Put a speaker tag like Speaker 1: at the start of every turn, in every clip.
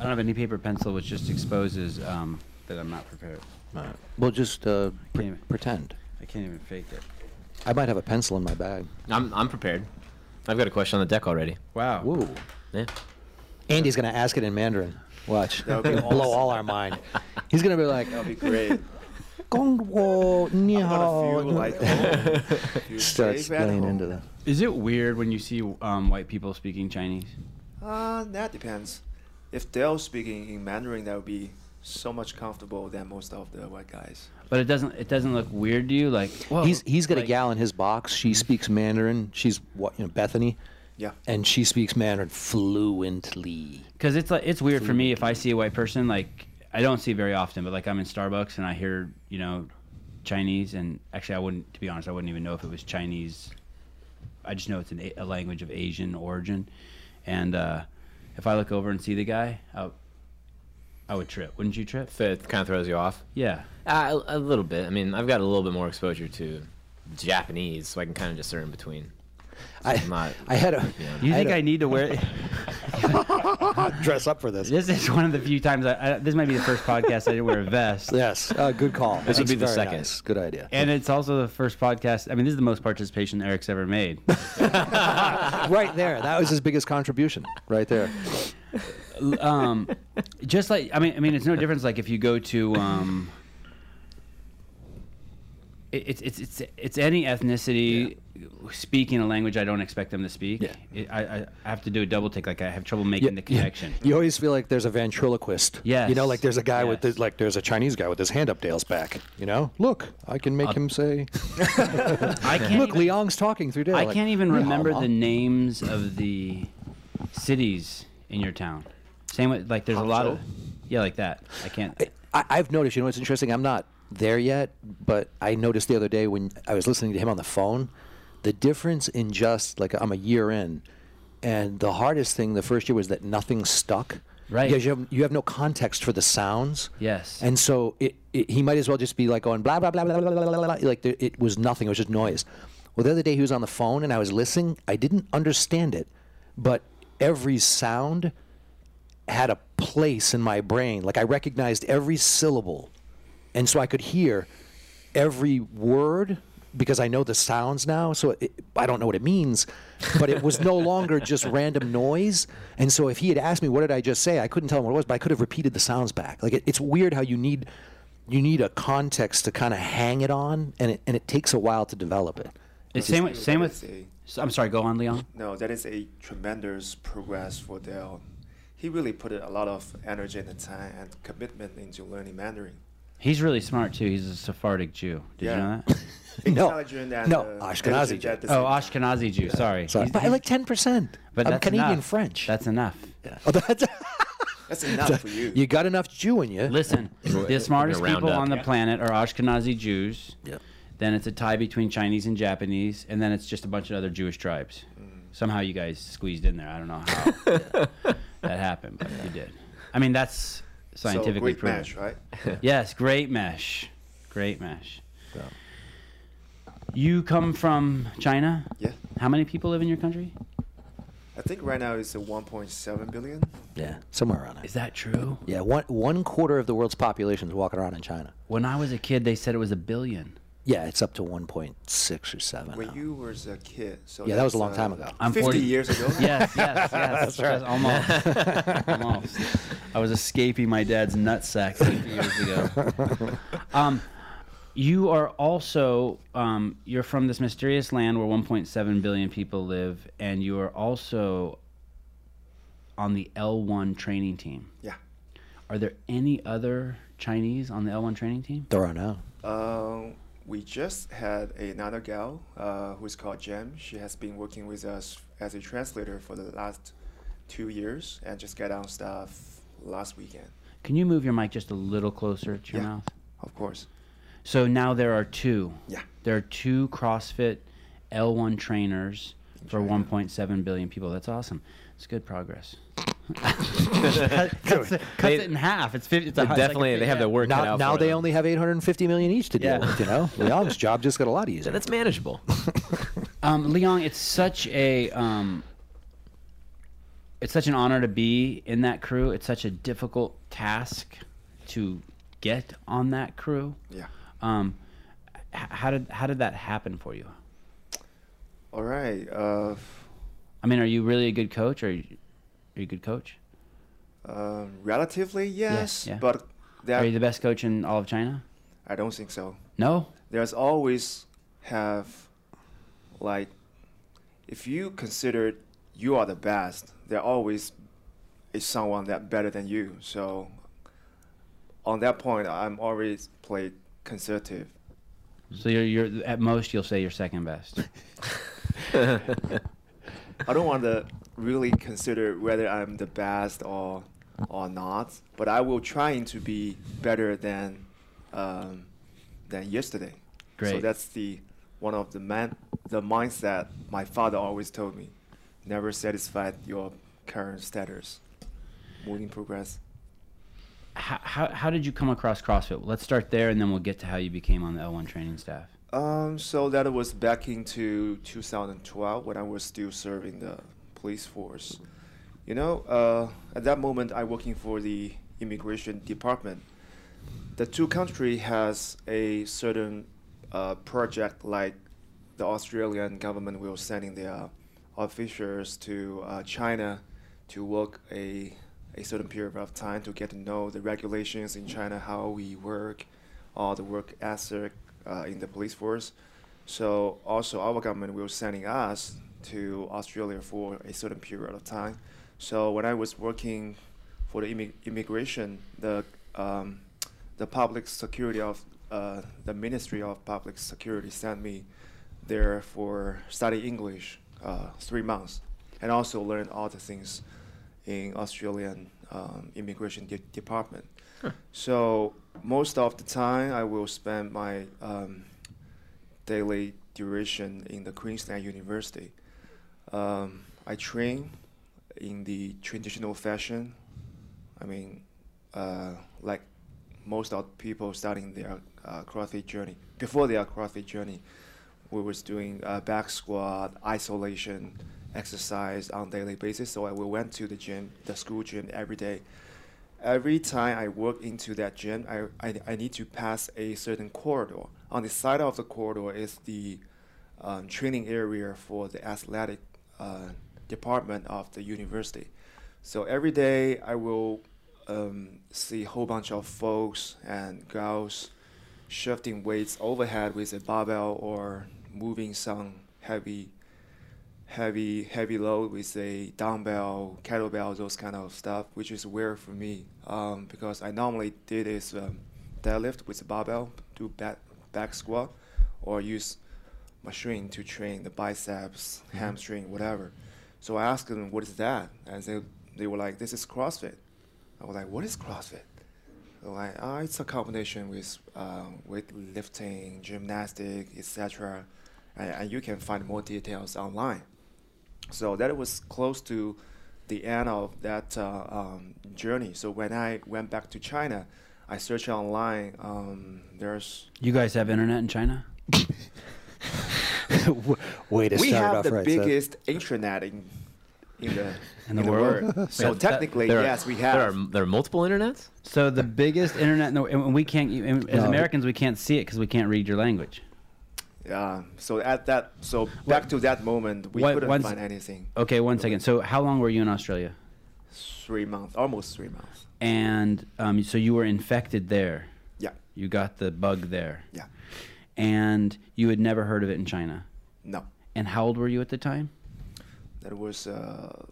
Speaker 1: don't have any paper pencil, which just exposes um, that I'm not prepared.
Speaker 2: All right. We'll just uh, pre-
Speaker 1: Anyway.
Speaker 2: pretend.
Speaker 1: I can't even fake it.
Speaker 2: I might have a pencil in my bag.
Speaker 3: I'm I'm prepared. I've got a question on the deck already.
Speaker 1: Wow.
Speaker 2: Whoa.
Speaker 3: Yeah.
Speaker 2: Andy's going to ask it in Mandarin. Watch.
Speaker 4: That would be
Speaker 2: It'll Blow all our mind. He's going to be like,
Speaker 4: That'd be great.
Speaker 2: Gongwo, ni
Speaker 4: How about a
Speaker 2: hao.
Speaker 4: few, like, oh, few
Speaker 2: Starts
Speaker 4: shave at
Speaker 2: getting
Speaker 4: home?
Speaker 2: into the.
Speaker 1: Is it weird when you see um, white people speaking Chinese?
Speaker 4: Uh, that depends. If they're speaking in Mandarin, that would be so much comfortable than most of the white guys.
Speaker 1: But it doesn't. It doesn't look weird to you, like whoa,
Speaker 2: He's he's got
Speaker 1: like-
Speaker 2: a gal in his box. She speaks Mandarin. She's what you know, Bethany,
Speaker 4: Yeah.
Speaker 2: and she speaks Mandarin fluently.
Speaker 1: Because it's like it's weird for me if I see a white person like I don't see it very often, but like I'm in Starbucks and I hear you know Chinese and actually I wouldn't to be honest I wouldn't even know if it was Chinese. I just know it's an, a- a language of Asian origin, and uh, if I look over and see the guy, I, I would trip. Wouldn't you trip?
Speaker 3: So it kind of throws you off.
Speaker 1: Yeah.
Speaker 3: Uh, a, a little bit. I mean, I've got a little bit more exposure to Japanese, so I can kind of discern between.
Speaker 2: I
Speaker 3: Not-
Speaker 2: I had a
Speaker 3: Yeah.
Speaker 1: Do you
Speaker 2: I
Speaker 1: think I
Speaker 2: had
Speaker 1: need to wear?
Speaker 2: a, dress up for this.
Speaker 1: This is one of the few times I, I this might be the first podcast I did wear a vest.
Speaker 2: Yes, uh, good call.
Speaker 3: This would be the
Speaker 2: Very
Speaker 3: second.
Speaker 2: nice. Good idea.
Speaker 1: And it's also the first podcast. I mean, this is the most participation Eric's ever made.
Speaker 2: right there, that was his biggest contribution. Right there.
Speaker 1: um, just like I mean, I mean, it's no difference. Like if you go to, um, it- it's it's it's it's any ethnicity speaking a language I don't expect them to speak.
Speaker 2: Yeah.
Speaker 1: It- I, I I have to do a double take. Like I have trouble making the connection.
Speaker 2: You always feel like there's a ventriloquist.
Speaker 1: Yes.
Speaker 2: You know, like there's a guy with
Speaker 1: Yes.
Speaker 2: this, like there's a Chinese guy with his hand up Dale's back. You know, look, I can make him say,
Speaker 1: I Uh, can't.
Speaker 2: "Look,
Speaker 1: even,
Speaker 2: Liang's talking through Dale."
Speaker 1: I
Speaker 2: like,
Speaker 1: can't even
Speaker 2: "Ni hao,
Speaker 1: remember
Speaker 2: ma."
Speaker 1: the names of the cities in your town. Same with like there's a lot of
Speaker 4: Hangzhou?
Speaker 1: yeah like that. I can't.
Speaker 2: I, I've noticed. You know, what's interesting. I'm not there yet, but I noticed the other day when I was listening to him on the phone, the difference in just like I'm a year in, and the hardest thing the first year was that nothing stuck.
Speaker 1: Right.
Speaker 2: Because you have, you have no context for the sounds.
Speaker 1: Yes.
Speaker 2: And so it, it he might as well just be like going blah blah blah blah blah blah blah. blah. Like there, it was nothing. It was just noise. Well, the other day he was on the phone and I was listening. I didn't understand it, but every sound had a place in my brain. Like I recognized every syllable. And so I could hear every word because I know the sounds now. So it, I don't know what it means, but it was no longer just random noise. And so if he had asked me, what did I just say? I couldn't tell him what it was, but I could have repeated the sounds back. Like it, it's weird how you need. You need a context to kind of hang it on, and it, and it takes a while to develop it.
Speaker 1: It's same with same
Speaker 4: That
Speaker 1: with.
Speaker 4: is a-
Speaker 1: so- I'm sorry. Go on, Leon.
Speaker 4: No, that is a tremendous progress for Dale. He really put a lot of energy and time and commitment into learning Mandarin.
Speaker 1: He's really smart too. He's a Sephardic Jew. Did you know that?
Speaker 2: No.
Speaker 4: Intelligent and
Speaker 2: No,
Speaker 4: uh,
Speaker 2: Ashkenazi
Speaker 4: diligent at the
Speaker 1: Oh,
Speaker 4: same
Speaker 1: Ashkenazi Jew. Sorry.
Speaker 2: Sorry.
Speaker 1: He's-
Speaker 2: By
Speaker 1: he's-
Speaker 2: like ten percent.
Speaker 1: but
Speaker 2: I'm
Speaker 1: that's
Speaker 2: Canadian
Speaker 1: enough.
Speaker 2: French.
Speaker 1: That's enough.
Speaker 2: Oh, that's-
Speaker 4: That's enough for you.
Speaker 2: you got enough Jew in you.
Speaker 1: Listen, the smartest
Speaker 3: round
Speaker 1: people
Speaker 3: up.
Speaker 1: on the
Speaker 3: Yeah.
Speaker 1: planet are Ashkenazi Jews.
Speaker 2: Yep.
Speaker 1: Then it's a tie between Chinese and Japanese, and then it's just a bunch of other Jewish tribes.
Speaker 4: Mm.
Speaker 1: Somehow you guys squeezed in there. I don't know how that happened, but you did. I mean, that's
Speaker 4: so
Speaker 1: scientifically
Speaker 4: great
Speaker 1: proven.
Speaker 4: match, right?
Speaker 1: Yes, great mesh. Great mesh. You come from China?
Speaker 4: Yeah.
Speaker 1: How many people live in your country?
Speaker 4: I think right now it's a 1.7 billion.
Speaker 2: Yeah, somewhere around it.
Speaker 1: Is that true?
Speaker 2: Yeah, one one quarter of the world's population is walking around in China.
Speaker 1: When I was a kid, they said it was a billion.
Speaker 2: Yeah, it's up to 1.6 or 7.
Speaker 4: When
Speaker 2: now.
Speaker 4: you were a kid, so
Speaker 2: yeah, that was a
Speaker 4: that's,
Speaker 2: long
Speaker 4: uh,
Speaker 2: time ago.
Speaker 1: I'm
Speaker 4: 50
Speaker 1: 40
Speaker 4: years ago.
Speaker 1: Yes, yes, yes. That's
Speaker 2: right.
Speaker 1: Almost. almost. I was escaping my dad's nutsack 50 years ago. Um, you are also um, you're from this mysterious land where 1.7 billion people live, and you are also on the L1 training team.
Speaker 4: Yeah.
Speaker 1: Are there any other Chinese on the L1 training team?
Speaker 2: There are now.
Speaker 4: Um, we just had another gal uh, who's called Jem. She has been working with us as a translator for the last two years and just got on staff last weekend.
Speaker 1: Can you move your mic just a little closer to your
Speaker 4: Yeah.
Speaker 1: mouth?
Speaker 4: Of course.
Speaker 1: So now there are two.
Speaker 4: Yeah.
Speaker 1: There are two CrossFit L1 trainers for 1.7 billion people. That's awesome. It's good progress. cuts cuts it, cuts it in half. It's 50. It's a
Speaker 3: They
Speaker 1: hu- it's like a
Speaker 3: definitely, they
Speaker 1: big-
Speaker 3: have their work cut
Speaker 2: Now,
Speaker 3: out
Speaker 2: now
Speaker 3: for
Speaker 2: they
Speaker 3: them.
Speaker 2: only have 850 million each to deal
Speaker 1: Yeah.
Speaker 2: with, you know? Leon's job just got a lot
Speaker 3: So
Speaker 2: easier.
Speaker 3: that's manageable.
Speaker 1: Um, Leon, it's such a um, it's such an honor to be in that crew. It's such a difficult task to get on that crew.
Speaker 4: Yeah.
Speaker 1: Um, h- how did how did that happen for you?
Speaker 4: All right. Uh,
Speaker 1: I mean, are you really a good coach, or are you, are you a good coach?
Speaker 4: um, relatively, yes,
Speaker 1: yeah.
Speaker 4: but
Speaker 1: Are
Speaker 4: that
Speaker 1: you the best coach in all of China?
Speaker 4: I don't think so.
Speaker 1: No.
Speaker 4: There's always have like if you consider you are the best, there always is someone that better than you. So on that point, I'm always played conservative.
Speaker 1: So you're you're at most you'll say you're second best.
Speaker 4: I don't want to really consider whether I'm the best or or not, but I will trying to be better than um, than yesterday. So
Speaker 1: Great.
Speaker 4: that's the one of the man the mindset my father always told me. Never satisfied your current status. Moving progress.
Speaker 1: how, how how did you come across CrossFit? Let's start there, and then we'll get to how you became on the L1 training staff.
Speaker 4: Um, so that was back into 2012 when I was still serving the police force. You know, uh, at that moment I working for the immigration department. The two country has a certain uh, project like the Australian government will sending their officials to uh, China to work a a certain period of time to get to know the regulations in China, how we work, all the work ethic uh, in the police force. So also our government will sending us to Australia for a certain period of time. So when I was working for the immig- immigration, the um, the public security of uh, the Ministry of Public Security sent me there for study English uh, three months, and also learn all the things in Australian um, immigration de- department. So most of the time, I will spend my um, daily duration in the Queensland University. Um, I train in the traditional fashion. I mean, uh, like most of people starting their uh, CrossFit journey before their CrossFit journey, we was doing uh, back squat, isolation exercise on daily basis. So I we went to the gym, the school gym every day. Every time I walk into that gym, I, I, I need to pass a certain corridor. On the side of the corridor is the um, training area for the athletic uh, department of the university. So every day I will um, see a whole bunch of folks and girls shifting weights overhead with a barbell or moving some heavy heavy heavy load with a dumbbell, kettlebell, those kind of stuff, which is weird for me um, because I normally did is um, deadlift with a barbell, do back back squat, or use machine to train the biceps, hamstring, whatever. So I asked them, "What is that?" And they they were like, "This is CrossFit." I was like, "What is CrossFit?" They're Like, ah, it's a combination with um, weightlifting, gymnastic, etc. And, and you can find more details online. So that was close to the end of that uh, um, journey. So when I went back to China, I searched online. Um, there's
Speaker 1: You guys have internet in China?
Speaker 2: W- Way to
Speaker 4: we
Speaker 2: start
Speaker 4: have
Speaker 2: off
Speaker 4: the
Speaker 2: right. Seth.
Speaker 4: biggest intranet in, in the
Speaker 1: In the world?
Speaker 4: So
Speaker 3: That- that-
Speaker 4: technically,
Speaker 3: there are-
Speaker 4: yes, we
Speaker 3: There are
Speaker 4: have.
Speaker 3: there are multiple internets.
Speaker 1: So the biggest internet in the and we can't and as
Speaker 2: No.
Speaker 1: Americans we can't see it because we can't read your language.
Speaker 4: Uh, so at that, so back to that moment, we
Speaker 1: What-
Speaker 4: couldn't
Speaker 1: once-
Speaker 4: find anything.
Speaker 1: Okay, one second. So how long were you in Australia?
Speaker 4: Three months, almost three months.
Speaker 1: And um, so you were infected there.
Speaker 4: Yeah,
Speaker 1: You got the bug there.
Speaker 4: yeah.
Speaker 1: And you had never heard of it in China.
Speaker 4: No,
Speaker 1: And how old were you at the time?
Speaker 4: that was uh,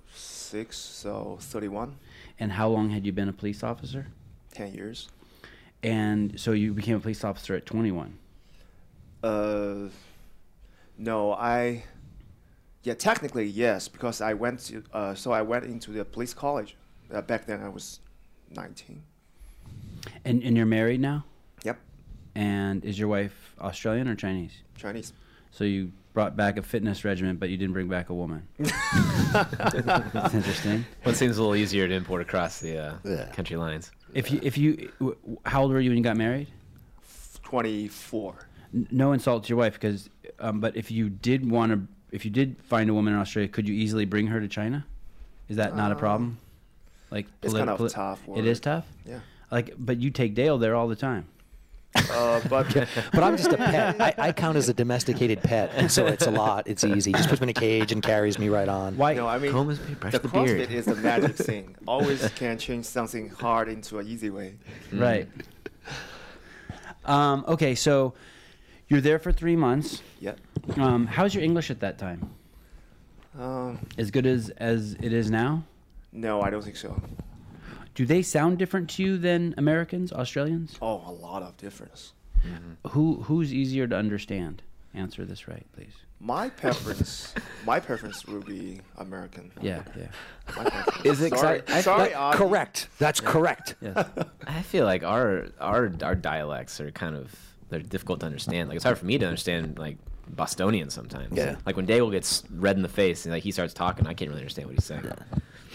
Speaker 4: six, so 31,
Speaker 1: And how long had you been a police officer?
Speaker 4: 10 years.
Speaker 1: And so you became a police officer at 21.
Speaker 4: Uh, no, I. Yeah, technically yes, because I went to. Uh, so I went into the police college. Uh, back then I was 19.
Speaker 1: And and you're married now?
Speaker 4: Yep,
Speaker 1: And is your wife Australian or Chinese?
Speaker 4: Chinese.
Speaker 1: So you brought back a fitness regimen, but you didn't bring back a woman. That's interesting.
Speaker 3: One seems a little easier to import across the uh,
Speaker 2: Yeah.
Speaker 3: country lines.
Speaker 1: If you, if you, w- w- how old were you when you got married?
Speaker 4: 24.
Speaker 1: N- No insult to your wife, because, um, but if you did want to, if you did find a woman in Australia, could you easily bring her to China? Is that not a problem? Like
Speaker 4: Uh, It's kind
Speaker 1: polit-
Speaker 4: of
Speaker 1: polit-
Speaker 4: tough
Speaker 1: It
Speaker 4: word.
Speaker 1: is tough.
Speaker 4: Yeah.
Speaker 1: Like, but you take Dale there all the time.
Speaker 4: Uh, but
Speaker 2: But I'm just a pet. I, I count as a domesticated pet, and so it's a lot. It's easy. He just puts me in a cage and carries me right on.
Speaker 1: Why?
Speaker 4: no, I mean
Speaker 3: Combs me, brush
Speaker 4: the
Speaker 3: the
Speaker 4: CrossFit
Speaker 3: beard.
Speaker 4: is the magic thing. Always can change something hard into an easy way.
Speaker 1: Right. Um, okay, so you're there for three months.
Speaker 4: Yeah.
Speaker 1: Um, how's your English at that time?
Speaker 4: Um,
Speaker 1: As good as as it is now?
Speaker 4: no, I don't think so.
Speaker 1: Do they sound different to you than Americans, Australians?
Speaker 4: Oh, a lot of difference.
Speaker 1: Who who's easier to understand? Answer this right, please.
Speaker 4: My preference, my preference would be American.
Speaker 1: Yeah, yeah,
Speaker 4: My preference.
Speaker 3: Is it- 'cause
Speaker 4: sorry?
Speaker 3: I- I-
Speaker 4: sorry,
Speaker 2: That-
Speaker 4: Ozzy.
Speaker 2: correct. That's correct.
Speaker 1: yes.
Speaker 3: I feel like our our our dialects are kind of they're difficult to understand. Like it's hard for me to understand like Bostonian sometimes.
Speaker 2: Yeah.
Speaker 3: Like when Daigle gets red in the face and like he starts talking, I can't really understand what he's saying.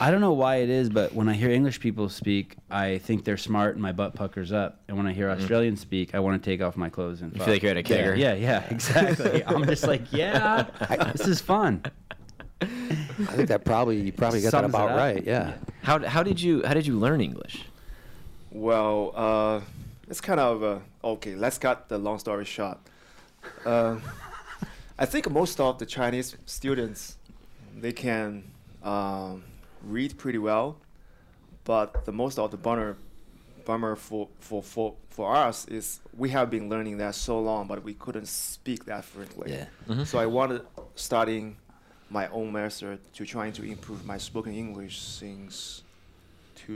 Speaker 1: I don't know why it is, but when I hear English people speak, I think they're smart and my butt puckers up. And when I hear Australians speak, I want to take off my clothes and
Speaker 3: Mm. You
Speaker 1: fuck.
Speaker 3: feel like you're at a
Speaker 1: yeah,
Speaker 3: kegger.
Speaker 1: yeah, yeah, exactly. I'm just like, yeah, this is fun.
Speaker 2: I think that probably you probably got that
Speaker 1: Sums it
Speaker 2: about
Speaker 1: up.
Speaker 2: right. Yeah.
Speaker 3: How how did you how did you learn English?
Speaker 4: Well, uh, it's kind of uh, okay. Let's cut the long story short. Uh, I think most of the Chinese students they can um, read pretty well, but the most of the bummer bummer for, for, for, for us is we have been learning that so long, but we couldn't speak that fluently.
Speaker 2: Yeah.
Speaker 4: So I wanted starting my own method to trying to improve my spoken English since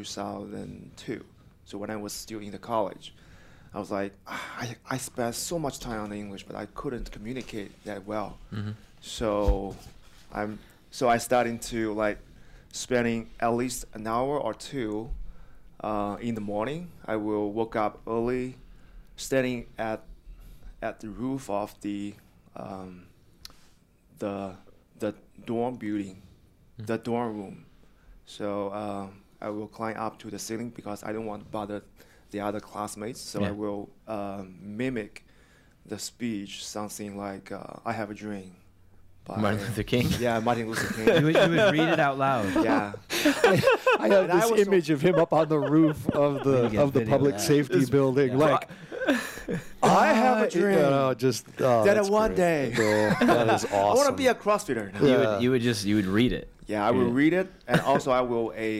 Speaker 4: 2002. So when I was still in the college, I was like, "Ah, I, I spent so much time on the English, but I couldn't communicate that well. So I'm so I started to like spending at least an hour or two uh, in the morning. I will wake up early, standing at at the roof of the um, the the dorm building,
Speaker 2: Hmm.
Speaker 4: the dorm room. So um, I will climb up to the ceiling because I don't want to bother the other classmates. So I
Speaker 1: Yeah.
Speaker 4: will um, mimic the speech, something like uh, "I have a dream." By,
Speaker 3: Martin Luther King?
Speaker 4: Yeah, Martin Luther
Speaker 1: You
Speaker 4: King.
Speaker 1: would, you would read it out loud.
Speaker 4: yeah.
Speaker 2: I have
Speaker 4: And I
Speaker 2: this
Speaker 4: was so-
Speaker 2: image of him up on the roof of
Speaker 1: We
Speaker 2: the
Speaker 1: get
Speaker 2: of the
Speaker 1: video
Speaker 2: public
Speaker 1: of that.
Speaker 2: safety building, like
Speaker 4: I have a
Speaker 2: "Ah," you
Speaker 4: dream
Speaker 2: know, just oh,
Speaker 4: that
Speaker 2: that's
Speaker 4: one
Speaker 2: great.
Speaker 4: day
Speaker 2: Yeah, that is awesome.
Speaker 4: I want to be a CrossFitter. Now.
Speaker 3: You
Speaker 2: Yeah.
Speaker 3: would you would just you would read it.
Speaker 4: Yeah, I will
Speaker 3: Yeah.
Speaker 4: read it, and also I will a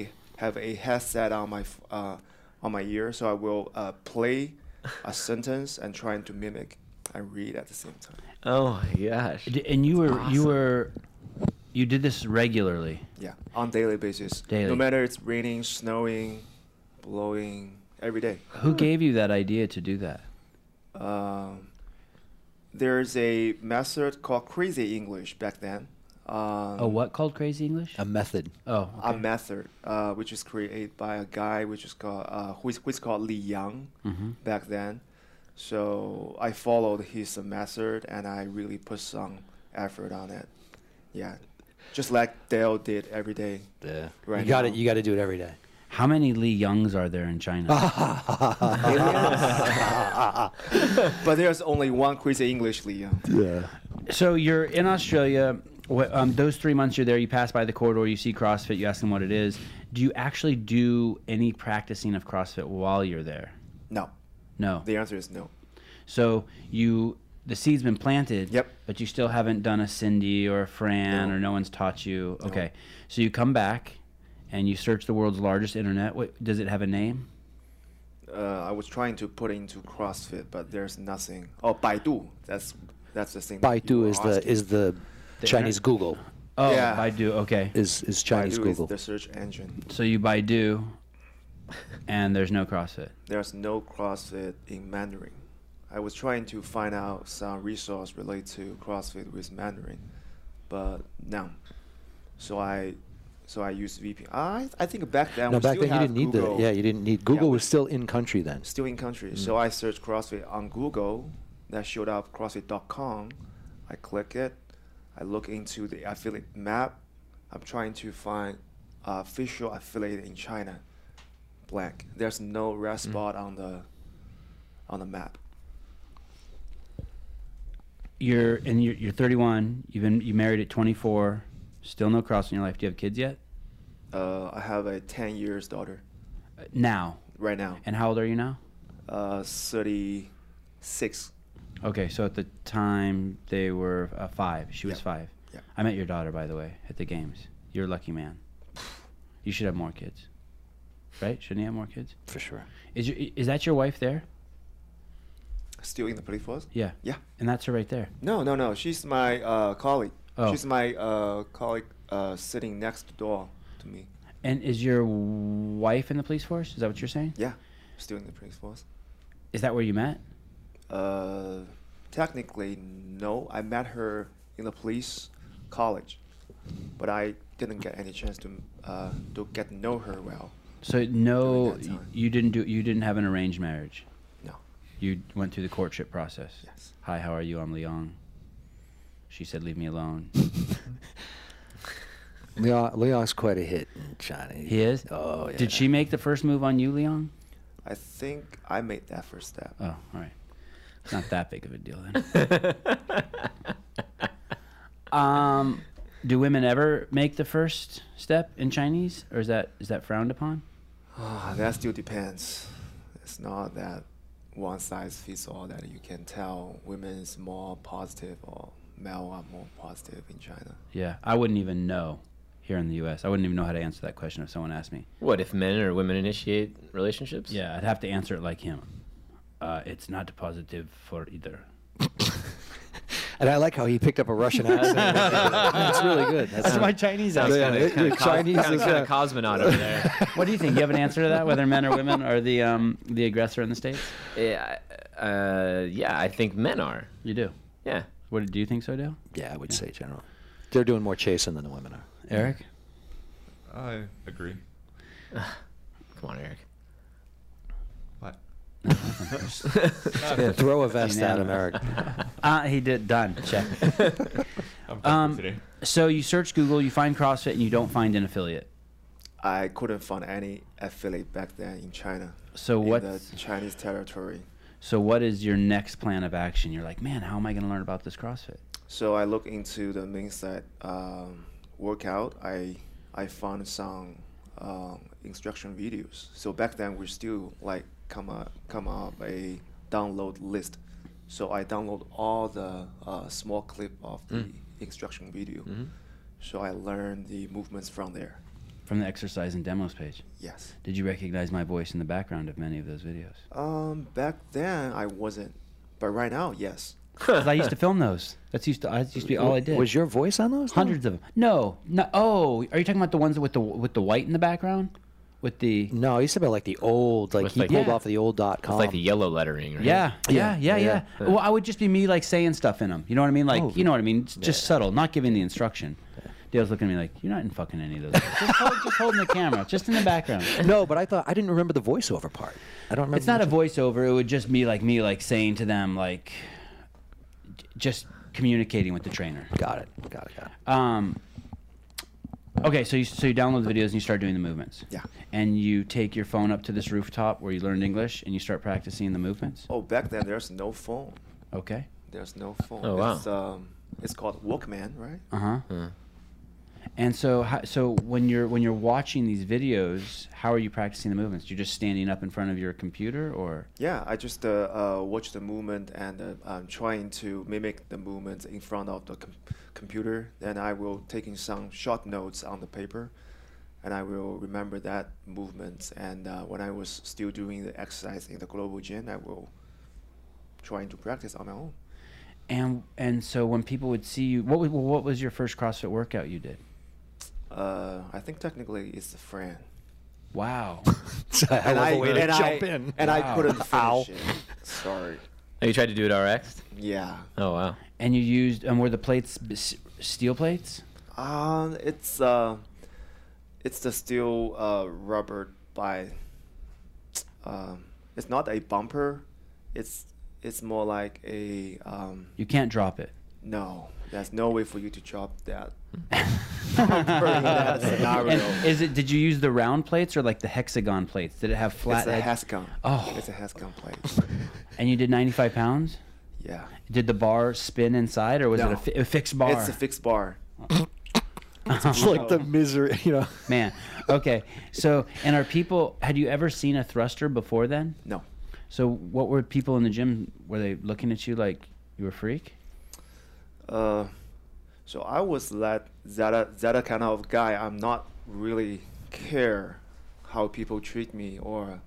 Speaker 4: have a headset on my f- uh, on my ear, so I will uh, play a sentence and trying to mimic and read at the same time.
Speaker 3: Oh my gosh.
Speaker 1: D- And you were you
Speaker 3: awesome.
Speaker 1: were you did this regularly.
Speaker 4: Yeah, on daily basis.
Speaker 1: Daily.
Speaker 4: No matter it's raining, snowing, blowing, every day.
Speaker 1: Who gave you that idea to do that?
Speaker 4: Um, there's a method called crazy English back then. Um,
Speaker 1: A Oh, what called crazy English?
Speaker 2: a method.
Speaker 1: oh,
Speaker 4: a
Speaker 1: okay.
Speaker 4: method uh, which is created by a guy which is called uh, who is who is called Li Yang
Speaker 2: Mm-hmm.
Speaker 4: back then. So I followed his method and I really put some effort on it. Yeah, just like Dale did every day.
Speaker 2: Yeah.
Speaker 4: Right
Speaker 2: you got it.
Speaker 4: now.
Speaker 2: You got to do it every day.
Speaker 1: how many Lee Youngs are there in China?
Speaker 4: But there's only one crazy English Li Yang.
Speaker 2: Yeah.
Speaker 1: So you're in Australia. wh- Um, those three months you're there, you pass by the corridor, you see CrossFit, you ask them what it is. Do you actually do any practicing of CrossFit while you're there?
Speaker 4: No,
Speaker 1: No.
Speaker 4: the answer is no.
Speaker 1: So you the seed's been planted.
Speaker 4: Yep.
Speaker 1: But you still haven't done a Cindy or a Fran
Speaker 4: No.
Speaker 1: or no one's taught you. Okay. So you come back and you search the world's largest internet. What does it have a name?
Speaker 4: Uh, I was trying to put into CrossFit, but there's nothing. Oh, Baidu. That's that's the thing. that you
Speaker 2: Baidu
Speaker 4: were
Speaker 2: is the
Speaker 4: asking.
Speaker 2: is the Chinese Google
Speaker 1: Oh,
Speaker 4: Yeah.
Speaker 1: Baidu. Okay.
Speaker 2: is is Chinese
Speaker 4: Baidu is
Speaker 2: Google.
Speaker 4: the search engine.
Speaker 1: So you Baidu and there's no CrossFit.
Speaker 4: there's no CrossFit in Mandarin. I was trying to find out some resource related to CrossFit with Mandarin, but no. So I, so I used VPN. I, I think back then
Speaker 2: No,
Speaker 4: we
Speaker 2: back
Speaker 4: still
Speaker 2: then you
Speaker 4: have
Speaker 2: didn't need
Speaker 4: Google,
Speaker 2: the yeah you didn't need Google
Speaker 4: we-
Speaker 2: was still in country then.
Speaker 4: still in country. So I searched CrossFit on Google. That showed up CrossFit.com. I click it. I look into the affiliate map. I'm trying to find official affiliate in China. Blank. There's no red spot on the on the map.
Speaker 1: You're and you're, you're 31. You've been you married at 24. Still no CrossFit in your life. Do you have kids yet?
Speaker 4: Uh, I have a 10 years daughter
Speaker 1: Uh, now.
Speaker 4: right now.
Speaker 1: And how old are you now?
Speaker 4: Uh, 36.
Speaker 1: Okay, so at the time they were uh, five. She was
Speaker 4: Yeah.
Speaker 1: five.
Speaker 4: Yeah.
Speaker 1: I met your daughter, by the way, at the games. You're a lucky man. You should have more kids, right? Shouldn't you have more kids?
Speaker 2: for sure.
Speaker 1: Is your, is that your wife there?
Speaker 4: Still in the police force?
Speaker 1: Yeah.
Speaker 4: Yeah.
Speaker 1: And that's her right there.
Speaker 4: No, no, no. She's my uh, colleague.
Speaker 1: Oh.
Speaker 4: She's my uh, colleague uh, sitting next door to me.
Speaker 1: And is your wife in the police force? Is that what you're saying?
Speaker 4: Yeah. Still in the police force.
Speaker 1: Is that where you met?
Speaker 4: Uh, technically, no. I met her in the police college, but I didn't get any chance to uh, to get to know her well.
Speaker 1: So no,
Speaker 4: that time.
Speaker 1: you didn't do. You didn't have an arranged marriage.
Speaker 4: No.
Speaker 1: You went through the courtship process.
Speaker 4: Yes.
Speaker 1: Hi, how are you? I'm Leon. She said, "Leave me alone."
Speaker 2: Leon, Leon's quite a hit in China.
Speaker 1: He is.
Speaker 2: Oh yeah.
Speaker 1: Did she make the first move on you, Leon?
Speaker 4: I think I made that first step.
Speaker 1: Oh, all right. It's not that big of a deal then. um, do women ever make the first step in Chinese, or is that is that frowned upon?
Speaker 4: Ah, that still depends. It's not that one size fits all that you can tell women is more positive or male are more positive in China.
Speaker 1: Yeah, I wouldn't even know here in the U.S. I wouldn't even know how to answer that question if someone asked me.
Speaker 3: What if men or women initiate relationships?
Speaker 1: Yeah, I'd have to answer it like him. Uh, it's not positive for either.
Speaker 2: And I like how he picked up a Russian accent. That's really good. That's,
Speaker 1: Chinese
Speaker 3: Sounds
Speaker 2: Yeah,
Speaker 3: kinda-
Speaker 2: it-
Speaker 3: kinda
Speaker 2: it-
Speaker 3: cos-
Speaker 2: Chinese
Speaker 3: kinda-
Speaker 2: is,
Speaker 3: kinda
Speaker 2: uh,
Speaker 3: cosmonaut over there.
Speaker 1: What do you think? You have an answer to that? Whether men or women are the um, the aggressor in the states?
Speaker 3: Yeah, uh, yeah, I think men are.
Speaker 1: You do.
Speaker 3: Yeah.
Speaker 1: What do you think so, Dale?
Speaker 2: yeah, I would say general. They're doing more chasing than the women are.
Speaker 1: Eric?
Speaker 5: I agree.
Speaker 3: Come on, Eric.
Speaker 5: What?
Speaker 2: Yeah, throw a vest at him, Eric.
Speaker 1: Uh, he did. Done. Check.
Speaker 5: I'm comfortable
Speaker 1: Um,
Speaker 5: today.
Speaker 1: so you search Google, you find CrossFit, and you don't find an affiliate.
Speaker 4: I couldn't find any affiliate back then in China.
Speaker 1: So
Speaker 4: in
Speaker 1: what?
Speaker 4: the Chinese territory.
Speaker 1: So what is your next plan of action? You're like, man, how am I going to learn about this CrossFit?
Speaker 4: So I look into the mindset um, workout. I I found some um, instruction videos. So back then we still like come up come up a download list. So I download all the uh, small clip of the
Speaker 3: Mm.
Speaker 4: instruction video.
Speaker 3: Mm-hmm.
Speaker 4: So I learned the movements from there.
Speaker 1: From the exercise and demos page.
Speaker 4: Yes.
Speaker 1: Did you recognize my voice in the background of many of those videos?
Speaker 4: Um, back then I wasn't, but right now yes.
Speaker 1: 'Cause I used to film those. That's used to. I used to be all I did.
Speaker 2: Was your voice on those? though?
Speaker 1: hundreds of them? No, no. Oh, are you talking about the ones with the with the white in the background? With the
Speaker 2: No, he used to be like the old, like
Speaker 3: With
Speaker 2: he
Speaker 3: like-
Speaker 2: pulled
Speaker 1: Yeah.
Speaker 2: off the old dot com.
Speaker 3: It's like the yellow lettering, right?
Speaker 1: Yeah, yeah, yeah,
Speaker 2: Yeah,
Speaker 1: yeah.
Speaker 3: yeah.
Speaker 1: Well, I would just be me like saying stuff in them. You know what I mean? Like,
Speaker 2: Oh.
Speaker 1: you know what I mean? It's Just subtle, not giving the instruction. Dale's looking at me like, "You're not in fucking any of those. just, hold, just holding the camera, just in the background."
Speaker 2: no, but I thought I didn't remember the voiceover part. I don't remember.
Speaker 1: It's not a
Speaker 2: much-
Speaker 1: voiceover. It would just be like me like saying to them like, j- just communicating with the trainer.
Speaker 2: Got it. Got it. Got it.
Speaker 1: Um, okay, so you so you download the videos and you start doing the movements.
Speaker 4: Yeah.
Speaker 1: And you take your phone up to this rooftop where you learned English and you start practicing the movements.
Speaker 4: Oh, back then there's no phone.
Speaker 1: Okay.
Speaker 4: There's no phone.
Speaker 3: Oh, wow.
Speaker 4: It's, um, it's called Walkman, right?
Speaker 1: Uh huh. And so, ho- so when you're when you're watching these videos, how are you practicing the movements? You're just standing up in front of your computer, or
Speaker 4: Yeah, I just uh, uh, watch the movement and uh, I'm trying to mimic the movements in front of the com- computer. Then I will taking some short notes on the paper, and I will remember that movements. And uh, when I was still doing the exercise in the global gym, I will trying to practice on my own.
Speaker 1: and and so when people would see you, what was, what was your first CrossFit workout you did?
Speaker 4: Uh, I think technically it's a friend.
Speaker 1: Wow.
Speaker 2: It's a hell of a way to
Speaker 4: and
Speaker 2: jump
Speaker 4: I,
Speaker 2: in.
Speaker 4: And
Speaker 1: Wow.
Speaker 4: I couldn't
Speaker 2: Ow.
Speaker 4: finish it. Sorry.
Speaker 3: Oh, you tried to do it RX?
Speaker 4: Yeah.
Speaker 3: Oh, wow.
Speaker 1: and you used and were the plates b- s- steel plates?
Speaker 4: Um, it's uh, it's the steel uh rubber by. Um, it's not a bumper. It's it's more like a um.
Speaker 1: You can't drop it.
Speaker 4: No, there's no way for you to drop that. Bumper in that scenario.
Speaker 1: And is it? Did you use the round plates or like the hexagon plates? Did it have flat?
Speaker 4: It's a
Speaker 1: edge-
Speaker 4: Hascon.
Speaker 1: Oh.
Speaker 4: It's a Hascon plate.
Speaker 1: and you did 95 pounds.
Speaker 4: Yeah.
Speaker 1: Did the bar spin inside, or was it
Speaker 4: No.
Speaker 1: a, fi- a fixed bar?
Speaker 4: It's a fixed bar.
Speaker 2: It's like the misery, you know.
Speaker 1: Man. Okay. So, and are people? Had you ever seen a thruster before then?
Speaker 4: No.
Speaker 1: So, what were people in the gym? Were they looking at you like you were a freak?
Speaker 4: Uh, so I was that that that kind of guy. I'm not really care how people treat me or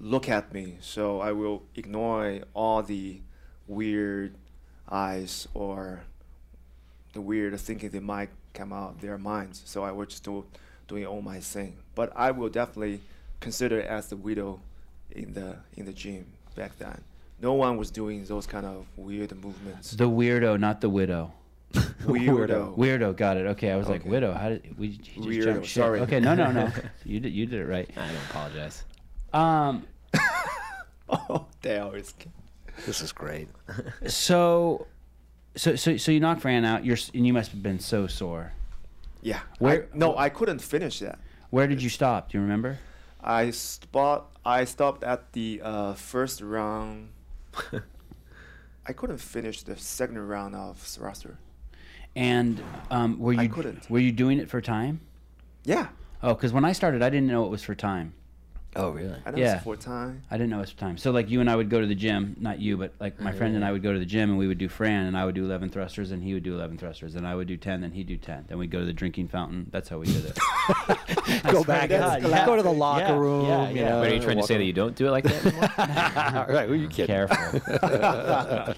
Speaker 4: look at me. So I will ignore all the weird eyes or the weird thinking that might come out their minds. So I will just do doing all my thing. But I will definitely consider as the widow in the in the gym back then. No one was doing those kind of weird movements.
Speaker 1: The weirdo, not the widow.
Speaker 4: Weirdo.
Speaker 1: Weirdo, got it. Okay, I was like
Speaker 4: Okay.
Speaker 1: widow. How did we? He just
Speaker 4: Weirdo,
Speaker 1: jumped ship.
Speaker 4: sorry.
Speaker 1: Okay, no, no, no. you did. You did it right.
Speaker 3: I don't apologize.
Speaker 1: Um.
Speaker 4: Oh, Dale is.
Speaker 2: This is great.
Speaker 1: So, so, so, so you knock Fran out. You're s- and you must have been so sore.
Speaker 4: Yeah.
Speaker 1: Where-
Speaker 4: I, no, I couldn't finish that.
Speaker 1: Where did you stop? Do you remember?
Speaker 4: I spot. I stopped at the uh, first round. I couldn't finish the second round of roster.
Speaker 1: And um, were you
Speaker 4: I couldn't.
Speaker 1: were you doing it for time?
Speaker 4: Yeah.
Speaker 1: Oh, because when I started, I didn't know it was for time.
Speaker 2: Oh, really?
Speaker 4: I know
Speaker 1: Yeah.
Speaker 4: it's four time.
Speaker 1: I didn't know it was for time. So like you and I would go to the gym, not you, but like my friend and I would go to the gym and we would do Fran and I would do eleven thrusters and he would do eleven thrusters and I would do ten and he'd do ten. Then we'd go to the drinking fountain. That's how we did it.
Speaker 2: Go back.
Speaker 1: God, yeah.
Speaker 2: Go to the locker
Speaker 1: Yeah,
Speaker 2: room.
Speaker 1: yeah,
Speaker 2: you
Speaker 1: yeah.
Speaker 2: know,
Speaker 3: But are you trying to
Speaker 2: walk
Speaker 3: say that you don't do it like that anymore?
Speaker 2: around. right? Who are you kidding?
Speaker 1: Careful.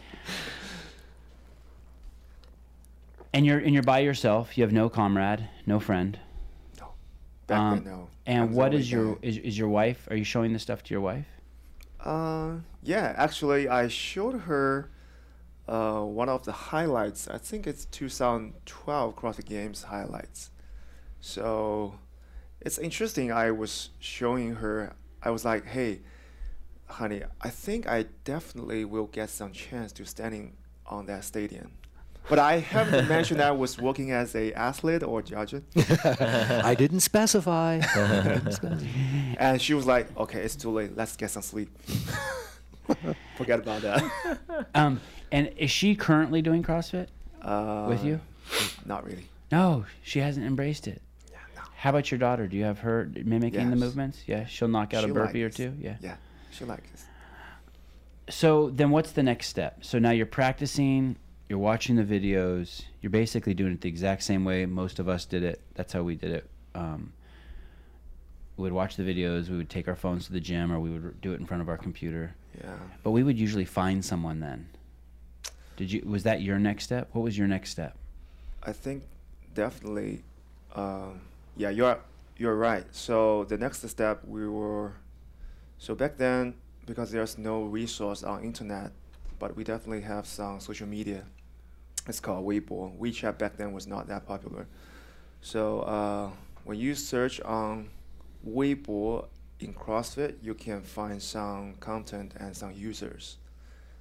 Speaker 1: and you're and you're by yourself. You have no comrade, no friend.
Speaker 4: No. Back
Speaker 1: Um,
Speaker 4: then, no. I
Speaker 1: And
Speaker 4: was
Speaker 1: what
Speaker 4: always
Speaker 1: is your
Speaker 4: down.
Speaker 1: is, is your wife? Are you showing this stuff to your wife?
Speaker 4: Uh, yeah. Actually, I showed her. Uh, one of the highlights. I think it's 2012 CrossFit Games highlights. So it's interesting. I was showing her, I was like, hey, honey, I think I definitely will get some chance to standing on that stadium. But I haven't mentioned I was working as a athlete or judge.
Speaker 2: I didn't specify. I didn't specify.
Speaker 4: And she was like, okay, it's too late. Let's get some sleep. Forget about that.
Speaker 1: Um, and is she currently doing CrossFit?
Speaker 4: Uh,
Speaker 1: With you?
Speaker 4: Not really.
Speaker 1: No, she hasn't embraced it. How about your daughter? Do you have her mimicking the
Speaker 4: Yes.
Speaker 1: movements? Yeah, she'll knock out a
Speaker 4: She
Speaker 1: burpee
Speaker 4: likes-
Speaker 1: or two. Yeah.
Speaker 4: Yeah. She likes
Speaker 1: So then, what's the next step? So now you're practicing. You're watching the videos. You're basically doing it the exact same way most of us did it. That's how we did it. Um, we would watch the videos. We would take our phones to the gym, or we would do it in front of our computer.
Speaker 4: Yeah.
Speaker 1: But we would usually find someone then. Did you? Was that your next step? What was your next step?
Speaker 4: I think definitely, um, yeah, you're you're right. So the next step we were, so back then because there's no resource on internet, but we definitely have some social media. It's called Weibo. WeChat back then was not that popular. So uh, when you search on Weibo in CrossFit, you can find some content and some users.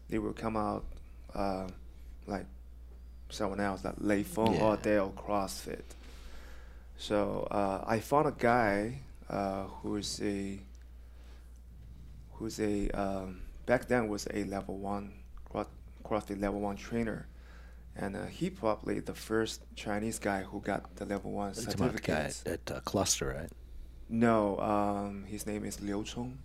Speaker 4: They will come out uh, like someone else, like Lei Feng or Dale CrossFit. So uh, I found a guy uh, who is a who's a um, back then was a level one cross CrossFit level one trainer, and uh, he probably the first Chinese guy who got the level one
Speaker 2: It's about the
Speaker 4: certificate.
Speaker 2: guy at, at uh, Cluster, right?
Speaker 4: No, um, his name is Liu Chong.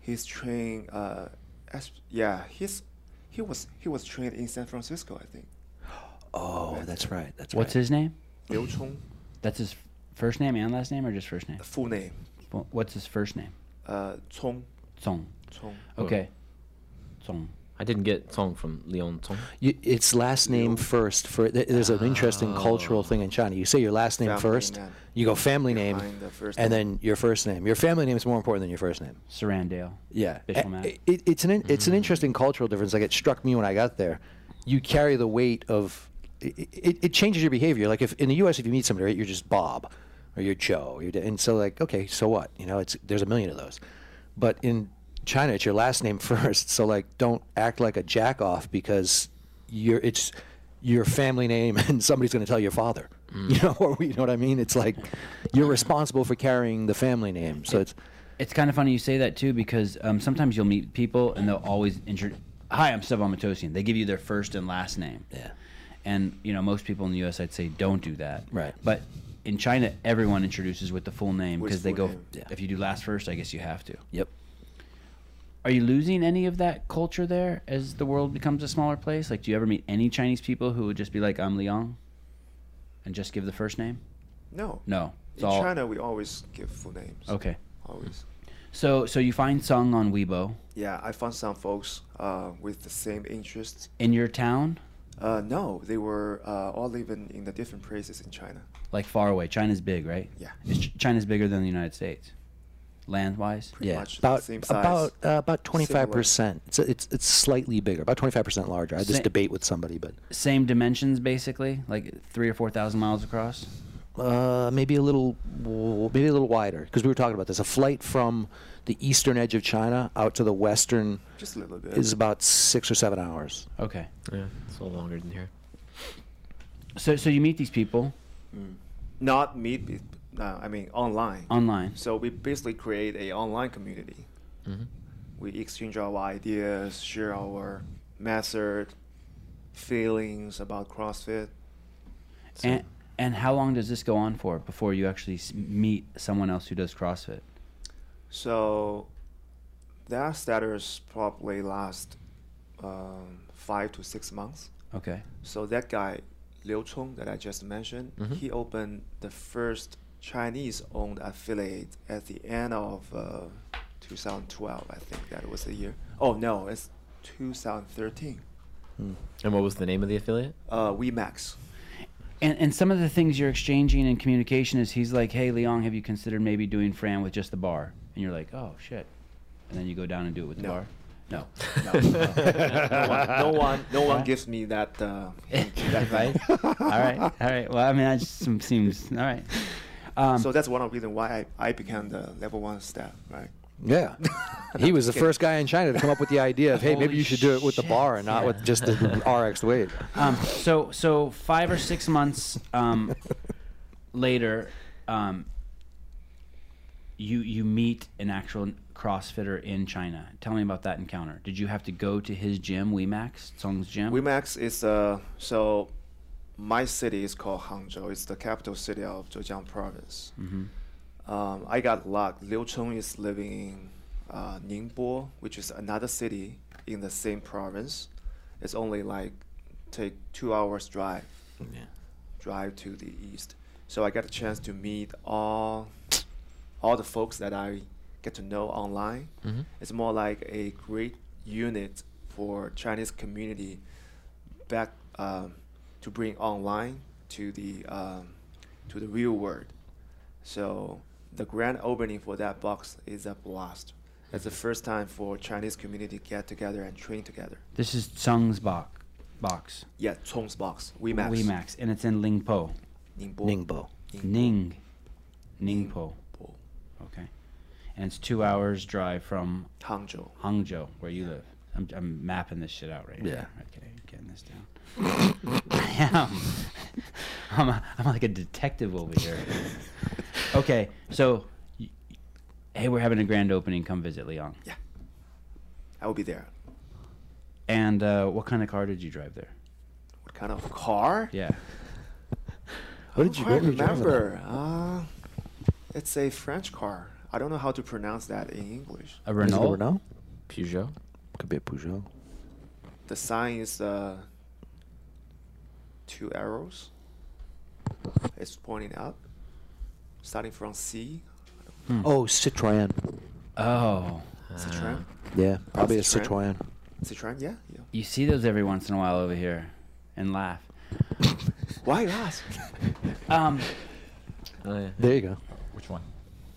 Speaker 4: He's trained. Uh, as, yeah, he's he was he was trained in San Francisco, I think.
Speaker 2: Oh, that's right. That's
Speaker 1: What's
Speaker 2: right.
Speaker 1: his name?
Speaker 4: Liu Chong,
Speaker 1: That's his first name and last name, or just first name?
Speaker 4: the full name,
Speaker 1: Wh- What's his first name?
Speaker 4: uh, Chong,
Speaker 1: Song.
Speaker 4: Chong.
Speaker 1: Okay. Song.
Speaker 3: I didn't get Tong from Leon Tong.
Speaker 2: You, it's last name first. For th- there's an interesting
Speaker 1: Oh.
Speaker 2: cultural thing in China. You say your last name
Speaker 4: Family
Speaker 2: first.
Speaker 4: name.
Speaker 2: You go family
Speaker 4: Behind
Speaker 2: name,
Speaker 4: the first
Speaker 2: and
Speaker 4: name.
Speaker 2: then your first name. Your family name is more important than your first name.
Speaker 1: Sarandale.
Speaker 2: Yeah,
Speaker 1: Bishop
Speaker 2: A-
Speaker 1: Matt.
Speaker 2: i- it, it's an in- it's an interesting cultural difference. Like it struck me when I got there. You carry the weight of it, it, it changes your behavior. Like if in the U.S. if you meet somebody, right, you're just Bob or you're Joe, you're, da- and so like okay, so what? You know, it's there's a million of those. But in China, it's your last name first. So like, don't act like a jack off because you're it's your family name and somebody's going to tell your father. You know, or you know what I mean? It's like you're responsible for carrying the family name. So it's
Speaker 1: It's kind of funny you say that too because um, sometimes you'll meet people and they'll always intro. Hi, I'm Stevan Matosian. They give you their first and last name.
Speaker 2: yeah.
Speaker 1: and you know most people in the U.S. I'd say don't do that.
Speaker 2: Right.
Speaker 1: But in China, everyone introduces with the full name
Speaker 4: With
Speaker 1: because they
Speaker 4: full
Speaker 1: go.
Speaker 4: name.
Speaker 2: Yeah.
Speaker 1: If you do last first, I guess you have to.
Speaker 2: Yep.
Speaker 1: Are you losing any of that culture there as the world becomes a smaller place? Like, do you ever meet any Chinese people who would just be like, "I'm Liang," and just give the first name?
Speaker 4: No.
Speaker 1: No, it's
Speaker 4: In
Speaker 1: all
Speaker 4: China, we always give full names.
Speaker 1: okay.
Speaker 4: Always.
Speaker 1: So, so you find Sung on Weibo
Speaker 4: Yeah, I found some folks uh, with the same interests.
Speaker 1: in your town,
Speaker 4: Uh, no, they were uh, all living in the different places in China.
Speaker 1: like far away. China's big, right?
Speaker 4: Yeah.
Speaker 1: Is Ch- China's bigger than the United States, land wise.
Speaker 4: Pretty
Speaker 2: yeah,
Speaker 4: much
Speaker 2: about
Speaker 4: the same size.
Speaker 2: about uh, about twenty five percent. It's it's it's slightly bigger, about twenty five percent larger. I had this
Speaker 1: Sa-
Speaker 2: debate with somebody, but
Speaker 1: Same dimensions, basically, like three or four thousand miles across.
Speaker 2: uh, maybe a little w- maybe a little wider because we were talking about this. A flight from the eastern edge of China out to the western
Speaker 4: Just a little bit.
Speaker 2: is about six or seven hours.
Speaker 1: Okay.
Speaker 3: Yeah, it's a little longer than here.
Speaker 1: So, so you meet these people
Speaker 4: Not meet. with- Uh, I mean, online.
Speaker 1: online.
Speaker 4: So we basically create a online community.
Speaker 3: Mm-hmm.
Speaker 4: We exchange our ideas, share our method, feelings about CrossFit.
Speaker 3: So-
Speaker 1: And and how long does this go on for before you actually s- meet someone else who does CrossFit?
Speaker 4: So that status probably last um, five to six months.
Speaker 1: Okay.
Speaker 4: So that guy Liu Chong that I just mentioned,
Speaker 2: Mm-hmm.
Speaker 4: he opened the first Chinese-owned affiliate at the end of uh, 2012. I think that was the year. Oh no, it's 2013.
Speaker 3: And what was the name of the affiliate?
Speaker 4: Uh, WeMax.
Speaker 1: And and some of the things you're exchanging in communication is he's like, "Hey, Leong, have you considered maybe doing Fran with just the bar?" And you're like, "Oh shit," and then you go down and do it with the
Speaker 4: No.
Speaker 1: bar. No.
Speaker 4: No one, no one, no one gives me that. Uh, that
Speaker 1: Right? all right. All right. Well, I mean, that just some- seems all right. Um,
Speaker 4: So that's one of the reasons why I, I became the level one staff, right?
Speaker 2: Yeah. He was the first guy in China to come up with the idea of, hey, maybe
Speaker 1: Holy
Speaker 2: you should do it with the
Speaker 1: shit,
Speaker 2: bar and not
Speaker 1: yeah.
Speaker 2: with just the RX weight.
Speaker 1: um, so so five or six months um, later, um, you you meet an actual CrossFitter in China. Tell me about that encounter. Did you have to go to his gym, WeMax Song's gym?
Speaker 4: WeMax is uh, so my city is called Hangzhou. It's the capital city of Zhejiang province. Um, I got luck. Liu Chong is living in uh, Ningbo, which is another city in the same province. It's only like take two hours drive, drive to the east. So I got a chance to meet all all the folks that I get to know online. It's more like a great unit for Chinese community back um, to bring online to the um, to the real world. So the grand opening for that box is a blast. That's the first time for Chinese community get together and train together.
Speaker 1: This is Song's box. Box.
Speaker 4: Yeah, Chong's box, WeMax,
Speaker 1: WeMax, and it's in Lingpo.
Speaker 4: Ningbo,
Speaker 2: Ningbo.
Speaker 1: Ning. Ningpo.
Speaker 4: Ningbo,
Speaker 1: Okay. And it's two hours drive from
Speaker 4: Hangzhou.
Speaker 1: Hangzhou, where you live. I'm, I'm mapping this shit out right now.
Speaker 2: Yeah.
Speaker 1: Okay, getting this down. I am. I'm, a, I'm like a detective over here. okay, so, y- y- hey, we're having a grand opening. Come visit Leon.
Speaker 4: Yeah, I will be there.
Speaker 1: And uh, what kind of car did you drive there?
Speaker 4: What kind of car?
Speaker 1: Yeah.
Speaker 2: What did you
Speaker 4: I
Speaker 2: what were you driving?
Speaker 4: remember. Uh, it's a French car. I don't know how to pronounce that in English.
Speaker 1: A
Speaker 2: Is it a
Speaker 1: Renault?
Speaker 2: Renault?
Speaker 3: Peugeot.
Speaker 2: Could be a Peugeot.
Speaker 4: The sign is uh, two arrows. It's pointing up, starting from C.
Speaker 1: Hmm.
Speaker 2: Oh, Citroën.
Speaker 1: Oh.
Speaker 3: Uh,
Speaker 4: Citroen.
Speaker 3: Ah.
Speaker 2: Yeah, probably a
Speaker 4: Citroën.
Speaker 2: Citroën.
Speaker 4: Citroen, yeah, yeah.
Speaker 1: You see those every once in a while over here and laugh.
Speaker 4: Why you ask?
Speaker 1: Um,
Speaker 3: Oh, yeah.
Speaker 2: There you go.
Speaker 5: Which one?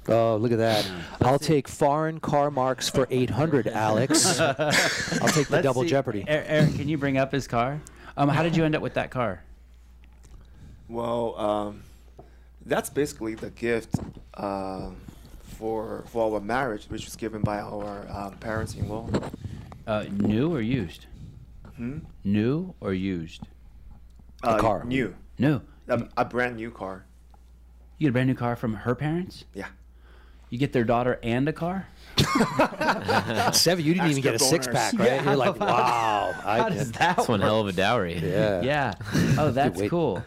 Speaker 2: Oh, look at that. I'll take foreign car marks for 800, Alex. I'll take the
Speaker 1: let's
Speaker 2: double
Speaker 1: see-
Speaker 2: jeopardy.
Speaker 1: Er- Eric, can you bring up his car? Um, how did you end up with that car?
Speaker 4: well, um, that's basically the gift um for for our marriage, which was given by our um, parents-in-law.
Speaker 1: Uh, new or used?
Speaker 4: Hmm?
Speaker 1: New or used?
Speaker 4: Uh,
Speaker 2: car.
Speaker 4: New,
Speaker 1: New.
Speaker 4: a, a brand new car.
Speaker 1: You get a brand new car from her parents?
Speaker 4: Yeah.
Speaker 1: You get their daughter and a car.
Speaker 2: Seven, you didn't even
Speaker 4: Extra
Speaker 2: get a six
Speaker 4: boners.
Speaker 2: pack, right?
Speaker 1: Yeah,
Speaker 2: You're like,
Speaker 1: how-
Speaker 2: wow.
Speaker 1: How
Speaker 2: I
Speaker 1: does
Speaker 2: did.
Speaker 1: that
Speaker 3: That's one
Speaker 1: work?
Speaker 3: hell of a dowry.
Speaker 2: Yeah.
Speaker 1: Yeah. Oh, that's
Speaker 2: wait.
Speaker 1: cool.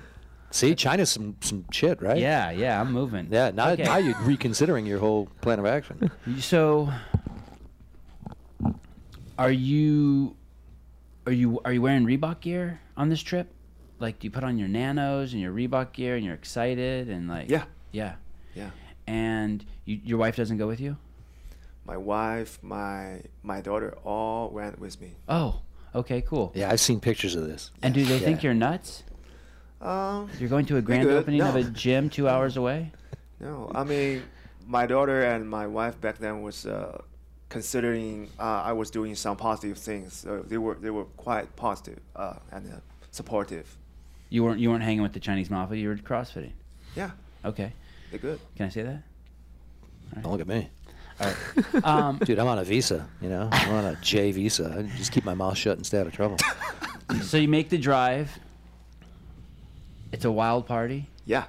Speaker 2: See, China's some some shit, right?
Speaker 1: Yeah, yeah, I'm moving.
Speaker 2: Yeah. Now,
Speaker 1: Okay.
Speaker 2: now you're reconsidering your whole plan of action.
Speaker 1: So, are you, are you, are you wearing Reebok gear on this trip? Like, do you put on your nanos and your Reebok gear, and you're excited and like?
Speaker 4: Yeah.
Speaker 1: Yeah.
Speaker 4: Yeah.
Speaker 1: And you, your wife doesn't go with you?
Speaker 4: My wife, my my daughter, all went with me.
Speaker 1: Oh, okay, cool.
Speaker 2: Yeah, I've seen pictures of this.
Speaker 1: And do they think
Speaker 2: Yeah.
Speaker 1: you're nuts?
Speaker 4: Um,
Speaker 1: You're going to a grand
Speaker 4: good,
Speaker 1: opening of
Speaker 4: no.
Speaker 1: a gym two hours away?
Speaker 4: no, I mean, my daughter and my wife back then was uh, considering uh, I was doing some positive things. So they were they were quite positive uh, and uh, supportive.
Speaker 1: You weren't you weren't hanging with the Chinese mafia, you were crossfitting.
Speaker 4: Yeah,
Speaker 1: Okay.
Speaker 4: they're good.
Speaker 1: Can I say that?
Speaker 2: Don't look at me,
Speaker 1: Um,
Speaker 2: dude. I'm on a visa. You know, I'm on a J visa. I just keep my mouth shut and stay out of trouble.
Speaker 1: so you make the drive. It's a wild party.
Speaker 4: Yeah.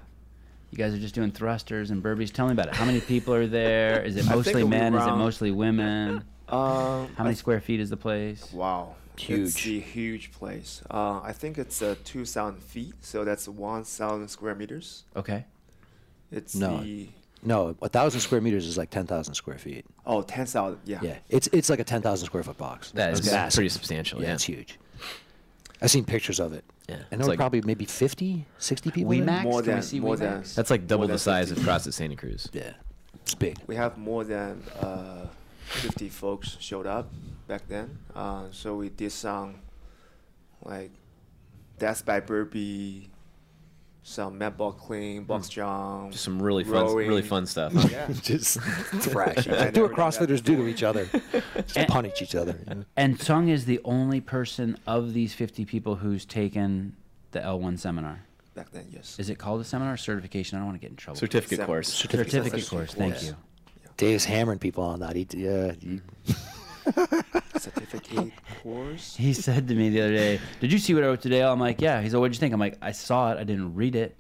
Speaker 1: You guys are just doing thrusters and burpees. Tell me about it. How many people are there? Is it
Speaker 4: I think
Speaker 1: mostly
Speaker 4: it'll be
Speaker 1: men? Is it
Speaker 4: around-
Speaker 1: mostly women?
Speaker 4: Um,
Speaker 1: How
Speaker 4: I
Speaker 1: many square feet is the place?
Speaker 4: Wow.
Speaker 2: Huge.
Speaker 4: It's a huge place. Uh, I think it's uh, 2,000 feet, so that's 1,000 square meters.
Speaker 1: Okay.
Speaker 4: It's
Speaker 2: No.
Speaker 4: the.
Speaker 2: No, a thousand square meters is like ten thousand square feet.
Speaker 4: Oh, 10,000. Yeah.
Speaker 2: Yeah, it's it's like a ten thousand square foot box.
Speaker 3: That
Speaker 2: It's
Speaker 3: is
Speaker 2: massive.
Speaker 3: pretty substantial.
Speaker 2: Yeah,
Speaker 3: Yeah.
Speaker 2: it's huge. I've seen pictures of it.
Speaker 3: Yeah,
Speaker 2: and
Speaker 3: it's
Speaker 2: there were
Speaker 3: like-
Speaker 2: probably maybe 50, 60 people.
Speaker 1: We
Speaker 2: in it.
Speaker 1: max?
Speaker 4: More
Speaker 1: Can we
Speaker 4: than-
Speaker 1: see
Speaker 4: more
Speaker 1: Wemax?
Speaker 4: than-
Speaker 3: That's like double
Speaker 4: More
Speaker 3: the
Speaker 4: than
Speaker 3: size of
Speaker 4: 50.
Speaker 3: Cross at Santa Cruz.
Speaker 2: Yeah, it's big.
Speaker 4: We have more than uh, 50 folks showed up back then. Uh, so we did some, like, Death by Burpee, some mat ball clean, box jump.
Speaker 3: Just some really fun, really
Speaker 4: rowing.
Speaker 3: fun stuff.
Speaker 4: Yeah.
Speaker 2: just thrash.
Speaker 4: I never
Speaker 2: do what
Speaker 4: did that
Speaker 2: CrossFitters do to each other. Just
Speaker 1: And-
Speaker 2: punish each other.
Speaker 1: And Sung is the only person of these 50 people who's taken the L1 seminar.
Speaker 4: Back then, yes.
Speaker 1: Is it called a seminar or certification? I don't want to get in trouble.
Speaker 3: Certificate
Speaker 4: Seven.
Speaker 3: course.
Speaker 1: Certificate,
Speaker 4: Certificate
Speaker 1: course.
Speaker 4: course.
Speaker 1: Thank
Speaker 4: Yes.
Speaker 1: you.
Speaker 2: Dave's hammering people on that. He, yeah, he-
Speaker 4: Certificate course?
Speaker 1: He said to me the other day, "Did you see what I wrote today?" I'm like, "Yeah." He's like, "What'd you think?" I'm like, "I saw it. I didn't read it."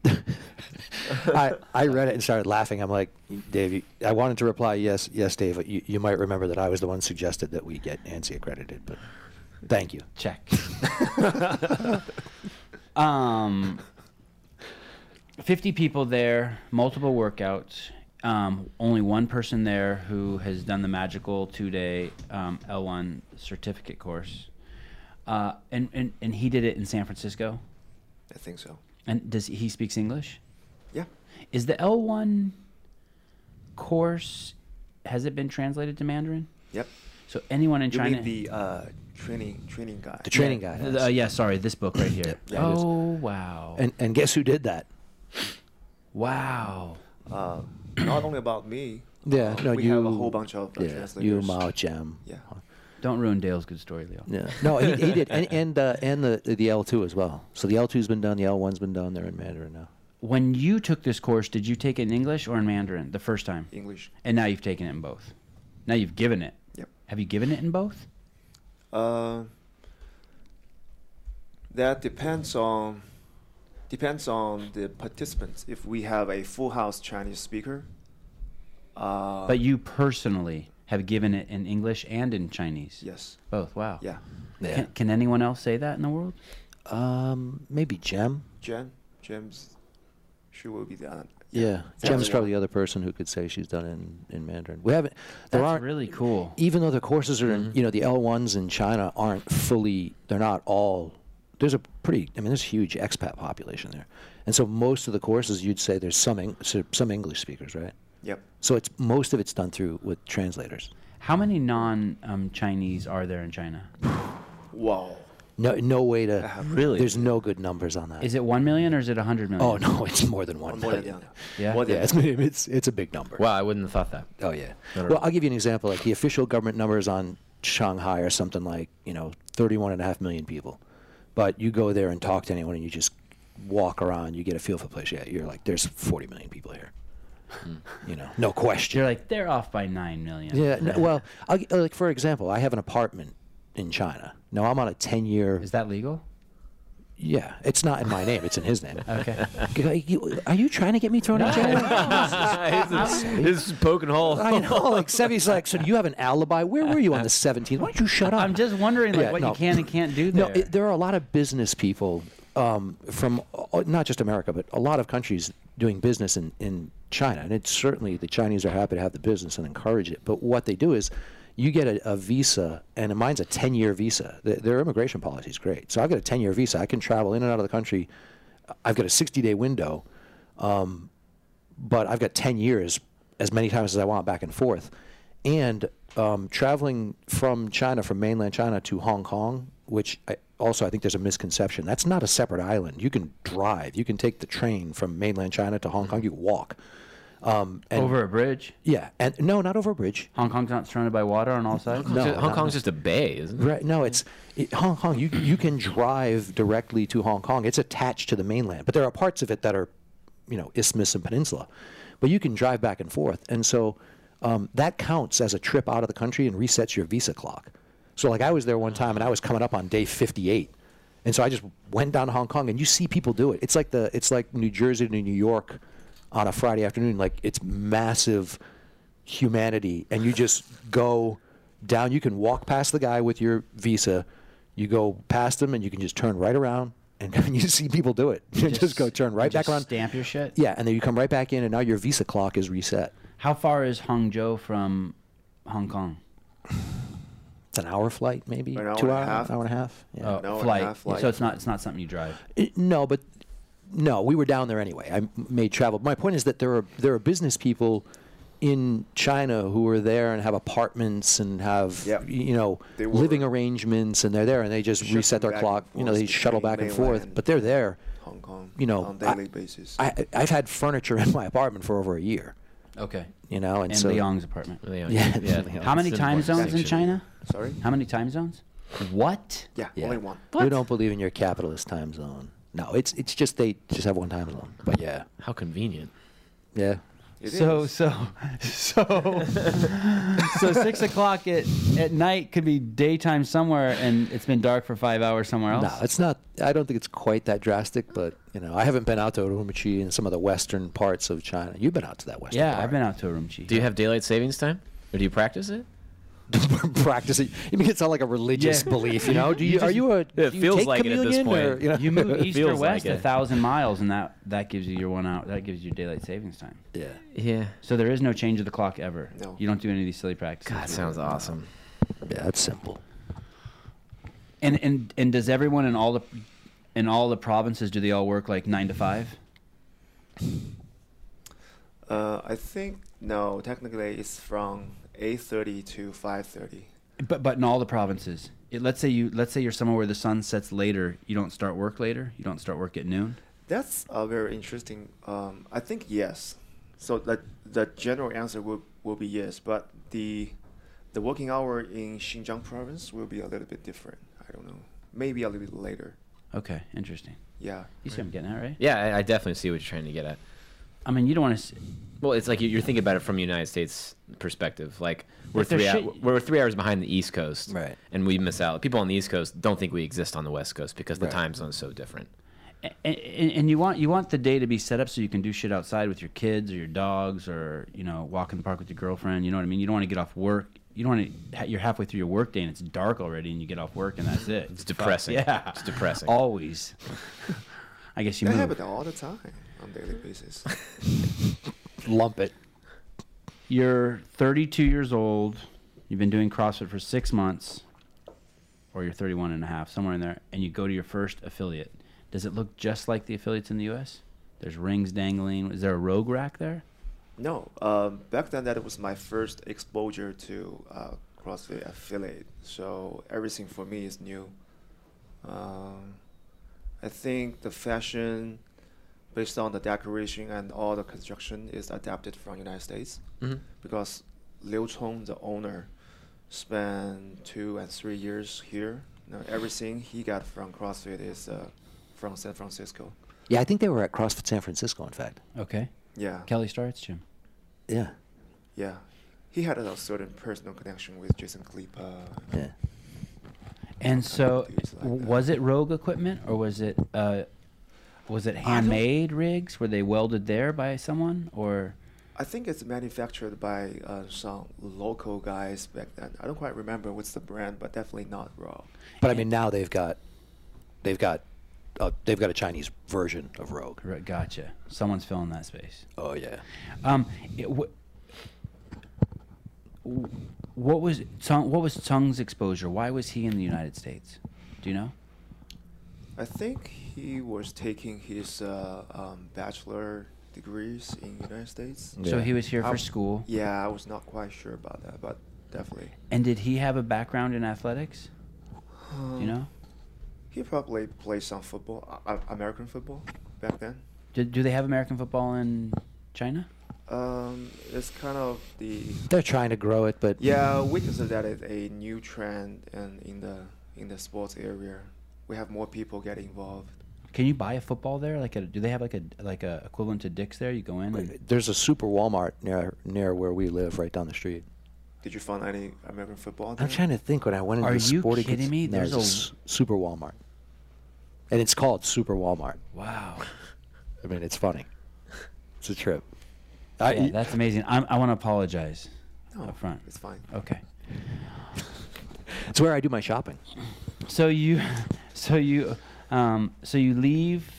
Speaker 2: I, I read it and started laughing. I'm like, Dave, you, I wanted to reply, yes, yes, Dave. but You, you might remember that I was the one suggested that we get Nancy accredited, but thank you.
Speaker 1: Check. um, 50 people there, multiple workouts. Um, only one person there who has done the magical two-day um, L1 certificate course, uh, and, and and he did it in San Francisco.
Speaker 4: I think so.
Speaker 1: And does he speaks English?
Speaker 4: Yeah.
Speaker 1: Is the L1 course has it been translated to Mandarin?
Speaker 4: Yep.
Speaker 1: So anyone in
Speaker 4: You
Speaker 1: China?
Speaker 4: mean the uh, training training guy?
Speaker 2: The training guy.
Speaker 1: Th- uh, yeah, sorry, this book right here.
Speaker 2: yeah, it is.
Speaker 1: oh wow!
Speaker 2: and, and guess who did that?
Speaker 1: wow,
Speaker 4: uh, not only about me.
Speaker 2: Yeah,
Speaker 4: uh,
Speaker 2: no,
Speaker 4: we
Speaker 2: you.
Speaker 4: have a whole bunch of uh,
Speaker 2: yeah,
Speaker 4: translators.
Speaker 2: you, Mao Jam.
Speaker 4: Yeah.
Speaker 1: don't ruin Dale's good story, Leo.
Speaker 2: Yeah. No, he, he did, and and, uh, and the the L two as well. So the L two's been done, the L one's been done. They're in Mandarin now.
Speaker 1: When you took this course, did you take it in English or in Mandarin the first time?
Speaker 4: English.
Speaker 1: And now you've taken it in both. Now you've given it.
Speaker 4: Yep.
Speaker 1: Have you given it in both?
Speaker 4: Uh, that depends on depends on the participants. If we have a full house Chinese speaker, uh,
Speaker 1: But you personally have given it in English and in Chinese.
Speaker 4: yes,
Speaker 1: Both. Wow.
Speaker 4: yeah,
Speaker 1: Can, can anyone else say that in the world?
Speaker 2: Um, maybe Jem.
Speaker 4: Jen, James, she will be the
Speaker 2: Yeah,
Speaker 4: Yeah.
Speaker 2: Jem's probably the other person who could say she's done it in, in Mandarin. We haven't. There
Speaker 1: That's
Speaker 2: aren't
Speaker 1: really cool.
Speaker 2: even though the courses are in, you know, the L ones in China aren't fully. They're not all. There's a pretty. I mean, there's a huge expat population there, and so most of the courses you'd say there's some Eng, so- some English speakers, right?
Speaker 4: Yep,
Speaker 2: So it's most of it's done through with translators.
Speaker 1: How many non um, Chinese are there in China?
Speaker 4: wow,
Speaker 2: No, no way to.
Speaker 3: Really?
Speaker 2: There's no good numbers on that.
Speaker 1: Is it 1 million or is it 100 million?
Speaker 2: oh no, it's more than one.
Speaker 4: more than
Speaker 2: million.
Speaker 4: that.
Speaker 1: Yeah.
Speaker 4: more than
Speaker 2: Yeah, it's, it's it's a big number.
Speaker 3: Wow, I wouldn't have thought that.
Speaker 2: Oh yeah.
Speaker 3: Not at
Speaker 2: Well,
Speaker 3: all.
Speaker 2: I'll give you an example. Like the official government numbers on Shanghai are something like you know 31 and a half million people, but you go there and talk to anyone and you just walk around, you get a feel for the place. Yeah, you're like, there's 40 million people here. You know, no question.
Speaker 1: You're like, they're off by 9 million.
Speaker 2: Hmm. Oh, Yeah. no- well, I'll, g- like for example, I have an apartment in China. Now I'm on a 10 year.
Speaker 1: Is that legal?
Speaker 2: Yeah, it's not in my name. It's in his name.
Speaker 1: Okay.
Speaker 2: Are you, are you trying to get me thrown in jail?
Speaker 3: his, his poking hole.
Speaker 2: I know. Like Sevy's like, so do you have an alibi? Where were you on the 17th? Why don't you shut up?
Speaker 1: I'm just wondering like
Speaker 2: Yeah,
Speaker 1: what
Speaker 2: no.
Speaker 1: you can and can't do
Speaker 2: No,
Speaker 1: there.
Speaker 2: it, there are a lot of business people um, from uh, not just America, but a lot of countries doing business in, in China. And it's certainly the Chinese are happy to have the business and encourage it. But what they do is you get a, a visa, and mine's a 10 year visa. Th their immigration policy is great. So I've got a 10 year visa. I can travel in and out of the country. I've got a 60 day window, um, but I've got 10 years as many times as I want back and forth. And um, traveling from China, from mainland China to Hong Kong, which I, also I think there's a misconception. That's not a separate island. You can drive. You can take the train from mainland China to Hong Kong. You can walk. Um, and,
Speaker 1: Over a bridge.
Speaker 2: Yeah, and no, not over a bridge.
Speaker 1: Hong Kong's not surrounded by water on all sides.
Speaker 2: No,
Speaker 3: Hong
Speaker 2: no,
Speaker 3: Kong's just a bay, isn't it?
Speaker 2: Right. No, it's it, Hong Kong. You you can drive directly to Hong Kong. It's attached to the mainland, but there are parts of it that are, you know, isthmus and peninsula. But you can drive back and forth, and so um, that counts as a trip out of the country and resets your visa clock. So, like, I was there one time, and I was coming up on day fifty-eight, and so I just went down to Hong Kong, and you see people do it. It's like the it's like New Jersey to New York on a Friday afternoon. Like, it's massive humanity and you just go down you can walk past the guy with your visa you go past him and you can just turn right around and you see people do it you just, go turn
Speaker 1: you
Speaker 2: right back
Speaker 1: just
Speaker 2: around
Speaker 1: Stamp your shit.
Speaker 2: yeah and then you come right back in and now your visa clock is reset
Speaker 1: How far is Hangzhou from Hong Kong?
Speaker 2: it's an hour flight maybe
Speaker 4: An hour
Speaker 2: two
Speaker 4: and a
Speaker 2: hours
Speaker 4: half.
Speaker 2: hour and a half yeah
Speaker 1: Oh,
Speaker 4: An hour and a
Speaker 1: flight.
Speaker 4: half flight.
Speaker 1: So it's not it's not something you drive.
Speaker 2: Uh, No, but no, we were down there anyway. I m- made travel. My point is that there are there are business people in China who are there and have apartments and have
Speaker 4: Yep.
Speaker 2: y- you know
Speaker 4: They were-
Speaker 2: living arrangements and they're there and they just
Speaker 4: Shuttle
Speaker 2: reset their
Speaker 4: back
Speaker 2: clock.
Speaker 4: and
Speaker 2: You know, they
Speaker 4: forth
Speaker 2: shuttle
Speaker 4: between
Speaker 2: back and forth,
Speaker 4: mainland
Speaker 2: but they're there.
Speaker 4: Hong Kong,
Speaker 2: You know,
Speaker 4: on
Speaker 2: I-
Speaker 4: daily basis.
Speaker 2: I I've had furniture in my apartment for over a year.
Speaker 1: Okay.
Speaker 2: You know, and,
Speaker 1: In
Speaker 2: so
Speaker 1: Leong's apartment.
Speaker 3: Yeah.
Speaker 2: Yeah.
Speaker 1: How many time zones in China?
Speaker 4: Sorry.
Speaker 1: How many time zones? What?
Speaker 4: Yeah,
Speaker 2: Yeah.
Speaker 4: only one.
Speaker 2: we don't believe in your capitalist time zone. No, it's it's just they just have one time zone. But yeah,
Speaker 3: How convenient.
Speaker 2: yeah.
Speaker 4: It
Speaker 1: so
Speaker 4: is.
Speaker 1: so so so six o'clock at at night could be daytime somewhere, and it's been dark for five hours somewhere else.
Speaker 2: No, it's not. I don't think it's quite that drastic, but you know, I haven't been out to Urumqi and some of the western parts of China. You've been out to that western.
Speaker 1: yeah,
Speaker 2: part.
Speaker 1: I've been out to Urumqi.
Speaker 3: Do you have daylight savings time, or do you practice it?
Speaker 2: Practice it. You make it sound like a religious
Speaker 1: Yeah.
Speaker 2: belief. You know? Do
Speaker 1: You
Speaker 2: you, are
Speaker 1: just-
Speaker 2: you a? do you
Speaker 3: feels
Speaker 2: take
Speaker 3: like it at this
Speaker 2: communion
Speaker 3: point.
Speaker 2: or, you, know?
Speaker 1: You move east or
Speaker 3: Feels like
Speaker 1: west a
Speaker 3: it.
Speaker 1: thousand miles, and that that gives you your one hour. That gives you daylight savings time.
Speaker 2: yeah.
Speaker 3: Yeah.
Speaker 1: So there is no change of the clock ever.
Speaker 4: No.
Speaker 1: You don't do any of these silly practices.
Speaker 3: God, sounds awesome.
Speaker 2: Yeah, that's simple.
Speaker 1: And and and does everyone in all the in all the provinces do they all work like nine to five?
Speaker 4: Uh, I think no. Technically, it's from 8:30 to 5:30.
Speaker 1: But but in all the provinces, it, let's say you let's say you're somewhere where the sun sets later. You don't start work later. You don't start work at noon.
Speaker 4: That's a very interesting. Um, I think yes. So the the general answer will will be yes, but the the working hour in Xinjiang province will be a little bit different. I don't know. Maybe a little bit later.
Speaker 1: Okay, interesting.
Speaker 4: Yeah.
Speaker 1: You see, what I'm getting at right.
Speaker 3: Yeah, I, I definitely see what you're trying to get at.
Speaker 1: I mean, you don't want to.
Speaker 3: Well, it's like you- you're thinking about it from the United States perspective. Like we're
Speaker 1: Like, there's
Speaker 3: three, hou-
Speaker 1: shit-
Speaker 3: we're three hours behind the East Coast,
Speaker 2: Right.
Speaker 3: And we miss out. People on the East Coast don't think we exist on the West Coast because the
Speaker 2: Right.
Speaker 3: time zone's so different.
Speaker 1: And, and, and you want you want the day to be set up so you can do shit outside with your kids or your dogs or you know walk in the park with your girlfriend. You know what I mean. You don't want to get off work. You don't want to. You're halfway through your work day and it's dark already, and you get off work and that's it.
Speaker 3: It's depressing.
Speaker 1: Yeah,
Speaker 3: it's depressing.
Speaker 1: always. I guess you
Speaker 4: That
Speaker 1: move.
Speaker 4: happens all the time on daily basis.
Speaker 2: Lump it.
Speaker 1: You're 32 years old. You've been doing CrossFit for six months, or you're 31 and a half, somewhere in there, and you go to your first affiliate. Does it look just like the affiliates in the U.S.? There's rings dangling. Is there a rogue rack there?
Speaker 4: No, um, back then that was my first exposure to uh, CrossFit affiliate, so everything for me is new. Um, I think the fashion, based on the decoration and all the construction, is adapted from United States
Speaker 3: Mm-hmm.
Speaker 4: because Liu Chong, the owner, spent two and three years here. Now everything he got from CrossFit is uh, from San Francisco.
Speaker 2: Yeah, I think they were at CrossFit San Francisco. In fact.
Speaker 1: Okay.
Speaker 4: Yeah,
Speaker 1: Kelly starts, Jim.
Speaker 2: Yeah.
Speaker 4: yeah. He had a certain personal connection with Jason Klippa.
Speaker 2: Yeah.
Speaker 1: And so,
Speaker 4: dudes like that.
Speaker 1: was it Rogue equipment or was it uh, was it handmade rigs? Were they welded there by someone or?
Speaker 4: I think it's manufactured by uh, some local guys back then. I don't quite remember what's the brand, but definitely not Raw.
Speaker 2: But I mean, now they've got, they've got, uh, they've got a Chinese version of Rogue.
Speaker 1: Right, Gotcha. Someone's filling that space.
Speaker 2: Oh yeah.
Speaker 1: Um, it, wh- what was Tsung, what was Tsung's exposure? Why was he in the United States? Do you know?
Speaker 4: I think he was taking his uh, um, bachelor degrees in United States.
Speaker 1: So
Speaker 2: Yeah.
Speaker 1: he was here for
Speaker 4: Um,
Speaker 1: school.
Speaker 4: Yeah, I was not quite sure about that, but definitely.
Speaker 1: And did he have a background in athletics? Do
Speaker 4: Um,
Speaker 1: you know?
Speaker 4: He probably played some football, uh, American football back then.
Speaker 1: Do, do they have American football in China?
Speaker 4: Um, it's kind of the
Speaker 2: They're trying to grow it, but
Speaker 4: yeah we consider that as a new trend and in the in the sports area, we have more people get involved.
Speaker 1: Can you buy a football there? Like, a, do they have like a like a equivalent to Dick's there? You go in. And,
Speaker 2: there's a super Walmart near near where we live, right down the street.
Speaker 4: Did you find any American football?
Speaker 2: I'm
Speaker 4: there?
Speaker 2: trying to think when I went into
Speaker 1: Are
Speaker 2: the
Speaker 1: you
Speaker 2: sporting
Speaker 1: kidding me?
Speaker 2: There's,
Speaker 1: There's a-
Speaker 2: a, s- super Walmart, and it's called Super Walmart.
Speaker 1: wow.
Speaker 2: I mean, it's funny. It's a trip.
Speaker 1: Yeah,
Speaker 2: I,
Speaker 1: that's amazing. I'm, I want to apologize
Speaker 4: No,
Speaker 1: up front. Oh.
Speaker 4: It's fine.
Speaker 1: Okay.
Speaker 2: it's where I do my shopping.
Speaker 1: So you, so you, um, so you leave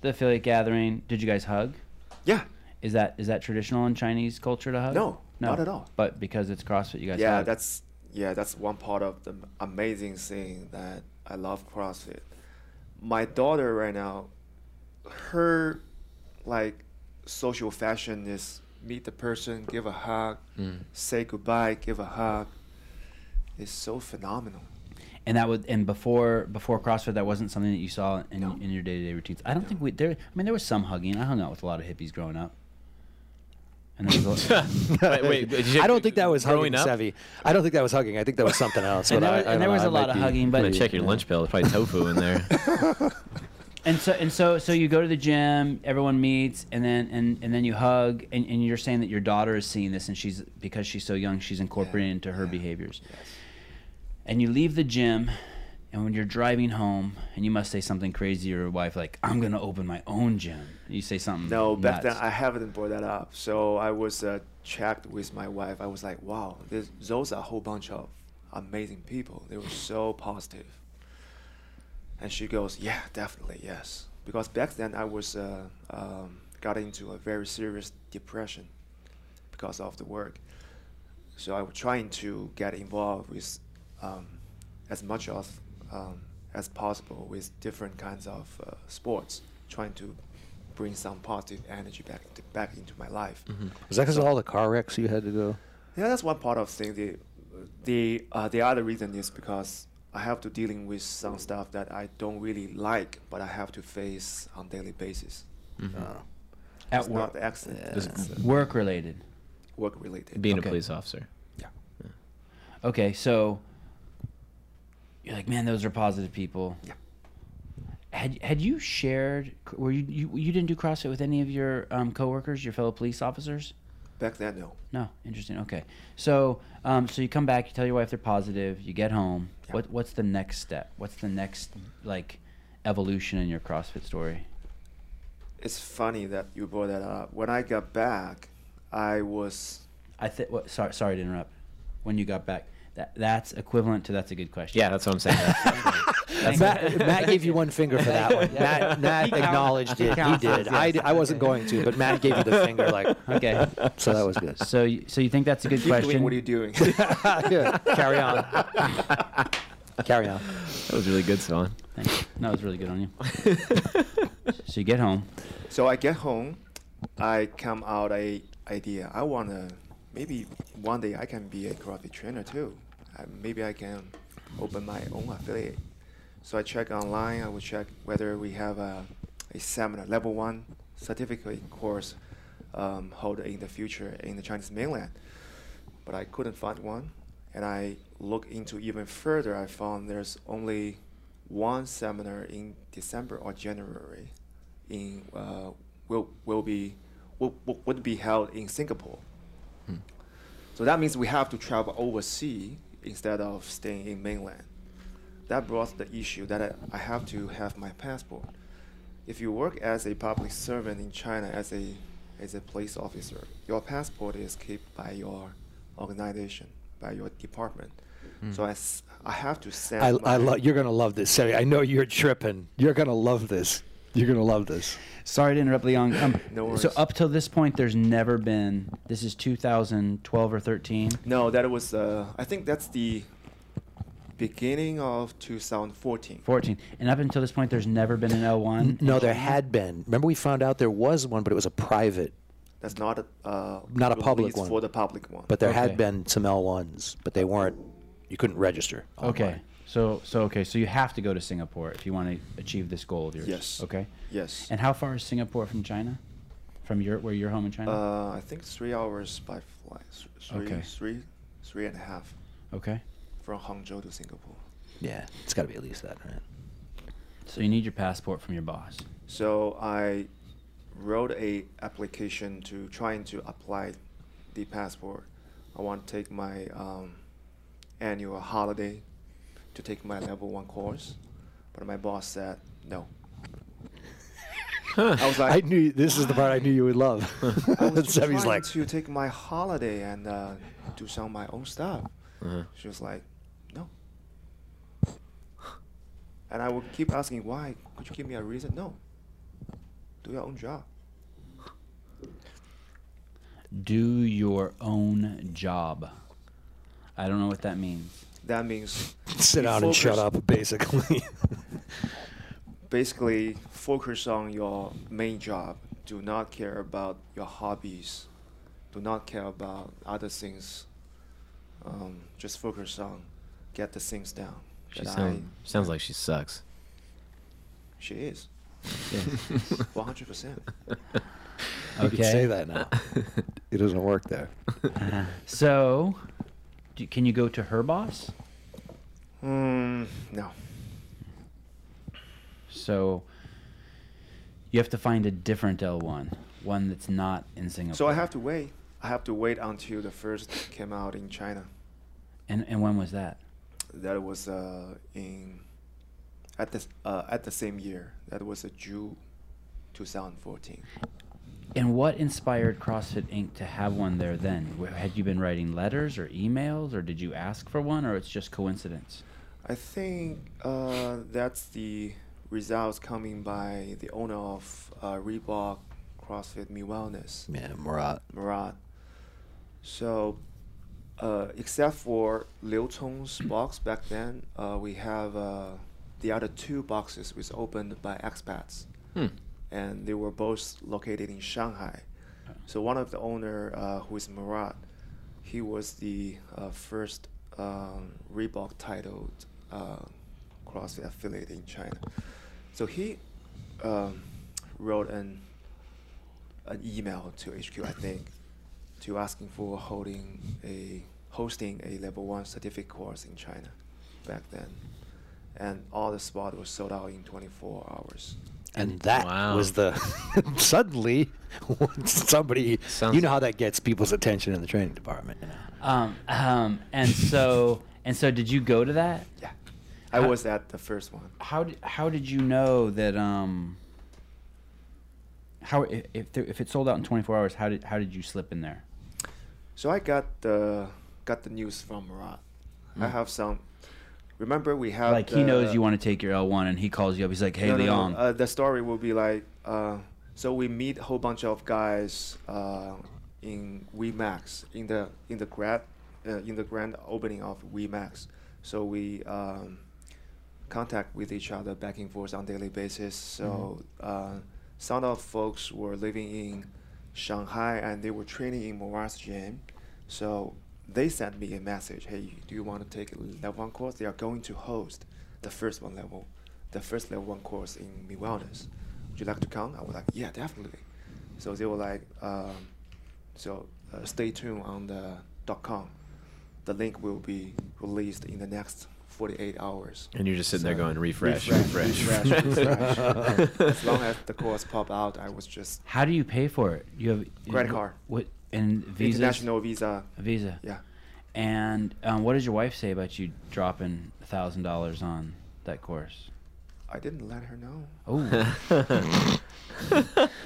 Speaker 1: the affiliate gathering. Did you guys hug?
Speaker 4: Yeah.
Speaker 1: Is that is that traditional in Chinese culture to hug?
Speaker 4: No, not at all.
Speaker 1: But because it's CrossFit, you guys.
Speaker 4: Yeah,
Speaker 1: hug.
Speaker 4: that's yeah, that's one part of the m- amazing thing that I love CrossFit. My daughter right now, her like social fashion is meet the person, give a hug, say goodbye, give a hug. It's so phenomenal.
Speaker 1: And that was and before before CrossFit, that wasn't something that you saw in,
Speaker 4: No.
Speaker 1: in your day to day routines. I don't think we there. I mean, there was some hugging. I hung out with a lot of hippies growing up. And there was a,
Speaker 3: wait, wait, did you-
Speaker 2: I don't think that was
Speaker 3: growing
Speaker 2: hugging,
Speaker 3: up.
Speaker 2: Sevy. I don't think that was hugging. I think that was something else.
Speaker 1: and
Speaker 2: but
Speaker 1: there,
Speaker 2: I-
Speaker 1: was-
Speaker 2: I
Speaker 1: and
Speaker 2: don't
Speaker 1: there
Speaker 2: know,
Speaker 1: was
Speaker 2: I
Speaker 1: a lot
Speaker 2: might
Speaker 1: of
Speaker 2: be-
Speaker 1: hugging,
Speaker 3: I'm
Speaker 1: but
Speaker 3: gonna check your lunch bill. There's probably tofu in there.
Speaker 1: and so and so so you go to the gym, everyone meets, and then and, and then you hug, and, and you're saying that your daughter is seeing this, and she's because she's so young, she's incorporating into her
Speaker 4: yeah.
Speaker 1: behaviors. And you leave the gym, and when you're driving home, and you must say something crazy to your wife, like "I'm gonna open my own gym." You say something.
Speaker 4: No, back
Speaker 1: Mm, nuts.
Speaker 4: then I haven't brought that up. So I was uh, checked with my wife. I was like, wow, this, those are a whole bunch of amazing people. They were so positive. And she goes, yeah, definitely, yes. Because back then I was uh, um, got into a very serious depression because of the work. So I was trying to get involved with um, as much of um, as possible with different kinds of uh, sports, trying to bring some positive energy back into, back into my life.
Speaker 3: Mm-hmm.
Speaker 2: Was that because of all the car wrecks you had to go?
Speaker 4: Yeah, that's one part of thing. The the uh, the other reason is because I have to dealing with some stuff that I don't really like, but I have to face on daily basis.
Speaker 3: Mm-hmm.
Speaker 4: Uh,
Speaker 2: Oh.
Speaker 1: at
Speaker 4: it's not
Speaker 1: work,
Speaker 4: the accident. It's uh,
Speaker 1: work related.
Speaker 4: work related.
Speaker 3: Being
Speaker 1: Okay.
Speaker 3: a police officer.
Speaker 4: yeah.
Speaker 1: Okay, so you're like, man, those are positive people.
Speaker 4: Yeah.
Speaker 1: Had had you shared? Were you you, you didn't do CrossFit with any of your um, coworkers, your fellow police officers?
Speaker 4: Back then, no.
Speaker 1: No, interesting. Okay, so um, so you come back, you tell your wife they're positive, you get home.
Speaker 4: Yeah.
Speaker 1: What what's the next step? What's the next like evolution in your CrossFit story?
Speaker 4: It's funny that you brought that up. When I got back, I was
Speaker 1: I think. Sorry, sorry to interrupt. When you got back, that that's equivalent to that's a good question.
Speaker 3: Yeah, that's what I'm saying.
Speaker 2: Matt, Matt gave you one finger for that one. Matt, Matt acknowledged it. He did. I, I wasn't going to, but Matt gave you the finger. Like,
Speaker 1: Okay.
Speaker 2: so that was good.
Speaker 1: So you, so you think that's a good
Speaker 4: keep doing
Speaker 1: question?
Speaker 4: what are you doing?
Speaker 2: Good. Carry on. Carry on.
Speaker 3: that was really good, Swan.
Speaker 1: Thanks. No, it's really good on you. so you get home.
Speaker 4: So I get home, I come out a idea. I wanna maybe one day I can be a karate trainer too. I, maybe I can open my own affiliate. So I check online. I will check whether we have a, a seminar level one certificate course um, held in the future in the Chinese mainland. But I couldn't find one, and I look into even further. I found there's only one seminar in December or January in uh, will will be will, will- would be held in Singapore. So that means we have to travel overseas instead of staying in mainland. That brought the issue that I, I have to have my passport. If you work as a public servant in China as a as a police officer, your passport is kept by your organization, by your department. So I, s- I have to send.
Speaker 2: Hmm. I,
Speaker 4: my-
Speaker 2: I love. You're gonna love this, Sammy. I know you're tripping. You're gonna love this. You're gonna love this.
Speaker 1: Sorry to interrupt, Leon. Um,
Speaker 4: No
Speaker 1: So
Speaker 4: worries.
Speaker 1: up till this point, there's never been. This is 2012 or 13.
Speaker 4: No, that was. Uh, I think that's the beginning of 2014.
Speaker 1: 14. And up until this point, there's never been an L1.
Speaker 2: No, there had been. Remember, we found out there was one, but it was a private.
Speaker 4: That's not a uh,
Speaker 2: Not a public
Speaker 4: release
Speaker 2: one.
Speaker 4: for the public one.
Speaker 2: But there
Speaker 1: Okay.
Speaker 2: had been some L1s, but they weren't. You couldn't register.
Speaker 1: Okay.
Speaker 2: online.
Speaker 1: So, so okay. So you have to go to Singapore if you want to achieve this goal of yours.
Speaker 4: Yes.
Speaker 1: Okay.
Speaker 4: yes,
Speaker 1: And how far is Singapore from China? From your where you're home in China?
Speaker 4: uh, I think three hours by flight. th- Three,
Speaker 1: Okay.
Speaker 4: three, three and a half
Speaker 1: okay.
Speaker 4: from Hangzhou to Singapore.
Speaker 2: Yeah, it's got to be at least that, right?
Speaker 1: So you need your passport from your boss.
Speaker 4: So I wrote a application to trying to apply the passport. I want to take my um, annual holiday to take my level one course, but my boss said no. I was
Speaker 2: I
Speaker 4: like,
Speaker 2: knew this is the part I knew you would love.
Speaker 4: I was
Speaker 2: Sammy's
Speaker 4: trying
Speaker 2: like,
Speaker 4: to take my holiday and uh, do some of my own stuff.
Speaker 2: Uh-huh.
Speaker 4: She was like, no. And I would keep asking why. Could you give me a reason? No. Do your own job.
Speaker 1: Do your own job. I don't know what that means.
Speaker 4: That means
Speaker 2: sit
Speaker 4: you
Speaker 2: down and shut
Speaker 4: focus-
Speaker 2: up, basically.
Speaker 4: Basically, focus on your main job. Do not care about your hobbies. Do not care about other things. Um, just focus on get the things down.
Speaker 3: She
Speaker 4: that I-
Speaker 3: sound, sounds like she sucks.
Speaker 4: she is.
Speaker 1: Yeah.
Speaker 4: 100%.
Speaker 2: You can
Speaker 1: Okay.
Speaker 2: say that now. It doesn't work there.
Speaker 3: Uh-huh.
Speaker 1: So, do, can you go to her boss?
Speaker 4: Mm, no.
Speaker 1: So you have to find a different L1, one that's not in Singapore.
Speaker 4: So I have to wait. I have to wait until the first came out in China.
Speaker 1: And and when was that?
Speaker 4: That was uh, in at the s- uh, at the same year. That was a June 2014.
Speaker 1: And what inspired CrossFit Inc. to have one there then? W- Had you been writing letters or emails, or did you ask for one, or it's just coincidence?
Speaker 4: I think uh, that's the results coming by the owner of uh, Reebok CrossFit Me Wellness.
Speaker 2: Yeah, Murat.
Speaker 4: Murat. So, uh, except for Liu Chong's box back then, uh, we have uh, the other two boxes was opened by expats,
Speaker 3: Hmm.
Speaker 4: and they were both located in Shanghai. So one of the owner, uh, who is Murat, he was the uh, first um, Reebok titled uh, CrossFit affiliate in China. So he um, wrote an an email to HQ, I think, to asking for holding a hosting a level one certificate course in China back then, and all the spot was sold out in 24 hours.
Speaker 2: And that
Speaker 3: Wow.
Speaker 2: was the suddenly somebody.
Speaker 3: Sounds-
Speaker 2: you know how that gets people's attention in the training department. You know?
Speaker 1: Um, um, and so and so, did you go to that?
Speaker 4: Yeah, I
Speaker 1: How-
Speaker 4: was at the first one.
Speaker 1: How did how did you know that? Um, how if if, there, if it sold out in 24 hours, how did how did you slip in there?
Speaker 4: So I got the got the news from Murat. I have some. Remember, we have
Speaker 1: Hmm. Like he knows
Speaker 4: the-
Speaker 1: you want to take your L1, and he calls you up. He's like, "Hey,
Speaker 4: No, no, no.
Speaker 1: Leon."
Speaker 4: Uh, the story will be like uh, so we meet a whole bunch of guys uh, in WeMax in the in the grad uh, in the grand opening of WeMax. So we um, contact with each other back and forth on daily basis. So uh, some of folks were living in Shanghai and they were training in Mora's gym. So they sent me a message, hey, do you want to take a level one course? They are going to host the first one level, the first level one course in Me Wellness. Would you like to come? I was like, yeah, definitely. So they were like, um, so uh, stay tuned on the dot .com. The link will be released in the next 48 hours.
Speaker 3: And you're just sitting there
Speaker 4: So-
Speaker 3: going, refresh, refresh,
Speaker 4: Refresh,
Speaker 3: refresh.
Speaker 4: refresh, refresh. as long as the course pop out, I was just
Speaker 1: How do you pay for it? You have
Speaker 4: Credit card.
Speaker 1: What and Visa?
Speaker 4: international visa.
Speaker 1: Visa.
Speaker 4: Yeah.
Speaker 1: And um, what does your wife say about you dropping a thousand dollars on that course?
Speaker 4: I didn't let her know.
Speaker 1: Oh,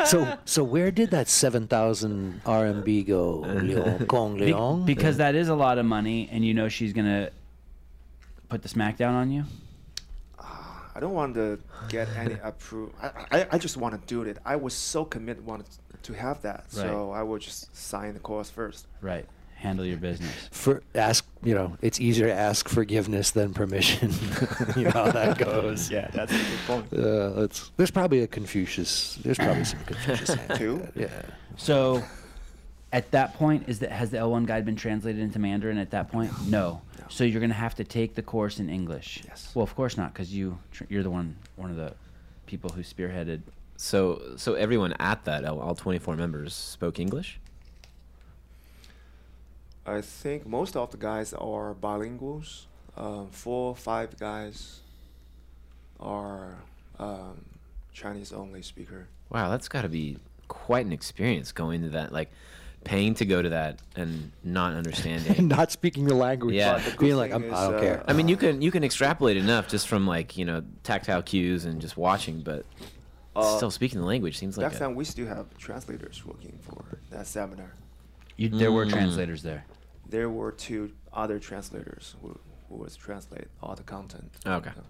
Speaker 2: So so where did that seven thousand RMB go, Leon? Kong
Speaker 1: Be-
Speaker 2: Leon?
Speaker 1: because that is a lot of money, and you know she's gonna put the smackdown on you.
Speaker 4: I don't want to get any approval. I, I, I just want to do it. I was so committed, wanted to have that. So I will just sign the course first.
Speaker 1: Right. Handle your business.
Speaker 2: for ask you know, it's easier to ask forgiveness than permission. you know how that goes.
Speaker 4: Yeah, that's a good point.
Speaker 2: Uh, let's, there's probably a Confucius. There's probably some Confucius. saying like
Speaker 4: Two?
Speaker 2: that, Yeah.
Speaker 1: So, at that point, is that has the L1 guide been translated into Mandarin? At that point, no. So you're gonna have to take the course in English.
Speaker 4: Yes.
Speaker 1: Well, of course not, because you tr- you're the one one of the people who spearheaded.
Speaker 3: So, so everyone at that, all all 24 members, spoke English.
Speaker 4: I think most of the guys are bilinguals. Um, four or five guys are um, Chinese only speaker.
Speaker 3: Wow, that's got to be quite an experience going to that, like paying to go to that and not understanding.
Speaker 2: Not speaking the language.
Speaker 3: Yeah.
Speaker 4: But the good
Speaker 2: Being like,
Speaker 4: thing
Speaker 2: I'm,
Speaker 4: is,
Speaker 2: I don't
Speaker 4: uh,
Speaker 2: care.
Speaker 3: I mean, you can you can extrapolate enough just from like you know tactile cues and just watching, but
Speaker 4: Uh,
Speaker 3: still speaking the language seems like
Speaker 4: Back
Speaker 3: a,
Speaker 4: then, we still have translators working for that seminar.
Speaker 1: You, there were
Speaker 3: Mm.
Speaker 1: translators there.
Speaker 4: There were two other translators who, who was translate all the content.
Speaker 3: Okay.
Speaker 4: So-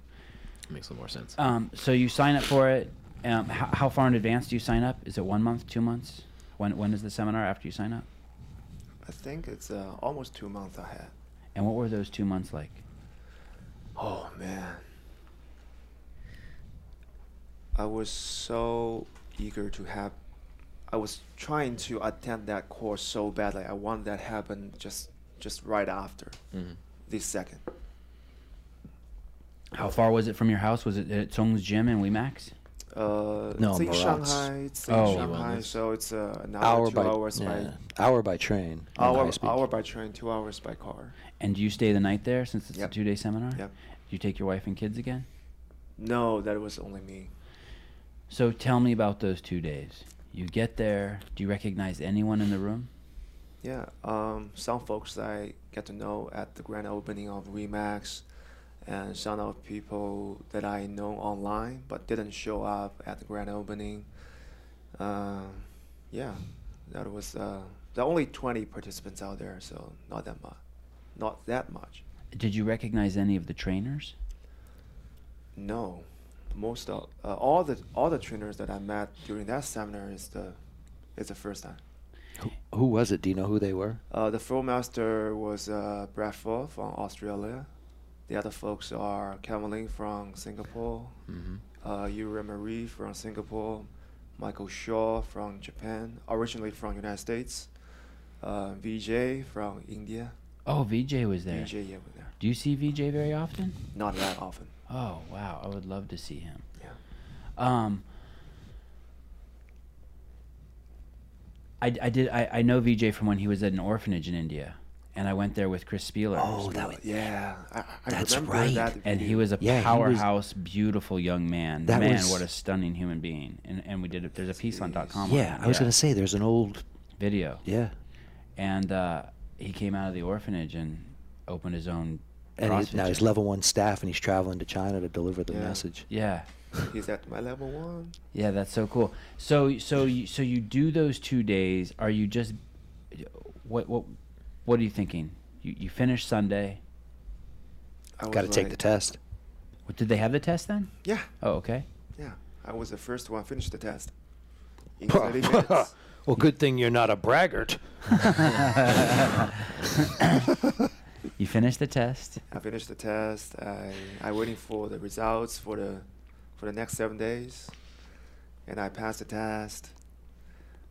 Speaker 3: makes a little more sense.
Speaker 1: Um, so you sign up for it. Um, how, how far in advance do you sign up? Is it one month, two months? When when is the seminar after you sign up?
Speaker 4: I think it's uh, almost two months ahead.
Speaker 1: And what were those two months like?
Speaker 4: Oh man. I was so eager to have I was trying to attend that course so badly. I want that happen just just right after
Speaker 2: Mm.
Speaker 3: Mhm.
Speaker 4: this second.
Speaker 1: How far was it from your house? Was it at Song's gym in Weimax?
Speaker 4: Uh,
Speaker 2: No,
Speaker 4: it's in
Speaker 2: Marat's.
Speaker 4: Shanghai. It's in
Speaker 1: Oh.
Speaker 4: Shanghai,
Speaker 3: Wellness.
Speaker 4: so it's uh, an hour,
Speaker 2: hour
Speaker 4: two
Speaker 2: by
Speaker 4: hours
Speaker 2: yeah,
Speaker 4: by
Speaker 2: hour by train. on high
Speaker 4: hour,
Speaker 2: speed.
Speaker 4: hour by train, two hours by car.
Speaker 1: And do you stay the night there since it's
Speaker 4: Yep.
Speaker 1: a two day seminar?
Speaker 4: Yep.
Speaker 1: Do you take your wife and kids again?
Speaker 4: No, that was only me.
Speaker 1: So tell me about those two days. You get there. Do you recognize anyone in the room?
Speaker 4: Yeah, um, some folks I get to know at the grand opening of Remax, and some of people that I know online but didn't show up at the grand opening. Um, yeah, that was uh, there are only twenty participants out there, so not that much, not that much.
Speaker 1: Did you recognize any of the trainers?
Speaker 4: No, most of uh, all the all the trainers that I met during that seminar is the is the first time.
Speaker 2: Who, who was it? Do you know who they were?
Speaker 4: Uh, the full master was uh, Brad Full from Australia. The other folks are Kamalin from Singapore,
Speaker 3: hmm
Speaker 4: uh, Yura Marie from Singapore, Michael Shaw from Japan, originally from United States, uh, Vijay from India.
Speaker 1: Oh, VJ was there.
Speaker 4: Vijay, yeah, we're there.
Speaker 1: Do you see VJ very often?
Speaker 4: Not that often.
Speaker 1: Oh wow, I would love to see him.
Speaker 4: Yeah.
Speaker 1: Um, I, I did. I, I know VJ from when he was at an orphanage in India, and I went there with Chris Spieler.
Speaker 2: Oh, that was,
Speaker 4: Yeah, I, I
Speaker 2: That's
Speaker 4: remember
Speaker 2: right.
Speaker 4: that.
Speaker 1: and he
Speaker 4: video.
Speaker 1: was a
Speaker 2: Yeah, he was-
Speaker 1: powerhouse, beautiful young man.
Speaker 2: That
Speaker 1: man,
Speaker 2: was-
Speaker 1: what a stunning human being! And and we did. A, there's a piece on .com. on
Speaker 2: yeah.
Speaker 1: him,
Speaker 2: I was gonna say there's an old
Speaker 1: video,
Speaker 2: yeah,
Speaker 1: and uh, he came out of the orphanage and opened his own.
Speaker 2: and
Speaker 1: CrossFit
Speaker 2: he, now he's
Speaker 1: gym.
Speaker 2: level one staff, and he's traveling to China to deliver the
Speaker 4: Yeah.
Speaker 2: message.
Speaker 1: Yeah,
Speaker 4: He's at my level one.
Speaker 1: Yeah, that's so cool. So so you, so you do those two days. Are you just what what what are you thinking? You you finish Sunday.
Speaker 4: I was
Speaker 2: Got to take the
Speaker 4: like-
Speaker 2: test.
Speaker 1: What, did they have the test then?
Speaker 4: Yeah,
Speaker 1: Oh, okay.
Speaker 4: yeah. I was the first one finished the test. In 30 minutes.
Speaker 2: well, good thing you're not a braggart.
Speaker 1: You finish the test.
Speaker 4: I finished the test. I I waiting for the results for the for the next seven days, and I passed the test.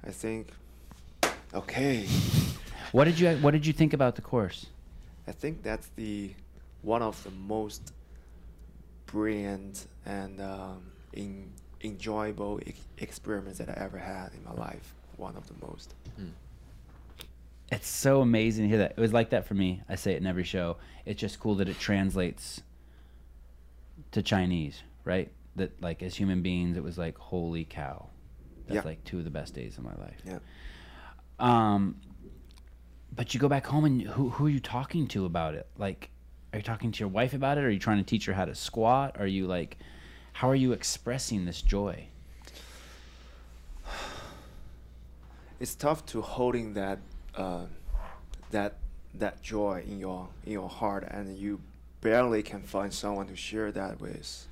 Speaker 4: I think, okay,
Speaker 1: What did you what did you think about the course?
Speaker 4: I think that's the one of the most brilliant and um, in, enjoyable e- experiments that I ever had in my life. One of the most.
Speaker 1: It's so amazing to hear that. It was like that for me. I say it in every show. It's just cool that it translates to Chinese, right? That like as human beings, it was like holy cow. That's
Speaker 4: Yeah.
Speaker 1: like two of the best days of my life.
Speaker 4: Yeah.
Speaker 1: Um, but you go back home and who who are you talking to about it? Like, are you talking to your wife about it? Are you trying to teach her how to squat? Are you like, how are you expressing this joy?
Speaker 4: it's tough to holding that uh, that that joy in your in your heart and you barely can find someone to share that with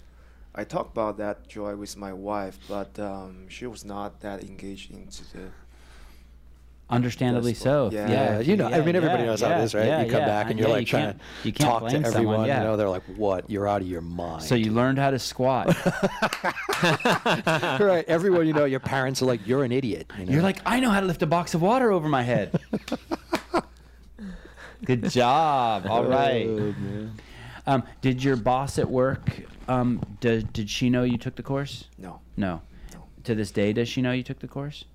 Speaker 4: i talked about that joy with my wife but um, she was not that engaged into the
Speaker 1: Understandably
Speaker 4: That's-
Speaker 1: so.
Speaker 4: yeah.
Speaker 2: Yeah, you know, I mean, everybody
Speaker 1: yeah,
Speaker 2: knows how
Speaker 1: yeah,
Speaker 2: it is, right?
Speaker 1: yeah,
Speaker 2: you come
Speaker 1: yeah.
Speaker 2: back and you're
Speaker 1: Yeah,
Speaker 2: like
Speaker 1: you
Speaker 2: trying
Speaker 1: can't-
Speaker 2: to
Speaker 1: you can't
Speaker 2: talk to
Speaker 1: blame
Speaker 2: everyone.
Speaker 1: someone, yeah.
Speaker 2: You know, they're like, "What? You're out of your mind."
Speaker 1: So you learned how to squat.
Speaker 2: right? Everyone you know, your parents are like, "You're an idiot." you know?
Speaker 1: You're like, I know how to lift a box of water over my head. Good job.
Speaker 4: Oh,
Speaker 1: All right. Um, did your boss at work? Um, did, did she know you took the course?
Speaker 4: no
Speaker 1: No.
Speaker 4: no
Speaker 1: To this day, does she know you took the course?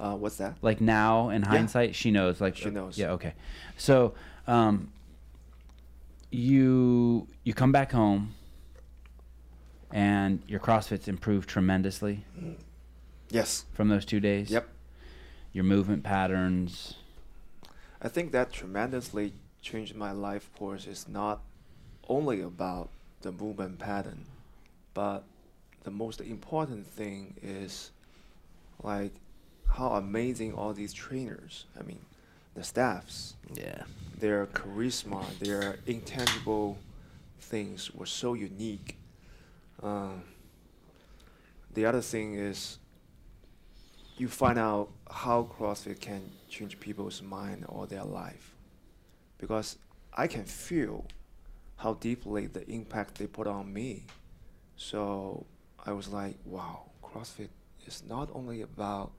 Speaker 4: uh, what's that
Speaker 1: Like now, in hindsight, she knows. Like
Speaker 4: She knows.
Speaker 1: Yeah. Okay. So, um, you you come back home, and your CrossFit's improved tremendously
Speaker 4: yes
Speaker 1: from those two days.
Speaker 4: yep
Speaker 1: Your movement patterns.
Speaker 4: I think that tremendously changed my life course is not only about the movement pattern, but the most important thing is like how amazing all these trainers, I mean, the staffs,
Speaker 2: "Yeah,
Speaker 4: their charisma, their intangible things were so unique. Um, the other thing is you find out how CrossFit can change people's mind or their life. Because I can feel how deeply the impact they put on me. So I was like, wow, CrossFit is not only about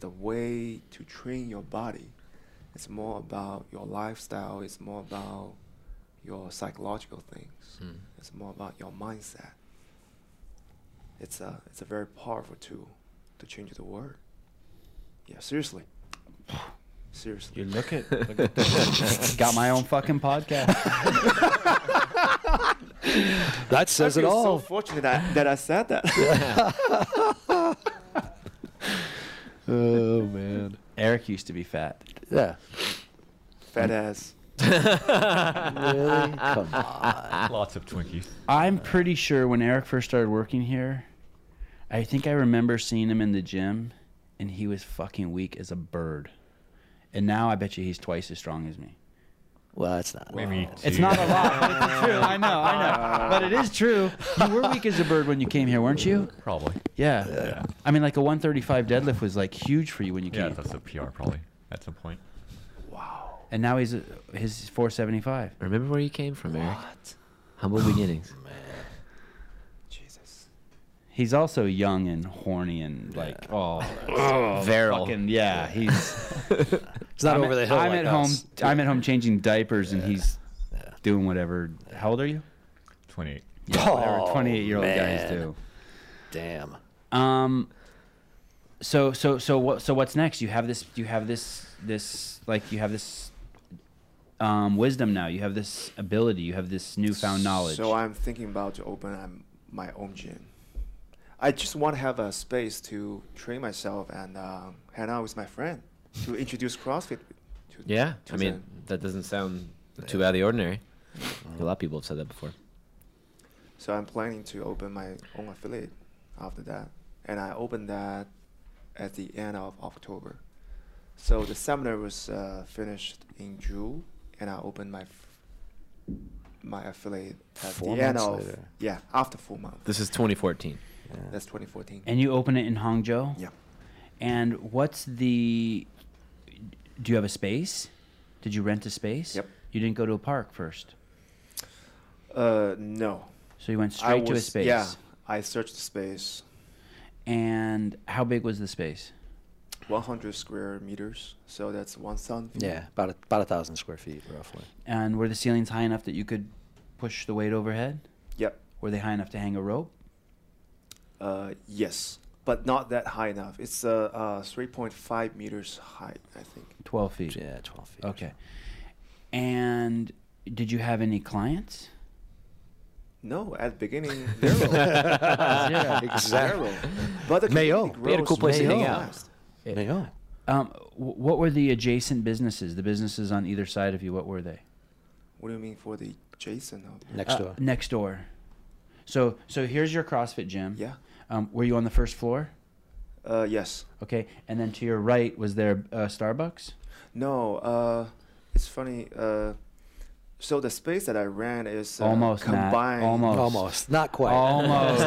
Speaker 4: the way to train your body, it's more about your lifestyle, it's more about your psychological things,
Speaker 3: Mm.
Speaker 4: it's more about your mindset. It's a, it's a very powerful tool to change the world. Yeah, seriously. Seriously.
Speaker 1: You look at, look at this. got my own fucking podcast.
Speaker 2: that says
Speaker 4: I
Speaker 2: it
Speaker 4: feel
Speaker 2: all."
Speaker 4: so fortunate that, that I said that.
Speaker 2: oh man.
Speaker 1: Eric used to be fat.
Speaker 2: Yeah.
Speaker 4: Fat ass.
Speaker 2: Really? Come on.
Speaker 5: Lots of Twinkies.
Speaker 1: I'm pretty sure when Eric first started working here, I think I remember seeing him in the gym, and he was fucking weak as a bird. And now I bet you he's twice as strong as me.
Speaker 2: Well, it's not.
Speaker 5: Maybe
Speaker 1: It's
Speaker 5: two.
Speaker 1: not a lot. but It's true. I know. I know. But it is true. You were weak as a bird when you came here, weren't you?
Speaker 5: Probably.
Speaker 1: Yeah.
Speaker 5: Yeah.
Speaker 1: I mean, like a 135 deadlift was like huge for you when you
Speaker 5: Yeah,
Speaker 1: came.
Speaker 5: that's a PR probably at some point.
Speaker 4: Wow.
Speaker 1: and now he's uh, his 475.
Speaker 3: Remember where you came from, Eric? Humble beginnings.
Speaker 4: Jesus.
Speaker 1: He's also young and horny and like oh,
Speaker 3: Virile.
Speaker 1: fucking yeah. He's
Speaker 2: It's not
Speaker 1: I'm
Speaker 2: over
Speaker 1: at,
Speaker 2: the hill.
Speaker 1: I'm
Speaker 2: like
Speaker 1: at
Speaker 2: us.
Speaker 1: home. I'm at home changing diapers, and he's
Speaker 2: Yeah.
Speaker 1: doing whatever. How old are you?
Speaker 5: 28.
Speaker 1: Yeah, whatever
Speaker 2: Oh,
Speaker 1: twenty-eight-year-old guys
Speaker 2: man.
Speaker 1: do.
Speaker 2: Damn.
Speaker 1: Um. So so so what so what's next? You have this. You have this this like you have this. Um, wisdom now. You have this ability. You have this newfound knowledge.
Speaker 4: So I'm thinking about to open um, my own gym. I just want to have a space to train myself and um, hang out with my friend to introduce CrossFit. To,
Speaker 3: Yeah,
Speaker 4: to
Speaker 3: I mean
Speaker 4: them.
Speaker 3: that doesn't sound too out of the ordinary. A lot of people have said that before.
Speaker 4: So I'm planning to open my own affiliate after that, and I opened that at the end of October. So the seminar was uh, finished in June, and I opened my f- my affiliate at
Speaker 2: Four
Speaker 4: the end
Speaker 2: months
Speaker 4: of
Speaker 2: later.
Speaker 4: yeah after four months.
Speaker 3: This is 2014.
Speaker 4: That's 2014.
Speaker 1: and you open it in Hangzhou.
Speaker 4: yeah.
Speaker 1: And what's the? Do you have a space? Did you rent a space?
Speaker 4: Yep.
Speaker 1: You didn't go to a park first,
Speaker 4: Uh, no.
Speaker 1: so you went
Speaker 4: I
Speaker 1: straight to a
Speaker 4: was-
Speaker 1: space.
Speaker 4: Yeah, I searched the space,
Speaker 1: And how big was the space?
Speaker 4: 100 square meters, so that's one sun.
Speaker 2: Yeah, about a, about a thousand square feet, roughly.
Speaker 1: And were the ceilings high enough that you could push the weight overhead?
Speaker 4: Yep.
Speaker 1: Were they high enough to hang a rope?
Speaker 4: Uh, yes, but not that high enough. It's uh, uh 3.5 meters high, I think.
Speaker 1: Twelve feet.
Speaker 2: Yeah, twelve feet.
Speaker 1: Okay. And did you have any clients?
Speaker 4: No, at the beginning, narrow.
Speaker 2: yeah,
Speaker 4: Narrow. But the
Speaker 2: Mayo.
Speaker 4: community
Speaker 3: We had a
Speaker 4: grows
Speaker 3: cool place to
Speaker 4: really
Speaker 3: hang out.
Speaker 4: fast.
Speaker 2: Mayo.
Speaker 1: Um, wh- what were the adjacent businesses? The businesses on either side of you, what were they?
Speaker 4: What do you mean for the Jason? of-
Speaker 2: Next
Speaker 1: Uh,
Speaker 2: door.
Speaker 1: Next door. So so here's your CrossFit gym.
Speaker 4: Yeah.
Speaker 1: Um, were you on the first floor?
Speaker 4: Uh, yes.
Speaker 1: Okay, and then to your right was there uh, Starbucks?
Speaker 4: No. Uh, it's funny. Uh, so the space that I ran is uh,
Speaker 1: Almost, Matt.
Speaker 4: combined.
Speaker 1: Almost.
Speaker 2: Almost. Not quite.
Speaker 1: Almost.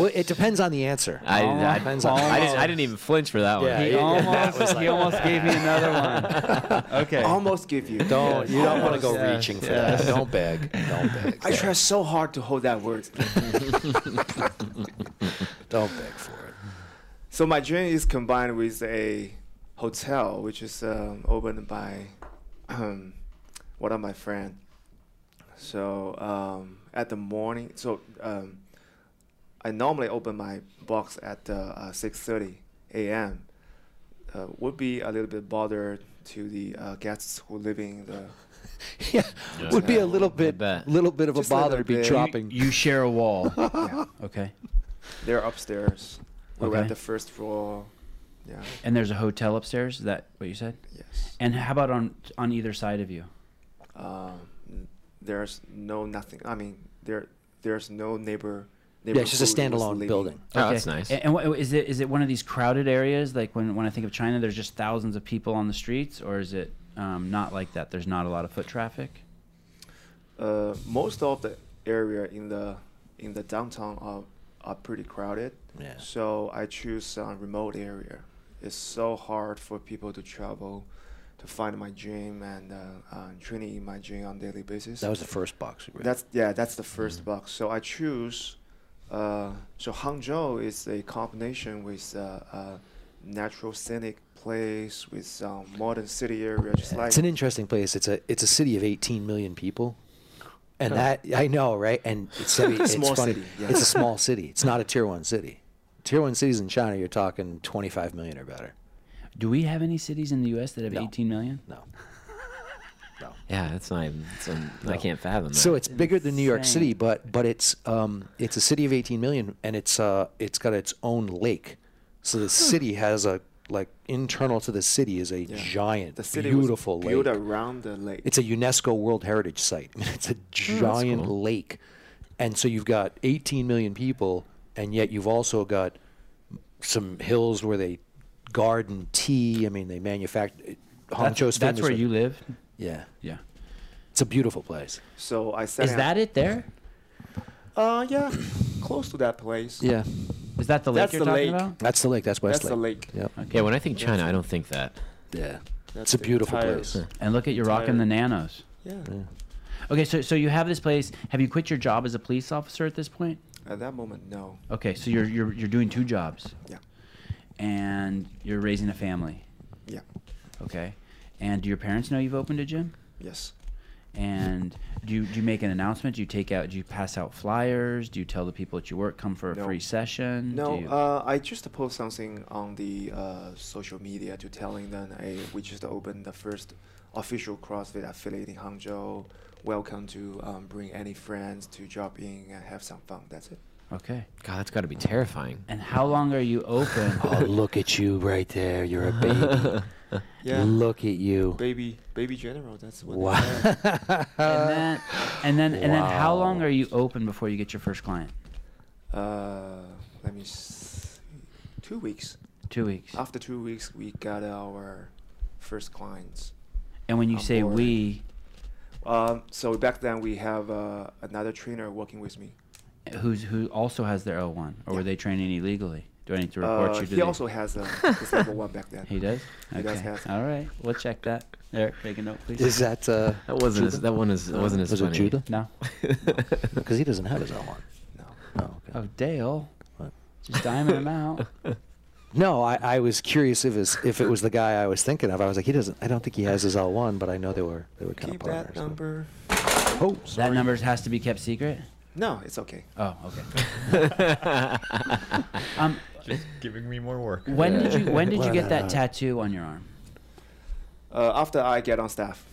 Speaker 2: well, it depends on the answer.
Speaker 3: I,
Speaker 1: Almost.
Speaker 3: I, I, didn't, I didn't even flinch for that one.
Speaker 2: Yeah,
Speaker 1: he
Speaker 2: yeah,
Speaker 1: almost,
Speaker 2: that was
Speaker 1: he
Speaker 2: like-
Speaker 1: almost gave me another one. Okay.
Speaker 4: Almost give you.
Speaker 2: Don't you don't want to go
Speaker 1: Yes,
Speaker 2: reaching for
Speaker 1: yes.
Speaker 2: that. Don't beg. Don't beg.
Speaker 4: I try so hard to hold that word.
Speaker 2: Don't beg for it.
Speaker 4: so my gym is combined with a hotel, which is um, opened by um, one of my friend. So um, at the morning, so um, I normally open my box at uh, uh, 6:30 a.m. Uh, would be a little bit bothered to the uh, guests who live in the
Speaker 2: Yeah, would be a little bit,
Speaker 3: bet.
Speaker 2: little bit of a
Speaker 4: Just a little
Speaker 2: bother to be
Speaker 4: bit.
Speaker 2: dropping.
Speaker 1: You share a wall.
Speaker 4: yeah,
Speaker 1: Okay.
Speaker 4: they're upstairs. We We're
Speaker 1: Okay.
Speaker 4: at the first floor. Yeah.
Speaker 1: And there's a hotel upstairs. Is that what you said?
Speaker 4: Yes.
Speaker 1: And how about on on either side of you?
Speaker 4: Um, n- there's no nothing. I mean, there there's no neighbor.
Speaker 2: yeah, it's just a
Speaker 4: neighborhood who's
Speaker 2: standalone
Speaker 4: living.
Speaker 2: building.
Speaker 3: Oh, that's nice.
Speaker 2: Eh,
Speaker 1: And, and what, is it is it one of these crowded areas? Like when, when I think of China, there's just thousands of people on the streets, or is it um, not like that? There's not a lot of foot traffic.
Speaker 4: Uh, most of the area in the in the downtown are are pretty crowded.
Speaker 2: Yeah.
Speaker 4: So I choose a remote area. It's so hard for people to travel, to find my gym and uh, uh, training in my gym on daily basis.
Speaker 2: That was the first box. we read.
Speaker 4: That's yeah, that's the first
Speaker 2: Mm-hmm.
Speaker 4: box. So I choose. Uh, so Hangzhou is a combination with uh, uh, natural scenic place with some modern city area, just like
Speaker 2: it's an interesting place. It's a it's a city of 18 million people, and that I know, right? And it's, I mean, it's
Speaker 4: Small
Speaker 2: funny.
Speaker 4: city, yeah.
Speaker 2: It's a small city. It's not a tier one city. Tier one cities in China, you're talking 25 million or better.
Speaker 1: Do we have any cities in the U.S. that have
Speaker 2: No.
Speaker 1: 18 million?
Speaker 2: No. No.
Speaker 3: yeah, that's not even. It's un, I can't fathom that.
Speaker 2: So it's bigger than New York
Speaker 1: Insane.
Speaker 2: City, but but it's um it's a city of 18 million, and it's uh it's got its own lake. So the city has a like internal to the city is a giant,
Speaker 4: the city was
Speaker 2: beautiful lake.
Speaker 4: built around the lake.
Speaker 2: It's a UNESCO World Heritage Site. I mean, it's a giant
Speaker 3: cool.
Speaker 2: lake. And so you've got 18 million people, and yet you've also got some hills where they garden tea. I mean, they manufacture.
Speaker 1: That's,
Speaker 2: Hangzhou's
Speaker 1: that's
Speaker 2: famous
Speaker 1: where
Speaker 2: for-
Speaker 1: you live.
Speaker 2: Yeah.
Speaker 1: Yeah.
Speaker 2: It's a beautiful place.
Speaker 4: so I set
Speaker 1: Is that it there?
Speaker 4: Uh, yeah, close to that place.
Speaker 2: Yeah.
Speaker 1: Is that the lake
Speaker 4: That's
Speaker 1: you're
Speaker 4: the
Speaker 1: talking
Speaker 4: lake.
Speaker 1: about?
Speaker 2: That's the lake. That's West
Speaker 4: That's the lake.
Speaker 2: Yep.
Speaker 3: yeah, when I think China, I don't think that.
Speaker 2: Yeah.
Speaker 4: That's
Speaker 2: it's a
Speaker 4: the
Speaker 2: beautiful
Speaker 4: entire-
Speaker 2: place.
Speaker 1: And look at you rocking the
Speaker 4: Tired.
Speaker 1: nanos.
Speaker 4: Yeah.
Speaker 1: Okay, so so you have this place. Have you quit your job as a police officer at this point?
Speaker 4: At that moment, no.
Speaker 1: Okay, so you're you're you're doing two jobs,
Speaker 4: Yeah.
Speaker 1: and you're raising a family.
Speaker 4: Yeah.
Speaker 1: Okay, and do your parents know you've opened a gym?
Speaker 4: Yes.
Speaker 1: And do you, do you make an announcement? Do you take out? Do you pass out flyers? Do you tell the people at your work come for a
Speaker 4: No.
Speaker 1: free session? Do
Speaker 4: No,
Speaker 1: you-
Speaker 4: uh, I just post something on the uh, social media to telling them hey, we just opened the first official CrossFit affiliate in Hangzhou. Welcome to um, bring any friends to drop in and have some fun. That's it.
Speaker 1: okay.
Speaker 3: God, that's got to be terrifying.
Speaker 1: And how long are you open?
Speaker 4: Uh,
Speaker 2: Oh, look at you right there. You're a baby.
Speaker 4: Yeah,
Speaker 2: Look at you.
Speaker 4: baby, baby general. That's what.
Speaker 2: Wow.
Speaker 1: and then and then and then how long
Speaker 2: Wow.
Speaker 1: are you open before you get your first client?
Speaker 4: Uh, let me. s two weeks.
Speaker 1: Two weeks.
Speaker 4: After two weeks, we got our first clients.
Speaker 1: And when you
Speaker 4: I'm
Speaker 1: say
Speaker 4: bored.
Speaker 1: we,
Speaker 4: Um, so back then we have uh, another trainer working with me.
Speaker 1: who's who also has their L one, or were
Speaker 4: Yeah.
Speaker 1: they training illegally? Do I need to report
Speaker 4: Uh,
Speaker 1: you? to
Speaker 4: he
Speaker 1: the-
Speaker 4: also has a his level one back then.
Speaker 1: He does.
Speaker 4: He does
Speaker 1: Okay.
Speaker 4: have-
Speaker 1: All right. We'll check that. Eric, make a note, please.
Speaker 2: Is that. Uh,
Speaker 3: That wasn't. As,
Speaker 2: Judah?
Speaker 3: that one is. That wasn't as
Speaker 2: Was it
Speaker 3: funny.
Speaker 2: Judah?
Speaker 1: no.
Speaker 2: Because he doesn't have his own one.
Speaker 4: No.
Speaker 2: No.
Speaker 1: Oh, Dale.
Speaker 2: What?
Speaker 1: Just diming him out.
Speaker 2: No, I, I was curious if it's, if it was the guy I was thinking of. I was like, he doesn't. I don't think he has his L one, but I know they were they were kind
Speaker 4: Keep
Speaker 2: of partners.
Speaker 4: that
Speaker 2: so-
Speaker 4: number.
Speaker 2: Oh,
Speaker 1: That number has to be kept secret.
Speaker 4: No, it's okay.
Speaker 1: Oh, okay. um,
Speaker 5: Just giving me more work.
Speaker 1: when did you when did you
Speaker 2: Well,
Speaker 1: get
Speaker 2: no,
Speaker 1: that
Speaker 2: no.
Speaker 1: tattoo on your arm?
Speaker 4: Uh, after I get on staff,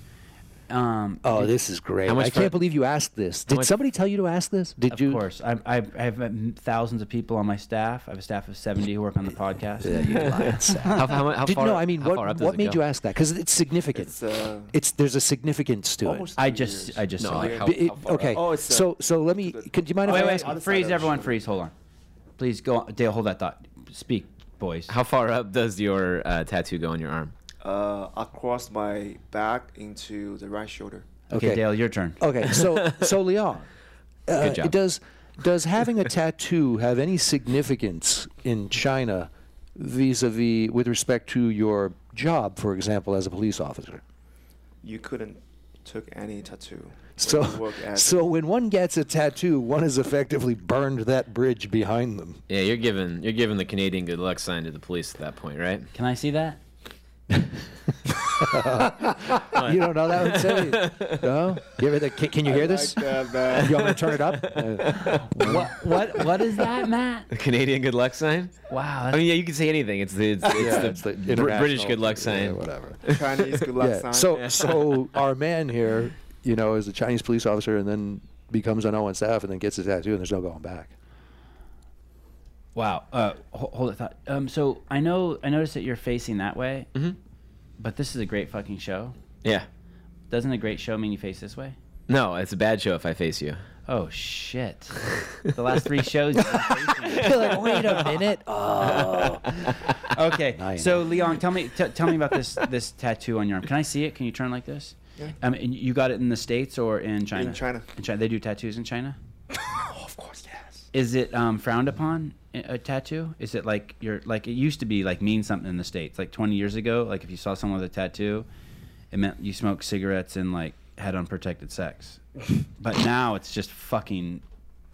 Speaker 1: Um,
Speaker 2: Oh, this is great.
Speaker 3: How much
Speaker 2: I
Speaker 3: for-
Speaker 2: can't believe you asked this. Did
Speaker 3: much-
Speaker 2: somebody tell you to ask this? Did
Speaker 1: of
Speaker 2: you?
Speaker 1: course. I, I, I have um, thousands of people on my staff. I have a staff of 70 who work on the podcast.
Speaker 2: Yeah, you lying sack.
Speaker 3: How, how, how
Speaker 2: Did,
Speaker 3: far?
Speaker 2: no, I mean,
Speaker 3: how far up
Speaker 2: what,
Speaker 3: does
Speaker 2: what
Speaker 3: it
Speaker 2: made
Speaker 3: go?
Speaker 2: you ask that? Because it's significant.
Speaker 4: It's uh,
Speaker 2: It's there's a significance to it.
Speaker 4: almost.
Speaker 1: I
Speaker 4: two
Speaker 1: just-
Speaker 4: years.
Speaker 1: I just
Speaker 3: No,
Speaker 1: saw
Speaker 3: like
Speaker 4: Yeah.
Speaker 3: how,
Speaker 2: B- it-
Speaker 3: how far up?
Speaker 2: okay.
Speaker 4: Oh, it's, uh,
Speaker 2: so so let me.
Speaker 4: the-
Speaker 2: Could do you mind if
Speaker 1: wait,
Speaker 2: I
Speaker 1: wait,
Speaker 2: ask?
Speaker 4: other side
Speaker 1: freeze,
Speaker 4: of the
Speaker 1: everyone,
Speaker 4: shoe.
Speaker 1: freeze. Hold on. Please go on. Dale, hold that thought. Speak, boys.
Speaker 3: How far up does your uh, tattoo go on your arm?
Speaker 4: uh, across my back into the right shoulder.
Speaker 1: Okay,
Speaker 2: okay. Oh.
Speaker 1: Dale, your turn.
Speaker 2: Okay, so so Leon, uh,
Speaker 3: job.
Speaker 2: does does having a tattoo have any significance in China, vis-a-vis with respect to your job, for example, as a police officer?
Speaker 4: You couldn't took any tattoo.
Speaker 2: So
Speaker 4: You work as
Speaker 2: so when one gets a tattoo, one has effectively burned that bridge behind them.
Speaker 3: Yeah, you're giving you're giving the Canadian good luck sign to the police at that point, right?
Speaker 1: Can I see that?
Speaker 2: You don't know that one, Sammy? No. You ever, can, can you hear this?
Speaker 4: Like that, man.
Speaker 2: You want me to turn it up? Uh,
Speaker 1: what, what, what is that, Matt?
Speaker 3: The Canadian good luck sign.
Speaker 1: Wow.
Speaker 3: I mean, yeah, you can say anything. It's the it's, it's the,
Speaker 2: it's the
Speaker 3: Br- British
Speaker 2: international-
Speaker 3: good luck
Speaker 2: yeah,
Speaker 3: sign.
Speaker 2: whatever.
Speaker 4: Chinese good luck
Speaker 2: yeah.
Speaker 4: sign.
Speaker 2: So so our man here, you know, is a Chinese police officer and then becomes an Owen staff and then gets a tattoo and there's no going back.
Speaker 1: Wow. Uh, ho- hold that thought. Um, so I know I noticed that you're facing that way,
Speaker 3: Mhm.
Speaker 1: but this is a great fucking show.
Speaker 3: yeah.
Speaker 1: Doesn't a great show mean you face this way?
Speaker 3: No, it's a bad show if I face you.
Speaker 1: Oh shit! The last three shows. you've been facing me.
Speaker 2: like, wait a minute. Oh.
Speaker 1: okay.
Speaker 2: Nine.
Speaker 1: So Leon, tell me t- tell me about this this tattoo on your arm. Can I see it? Can you turn like this?
Speaker 4: Yeah.
Speaker 1: Um, and you got it in the states or in China?
Speaker 4: In China.
Speaker 1: In China, they do tattoos in China.
Speaker 4: of course, yes.
Speaker 1: Is it um, frowned upon a a tattoo? Is it like you're like it used to be like mean something in the states like 20 years ago? Like if you saw someone with a tattoo, it meant you smoked cigarettes and like had unprotected sex. but now it's just fucking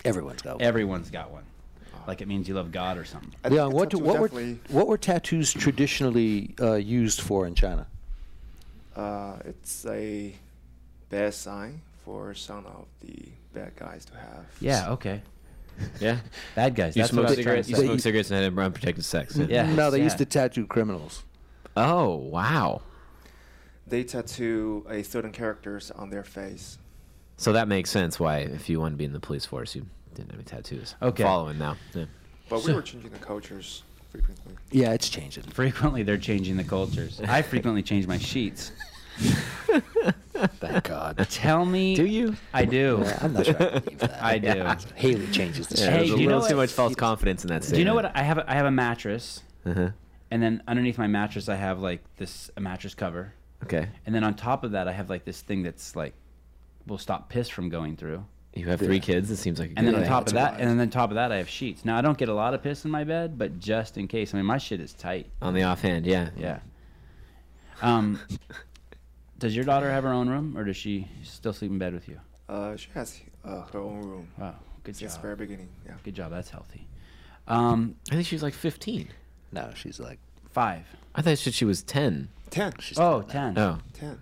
Speaker 2: Everyone's got one.
Speaker 1: everyone's got one. Like it means you love God or something.
Speaker 4: I
Speaker 2: Leon,
Speaker 4: think
Speaker 2: what, do-
Speaker 4: tattoo
Speaker 2: what, were,
Speaker 4: definitely,
Speaker 2: what were tattoos traditionally uh, used for in China?
Speaker 4: uh, it's a bad sign for some of the bad guys to have.
Speaker 1: Yeah. Okay.
Speaker 3: Yeah.
Speaker 1: Bad guys.
Speaker 3: You
Speaker 1: that's
Speaker 3: smoke
Speaker 1: what I was trying
Speaker 3: cigarettes.
Speaker 1: to
Speaker 3: You
Speaker 1: say.
Speaker 2: They-
Speaker 3: smoke cigarettes and had a unprotected sex.
Speaker 1: Yeah.
Speaker 2: No, they
Speaker 1: yeah.
Speaker 2: used to tattoo criminals.
Speaker 3: Oh wow.
Speaker 4: They tattoo a certain characters on their face.
Speaker 3: So that makes sense. Why, if you wanted to be in the police force, you didn't have any tattoos. I'm
Speaker 1: Okay.
Speaker 3: Following now. Yeah.
Speaker 4: But we
Speaker 1: So-
Speaker 4: were changing the cultures frequently.
Speaker 2: Yeah, it's changing.
Speaker 1: Frequently, they're changing the cultures. I frequently change my sheets.
Speaker 2: Thank God.
Speaker 1: Tell me.
Speaker 3: Do you?
Speaker 1: I do.
Speaker 2: Yeah, I'm not sure I believe that.
Speaker 1: I do.
Speaker 2: Haley changes the
Speaker 1: Hey,
Speaker 3: There's
Speaker 1: do
Speaker 3: a
Speaker 1: you know
Speaker 3: little too
Speaker 1: what-
Speaker 3: much false confidence in that statement.
Speaker 1: Do you know what? I have a, I have a mattress,
Speaker 3: Uh-huh.
Speaker 1: and then underneath my mattress, I have like this a mattress cover,
Speaker 3: Okay.
Speaker 1: and then on top of that, I have like this thing that's like will stop piss from going through.
Speaker 3: You have three kids. It seems like. A
Speaker 1: And
Speaker 3: good
Speaker 1: then on
Speaker 3: thing.
Speaker 1: top of that, and then on top of that, I have sheets. Now I don't get a lot of piss in my bed, but just in case, I mean, my shit is tight.
Speaker 3: On the offhand, yeah.
Speaker 1: Yeah. Um, does your daughter have her own room, or does she still sleep in bed with you?
Speaker 4: Uh, she has uh, her own room
Speaker 1: Wow, good
Speaker 4: since
Speaker 1: job.
Speaker 4: very beginning. Yeah.
Speaker 1: Good job. That's healthy. Um,
Speaker 3: I think she was like 15.
Speaker 2: No, she's like,
Speaker 1: five.
Speaker 3: I thought she, she was 10.
Speaker 4: 10.
Speaker 2: she's
Speaker 1: Oh, ten.
Speaker 3: Oh,
Speaker 4: 10.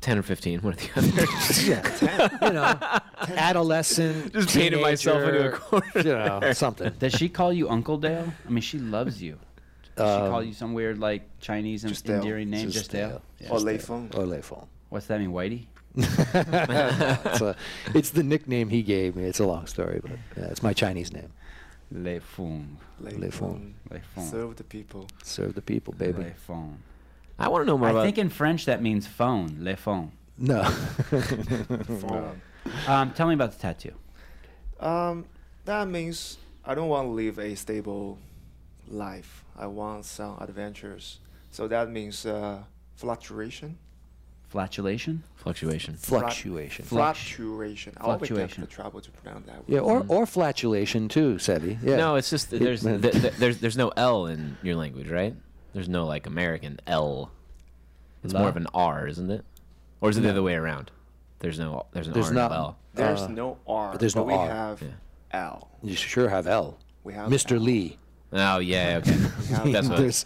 Speaker 3: 10 or 15, one or the other.
Speaker 2: yeah, you know, adolescent.
Speaker 3: Just painted myself into a
Speaker 2: teenager,
Speaker 3: corner
Speaker 2: You know, something.
Speaker 1: Does she call you Uncle Dale? I mean, she loves you. Does she call
Speaker 2: Um,
Speaker 1: you some weird like Chinese and
Speaker 4: Just Dale.
Speaker 1: endearing name? Just, Dale.
Speaker 2: Yeah.
Speaker 4: Or Lei Feng.
Speaker 2: Or Leifong.
Speaker 1: What's that mean, Whitey?
Speaker 2: it's, a- it's the nickname he gave me. It's a long story, but yeah, it's my Chinese name.
Speaker 1: Le Fong.
Speaker 2: Lei Feng.
Speaker 1: Le Fong.
Speaker 4: Serve the people.
Speaker 2: Serve the people, baby.
Speaker 1: Le Fong.
Speaker 3: I want to know more
Speaker 1: I
Speaker 3: about
Speaker 1: think in French that means phone. Le Fong.
Speaker 2: No.
Speaker 4: Feng.
Speaker 1: Um, tell me about the tattoo.
Speaker 4: Um, that means I don't want to live a stable life. I want some adventures. So that means uh, fluctuation.
Speaker 1: Flatulation.
Speaker 3: fluctuation.
Speaker 2: Fluctuation.
Speaker 1: Fluctu-
Speaker 4: Fluctuation. I always take
Speaker 1: Fluctuation.
Speaker 4: the trouble to pronounce that word.
Speaker 2: Yeah, or, or flatulation too, Sebi. Yeah.
Speaker 3: No, it's just that there's
Speaker 2: man.
Speaker 3: th- th- there's there's no L in your language, right? There's no like American L. It's
Speaker 1: La?
Speaker 3: more of an R, isn't it? Or is it the other way around? There's no there's an
Speaker 2: There's
Speaker 3: R and
Speaker 2: not-
Speaker 3: no L.
Speaker 4: There's no R.
Speaker 2: there's
Speaker 4: but
Speaker 2: no
Speaker 4: we
Speaker 2: R.
Speaker 4: have
Speaker 3: Yeah.
Speaker 4: L.
Speaker 2: you sure have L.
Speaker 4: We have
Speaker 2: Mr.
Speaker 4: L.
Speaker 2: Lee.
Speaker 3: Oh yeah, okay.
Speaker 4: have
Speaker 3: That's what.
Speaker 2: There's,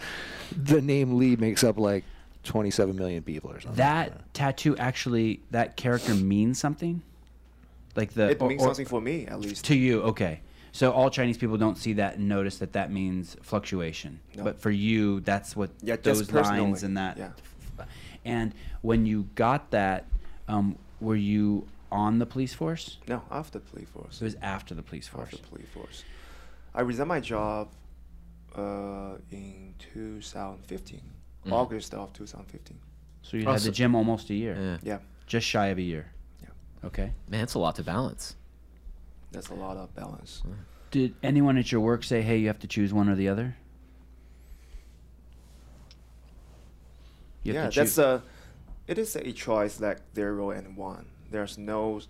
Speaker 2: the name Lee makes up like 27 million people or something.
Speaker 1: That tattoo actually, that character means something. Like the
Speaker 4: It
Speaker 1: or-
Speaker 4: means
Speaker 1: or-
Speaker 4: something for me, at least.
Speaker 1: To you, okay. So all Chinese people don't see that and notice that that means fluctuation.
Speaker 4: No.
Speaker 1: But for you, that's what
Speaker 4: Yeah, just
Speaker 1: those lines
Speaker 4: personally,
Speaker 1: and that.
Speaker 4: yeah.
Speaker 1: And when you got that, um, were you on the police force?
Speaker 4: No, after plea force.
Speaker 1: So it was after the police force.
Speaker 4: After plea force. I resigned my job uh, in 2015, August of 2015.
Speaker 1: So you
Speaker 3: Oh,
Speaker 1: had
Speaker 3: so-
Speaker 1: the gym almost a year,
Speaker 3: Yeah.
Speaker 4: Yeah,
Speaker 1: just shy of a year.
Speaker 4: Yeah.
Speaker 1: Okay.
Speaker 3: Man, it's a lot to balance.
Speaker 4: that's a lot of balance.
Speaker 1: Did anyone at your work say, "Hey, you have to choose one or the other"? You
Speaker 4: yeah,
Speaker 1: have to
Speaker 4: that's uh,
Speaker 1: choo-
Speaker 4: a. It is a choice like zero and one. There's no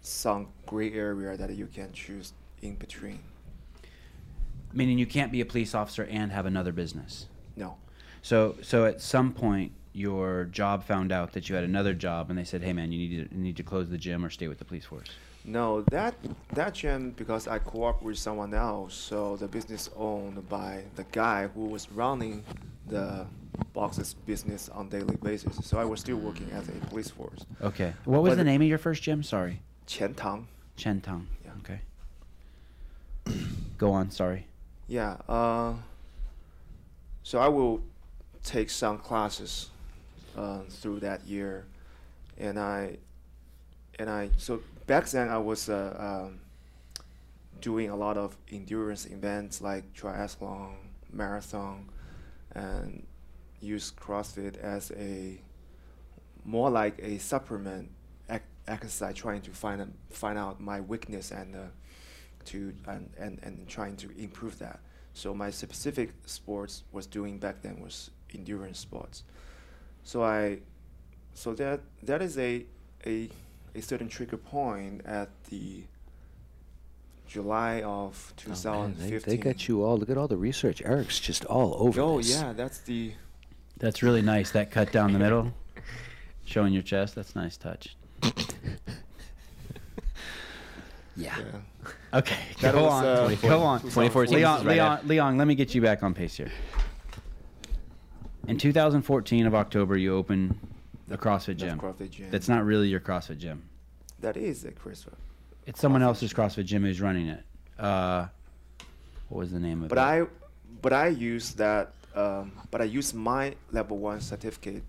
Speaker 4: some gray area that you can choose in between.
Speaker 1: meaning you can't be a police officer and have another business.
Speaker 4: No.
Speaker 1: So, so at some point, your job found out that you had another job, and they said, "Hey, man, you need to you need to close the gym or stay with the police force."
Speaker 4: No, that that gym because I co-op with someone else, so the business owned by the guy who was running the box's business on daily basis. So I was still working as a police force.
Speaker 1: Okay. What was
Speaker 4: But-
Speaker 1: the name of your first gym? Sorry,
Speaker 4: Qian Tang.
Speaker 1: Chen Tang.
Speaker 4: Yeah.
Speaker 1: Okay. Go on. Sorry.
Speaker 4: Yeah. Uh, so I will take some classes uh, through that year, and I and I so back then I was uh, um, doing a lot of endurance events like triathlon, marathon, and use CrossFit as a more like a supplement ec- exercise, trying to find a, find out my weakness and uh, to and, and and trying to improve that. So my specific sports was doing back then was endurance sports. So I, so that that is a a a certain trigger point at the July of
Speaker 2: Oh, Man, they,
Speaker 4: 2015.
Speaker 2: they got you all. Look at all the research. Eric's just all over.
Speaker 4: Oh
Speaker 2: this.
Speaker 4: yeah, that's the
Speaker 1: That's really nice. That cut down the middle, showing your chest. That's a nice touch.
Speaker 2: yeah.
Speaker 4: yeah.
Speaker 1: Okay,
Speaker 4: That
Speaker 1: go,
Speaker 4: was,
Speaker 1: on.
Speaker 4: uh,
Speaker 1: go on.
Speaker 4: 24
Speaker 1: Leon,
Speaker 3: seasons right
Speaker 1: Leon,
Speaker 3: after.
Speaker 1: Leon, let me get you back on pace here. In 2014 of October, you open the CrossFit
Speaker 4: That's
Speaker 1: gym.
Speaker 4: CrossFit gym.
Speaker 1: That's not really your CrossFit gym.
Speaker 4: That is a CRISPR.
Speaker 1: It's someone
Speaker 4: CrossFit
Speaker 1: else's CrossFit gym who's running it. Uh, what was the name of
Speaker 4: But
Speaker 1: it?
Speaker 4: I, but I use that. Um, but I use my level one certificate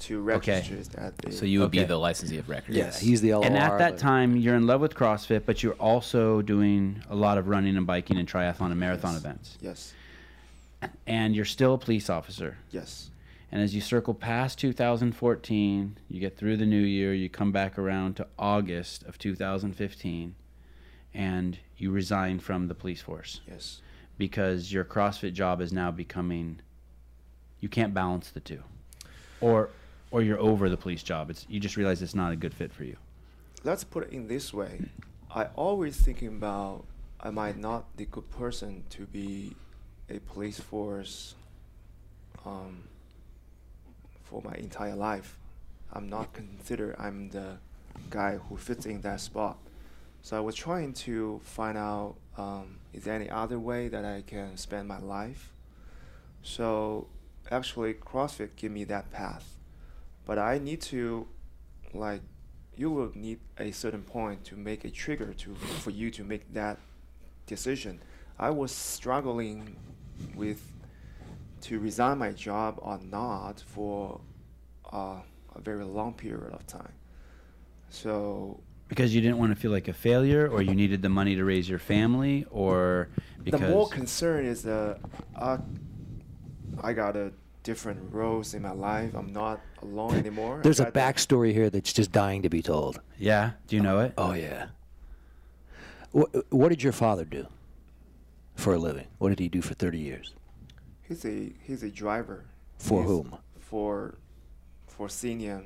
Speaker 4: to
Speaker 1: Okay.
Speaker 4: register it at the.
Speaker 3: So you would be
Speaker 1: Okay.
Speaker 3: the licensee of record.
Speaker 2: Yeah, he's the LR.
Speaker 1: and at that
Speaker 2: but-
Speaker 1: time, you're in love with CrossFit, but you're also doing a lot of running and biking and triathlon and marathon
Speaker 4: Yes.
Speaker 1: events.
Speaker 4: Yes.
Speaker 1: And you're still a police officer.
Speaker 4: Yes.
Speaker 1: And as you circle past 2014, you get through the new year, you come back around to August of 2015, and you resign from the police force
Speaker 4: Yes.
Speaker 1: because your CrossFit job is now becoming you can't balance the two. Or or you're over the police job. It's you just realize it's not a good fit for you.
Speaker 4: Let's put it in this way. I always thinking about am I not the good person to be a police force um, for my entire life. I'm not considered I'm the guy who fits in that spot. So I was trying to find out um, is there any other way that I can spend my life. So actually, CrossFit give me that path, but I need to like you will need a certain point to make a trigger to for you to make that decision. I was struggling with to resign my job or not for uh, a very long period of time. So
Speaker 1: Because you didn't want to feel like a failure or you needed the money to raise your family or because
Speaker 4: the more concern is that uh, I got a different roles in my life. I'm not alone anymore. I
Speaker 2: There's a
Speaker 4: got that-
Speaker 2: backstory here that's just dying to be told.
Speaker 1: Yeah, do you know it?
Speaker 2: Oh yeah. What, what did your father do for a living? What did he do for 30 years?
Speaker 4: He's a he's a driver.
Speaker 2: For
Speaker 4: He's
Speaker 2: whom?
Speaker 4: For for senior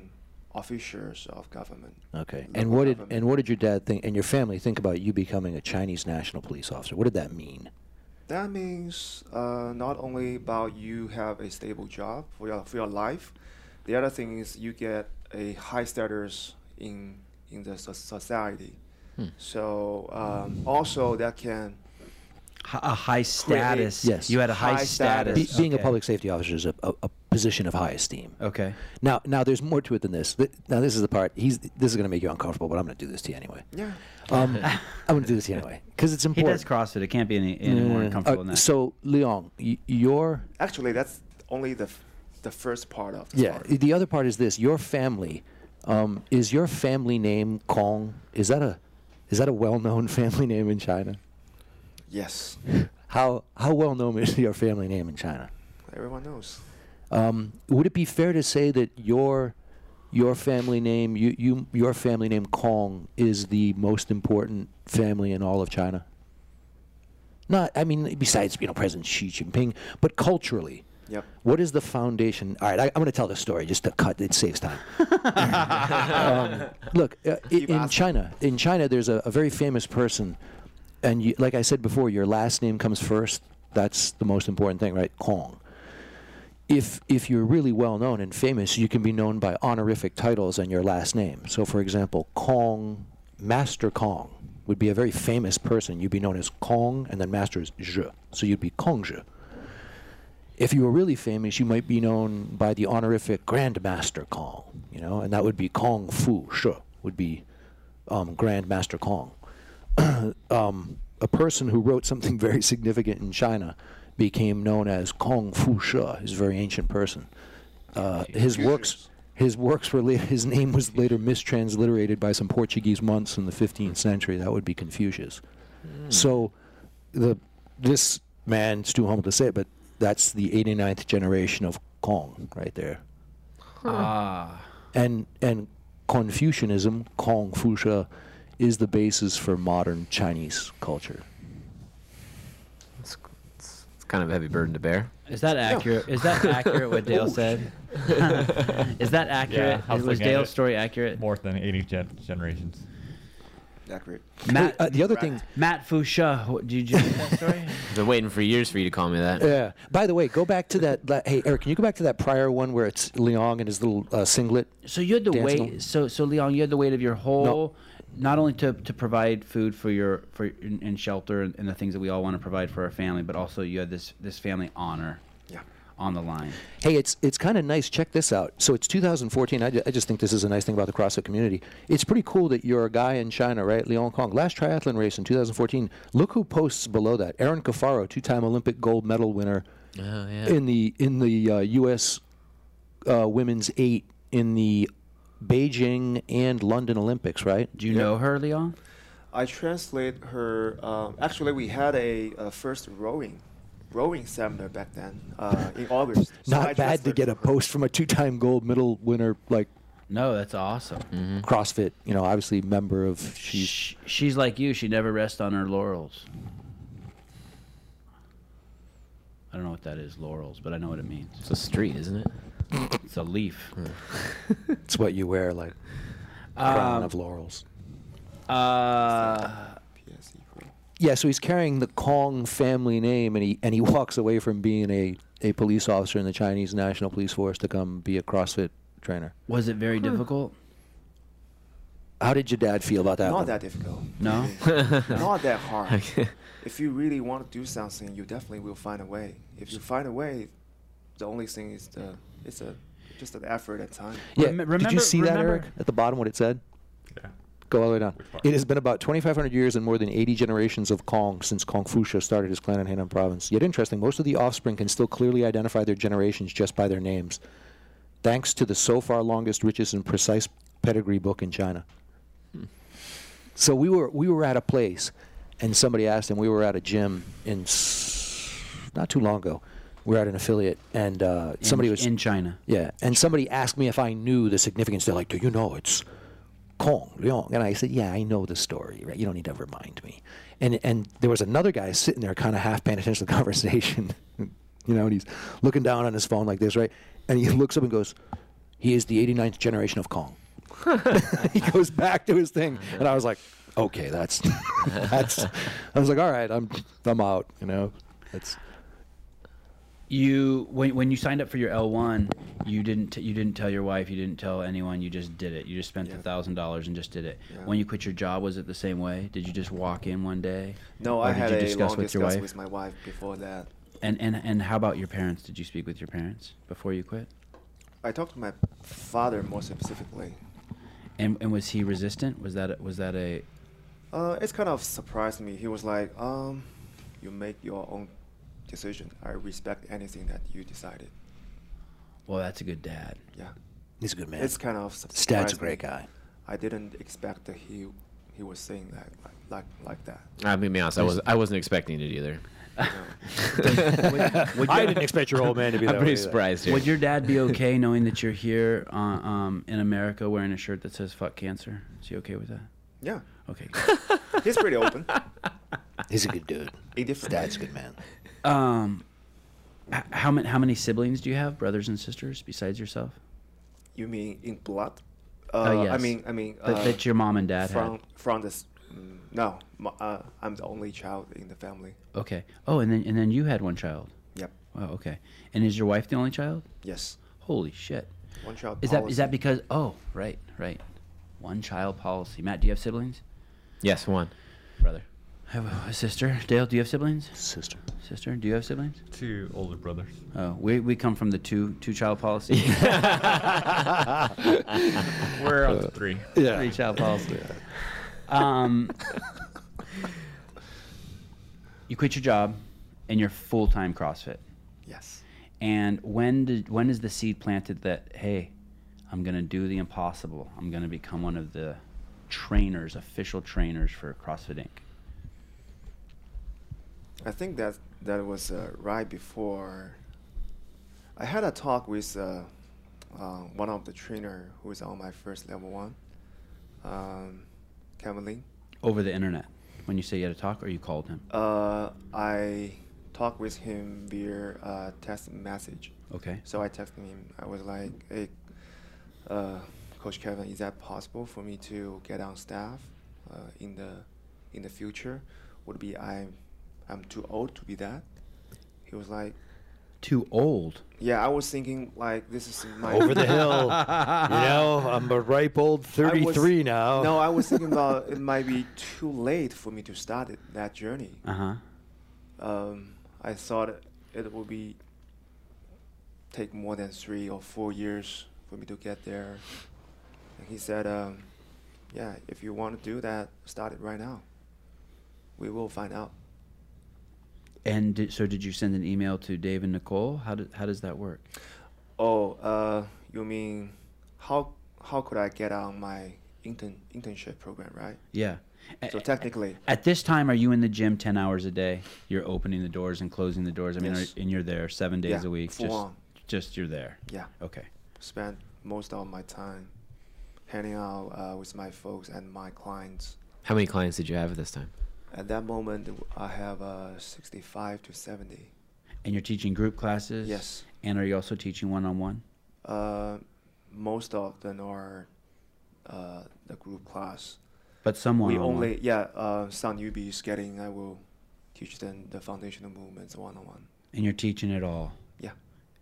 Speaker 4: officials of government.
Speaker 2: Okay. And
Speaker 4: Local
Speaker 2: what did
Speaker 4: government.
Speaker 2: and what did your dad think and your family think about you becoming a Chinese national police officer? What did that mean?
Speaker 4: That means uh, not only about you have a stable job for your for your life, the other thing is you get a high status in in the so- society.
Speaker 2: Hmm.
Speaker 4: So um, also that can
Speaker 1: Hi- a high status.
Speaker 2: Yes.
Speaker 1: You had a high,
Speaker 4: High
Speaker 1: status.
Speaker 2: Be,
Speaker 4: status.
Speaker 2: Being a
Speaker 1: Okay.
Speaker 2: public safety officer is a, a, a position of high esteem.
Speaker 1: Okay.
Speaker 2: Now, now there's more to it than this. Th- Now, this is the part. He's this is going to make you uncomfortable, but I'm going to do this to you anyway.
Speaker 4: yeah
Speaker 2: Um, I'm going to do this to you anyway because it's
Speaker 1: He
Speaker 2: important. Mm, uh,
Speaker 1: does CrossFit. It can't be any, any more
Speaker 2: Yeah.
Speaker 1: uncomfortable
Speaker 2: Uh,
Speaker 1: than that.
Speaker 2: So, Leon, y- your
Speaker 4: actually that's only the f- the first part of the
Speaker 2: Yeah.
Speaker 4: story.
Speaker 2: The other part is this: your family. Um, is your family name Kong? Is that a is that a well-known family name in China?
Speaker 4: Yes,
Speaker 2: How how well-known is your family name in China?
Speaker 4: everyone knows.
Speaker 2: Um, would it be fair to say that your your family name you, you your family name Kong is the most important family in all of China? Not, I mean, besides you know President Xi Jinping, but culturally,
Speaker 4: Yep.
Speaker 2: what is the foundation? All right, I, I'm going to tell the story just to cut. It saves time. um, look, uh, i-
Speaker 4: Keep
Speaker 2: in
Speaker 4: asking.
Speaker 2: China, in China, there's a, a very famous person, and you, like I said before, your last name comes first. That's the most important thing, right? Kong. If if you're really well known and famous, you can be known by honorific titles and your last name. So, for example, Kong, Master Kong, would be a very famous person. You'd be known as Kong, and then Master is Zhe, so you'd be Kong Zhe. If you were really famous, you might be known by the honorific Grandmaster Kong, you know, and that would be Kong Fu Shi, would be um, Grandmaster Kong. um, a person who wrote something very significant in China became known as Kong Fu Shi, who's a very ancient person. Uh, his works, his works were later, his name was later mistransliterated by some Portuguese monks in the 15th century. That would be Confucius. So, the this man, it's too humble to say it, but that's the 89th generation of Kong right there.
Speaker 3: Ah,
Speaker 2: And and Confucianism, Confucia, is the basis for modern Chinese culture.
Speaker 3: it's, it's, it's kind of a heavy burden to bear.
Speaker 1: Is that accurate? Is that accurate what
Speaker 2: Oh,
Speaker 1: Dale said? Is that accurate?
Speaker 5: I was
Speaker 1: was
Speaker 5: looking at
Speaker 1: Dale's
Speaker 5: it.
Speaker 1: story accurate?
Speaker 5: More than 80 gen- generations.
Speaker 4: Accurate.
Speaker 1: Matt,
Speaker 2: Uh, the other thing,
Speaker 1: Matt Fuchsia, wh- did you read that story?
Speaker 3: I've been waiting for years for you to call me that.
Speaker 2: yeah. By the way, go back to that, that- Hey, Eric, can you go back to that prior one where it's Liang and his little uh, singlet?
Speaker 1: So you had the
Speaker 2: Dancing on-
Speaker 1: weight. So so Leon, you had the weight of your whole, not only to, to provide food for your for and, and shelter and, and the things that we all want to provide for our family, but also you had this this family honor
Speaker 4: Yeah.
Speaker 1: on the line.
Speaker 2: Hey, it's it's kind of nice. Check this out. So it's 2014. I, ju- I just think this is a nice thing about the CrossFit community. It's pretty cool that you're a guy in China, right? Leon Kong. Last triathlon race in 2014. Look who posts below that. Aaron Cafaro, two-time Olympic gold medal winner
Speaker 3: Oh yeah.
Speaker 2: in the in the uh, U.S. Uh, women's eight in the Beijing and London Olympics, right?
Speaker 1: Do you
Speaker 4: Yeah.
Speaker 1: know her, Leon?
Speaker 4: I translate her. Um, actually, we had a, uh first rowing, rowing seminar back then uh, in August. So I
Speaker 2: Not bad to
Speaker 4: translate
Speaker 2: get a
Speaker 4: for her.
Speaker 2: post from a two-time gold medal winner like
Speaker 1: No, that's awesome.
Speaker 2: CrossFit. You know, obviously member of she's
Speaker 1: She's she's like you. She never rests on her laurels. I don't know what that is, laurels, but I know what it means.
Speaker 3: It's a street, isn't it?
Speaker 1: It's a leaf.
Speaker 2: it's what you wear like crown of laurels.
Speaker 1: Uh,
Speaker 4: PSE row.
Speaker 2: Yeah, so he's carrying the Kong family name, and he and he walks away from being a, a police officer in the Chinese National Police Force to come be a CrossFit trainer.
Speaker 1: was it very difficult?
Speaker 2: How did your dad feel about that?
Speaker 4: Not
Speaker 2: one?
Speaker 4: that difficult.
Speaker 1: No?
Speaker 4: Not that hard. if you really want to do something, you definitely will find a way. If you find a way, the only thing is the it's a just an effort at time.
Speaker 2: Yeah,
Speaker 1: Rem-
Speaker 2: did
Speaker 1: remember-
Speaker 2: you see that,
Speaker 1: remember-
Speaker 2: Eric? At the bottom, what it said.
Speaker 5: Yeah.
Speaker 2: Go all the way down.
Speaker 5: Which part?
Speaker 2: It has been about 2,500 years and more than 80 generations of Kong since Confucius started his clan in Henan province. Yet interesting, most of the offspring can still clearly identify their generations just by their names, thanks to the so far longest, richest, and precise pedigree book in China. So we were we were at a place, and somebody asked, and we were at a gym in s- not too long ago. We were at an affiliate, and uh,
Speaker 1: In-
Speaker 2: somebody was
Speaker 1: in China.
Speaker 2: yeah, and somebody asked me if I knew the significance. They're like, "Do you know it's Kong Leong?" And I said, "Yeah, I know the story. Right? You don't need to remind me." And and there was another guy sitting there, kind of half paying attention to the conversation, you know, and he's looking down on his phone like this, right? And he looks up and goes, "He is the 89th generation of Kong." he goes back to his thing, and I was like, "Okay, that's that's." I was like, "All right, I'm I'm out," you know. That's
Speaker 1: You when when you signed up for your L one, you didn't t- you didn't tell your wife, you didn't tell anyone, you just did it. You just spent
Speaker 4: Yeah.
Speaker 1: the thousand dollars and just did it.
Speaker 4: Yeah.
Speaker 1: When you quit your job, was it the same way? Did you just walk in one day?
Speaker 4: No,
Speaker 1: Or
Speaker 4: I
Speaker 1: did
Speaker 4: had
Speaker 1: you
Speaker 4: a
Speaker 1: discuss
Speaker 4: long
Speaker 1: with your
Speaker 4: discuss
Speaker 1: wife?
Speaker 4: with my wife before that.
Speaker 1: And and and how about your parents? Did you speak with your parents before you quit?
Speaker 4: I talked to my father more specifically.
Speaker 1: And and was he resistant? Was that a, was that a
Speaker 4: Uh, it's kind of surprised me. He was like, um, "You make your own decision. I respect anything that you decided."
Speaker 1: Well, that's a good dad.
Speaker 4: Yeah,
Speaker 2: He's a good man.
Speaker 4: it's kind of su-
Speaker 2: Stad's a
Speaker 4: surprised
Speaker 2: great
Speaker 4: me.
Speaker 2: guy.
Speaker 4: I didn't expect that he he was saying that like like, like that.
Speaker 1: Ah.
Speaker 3: I'm gonna be honest. I was I wasn't expecting it either.
Speaker 2: I didn't expect your old man to be
Speaker 3: I'm
Speaker 2: that
Speaker 3: pretty
Speaker 2: way either.
Speaker 3: surprised here.
Speaker 1: Would your dad be okay knowing that you're here uh, um, in America wearing a shirt that says "fuck cancer"? Is he okay with that?
Speaker 4: Yeah,
Speaker 1: Okay.
Speaker 4: he's pretty open.
Speaker 2: He's a good dude.
Speaker 4: In different
Speaker 2: Dad's a
Speaker 4: ways.
Speaker 2: good man.
Speaker 1: um, h- how many how many siblings do you have, brothers and sisters, besides yourself?
Speaker 4: You mean in blood? Uh,
Speaker 1: Oh,
Speaker 4: I
Speaker 1: yes.
Speaker 4: mean, I mean, uh,
Speaker 1: That, that your mom and dad
Speaker 4: from
Speaker 1: had.
Speaker 4: from this. Mm, no, m uh, I'm the only child in the family.
Speaker 1: Okay. Oh, and then and then you had one child.
Speaker 4: Yep.
Speaker 1: Wow. Okay. And is your wife the only child?
Speaker 4: Yes.
Speaker 1: Holy shit.
Speaker 4: One child.
Speaker 1: Is that is that because? Oh, right, right. One child policy. Matt, do you have siblings?
Speaker 3: yes, one brother.
Speaker 1: I have a sister. Dale, do you have siblings?
Speaker 2: Sister.
Speaker 1: Sister, do you have siblings?
Speaker 5: Two older brothers.
Speaker 1: Oh, we, we come from the two two child policy.
Speaker 5: We're up to three.
Speaker 1: Three child policy. Um, you quit your job, and you're full time CrossFit.
Speaker 4: Yes.
Speaker 1: And when did when is the seed planted that hey, I'm gonna do the impossible. I'm gonna become one of the trainers, official trainers for CrossFit Inc.
Speaker 4: I think that that was uh, right before. I had a talk with uh, uh, one of the trainer who is on my first level one, um, Kevin Lin.
Speaker 1: Over the internet, when you say you had a talk, or you called him.
Speaker 4: Uh, I talked with him via uh, text message.
Speaker 1: Okay.
Speaker 4: So I texted him. I was like, "Hey, uh, Coach Kevin, is that possible for me to get on staff uh, in the in the future? Would be I'm I'm too old to be that." He was like,
Speaker 1: Too old.
Speaker 4: "Yeah, I was thinking like this is my
Speaker 2: Over the hill. You know, I'm a ripe old
Speaker 4: I was-
Speaker 2: 33 now.
Speaker 4: No, I was thinking about it might be too late for me to start it, that journey.
Speaker 1: Uh huh.
Speaker 4: um, I thought it would be take more than three or four years for me to get there. And he said, um, "Yeah, if you want to do that, start it right now. We will find out."
Speaker 1: And did, so, did you send an email to Dave and Nicole? How did, how does that work?
Speaker 4: Oh, uh, you mean how how could I get on my intern internship program, right?
Speaker 1: Yeah. A-
Speaker 2: Eh,
Speaker 4: So technically,
Speaker 1: At this time, are you in the gym ten hours a day? You're opening the doors and closing the doors. I mean,
Speaker 4: Yes.
Speaker 1: are, and you're there seven days
Speaker 4: Yeah,
Speaker 1: a week.
Speaker 4: full
Speaker 1: just,
Speaker 4: on.
Speaker 1: just you're there.
Speaker 4: yeah,
Speaker 1: Okay.
Speaker 4: spend most of my time hanging out uh, with my folks and my clients.
Speaker 3: How many clients did you have at this time?
Speaker 4: At that moment, I have uh, 65 to 70.
Speaker 1: And you're teaching group classes.
Speaker 4: Yes.
Speaker 1: And are you also teaching one on one?
Speaker 4: Uh, most of them are uh, the group class.
Speaker 1: But some one
Speaker 4: we
Speaker 1: on one.
Speaker 4: only, yeah, uh, some newbies getting, I will teach them the foundational movements one on one.
Speaker 1: And you're teaching it all.
Speaker 4: Yeah.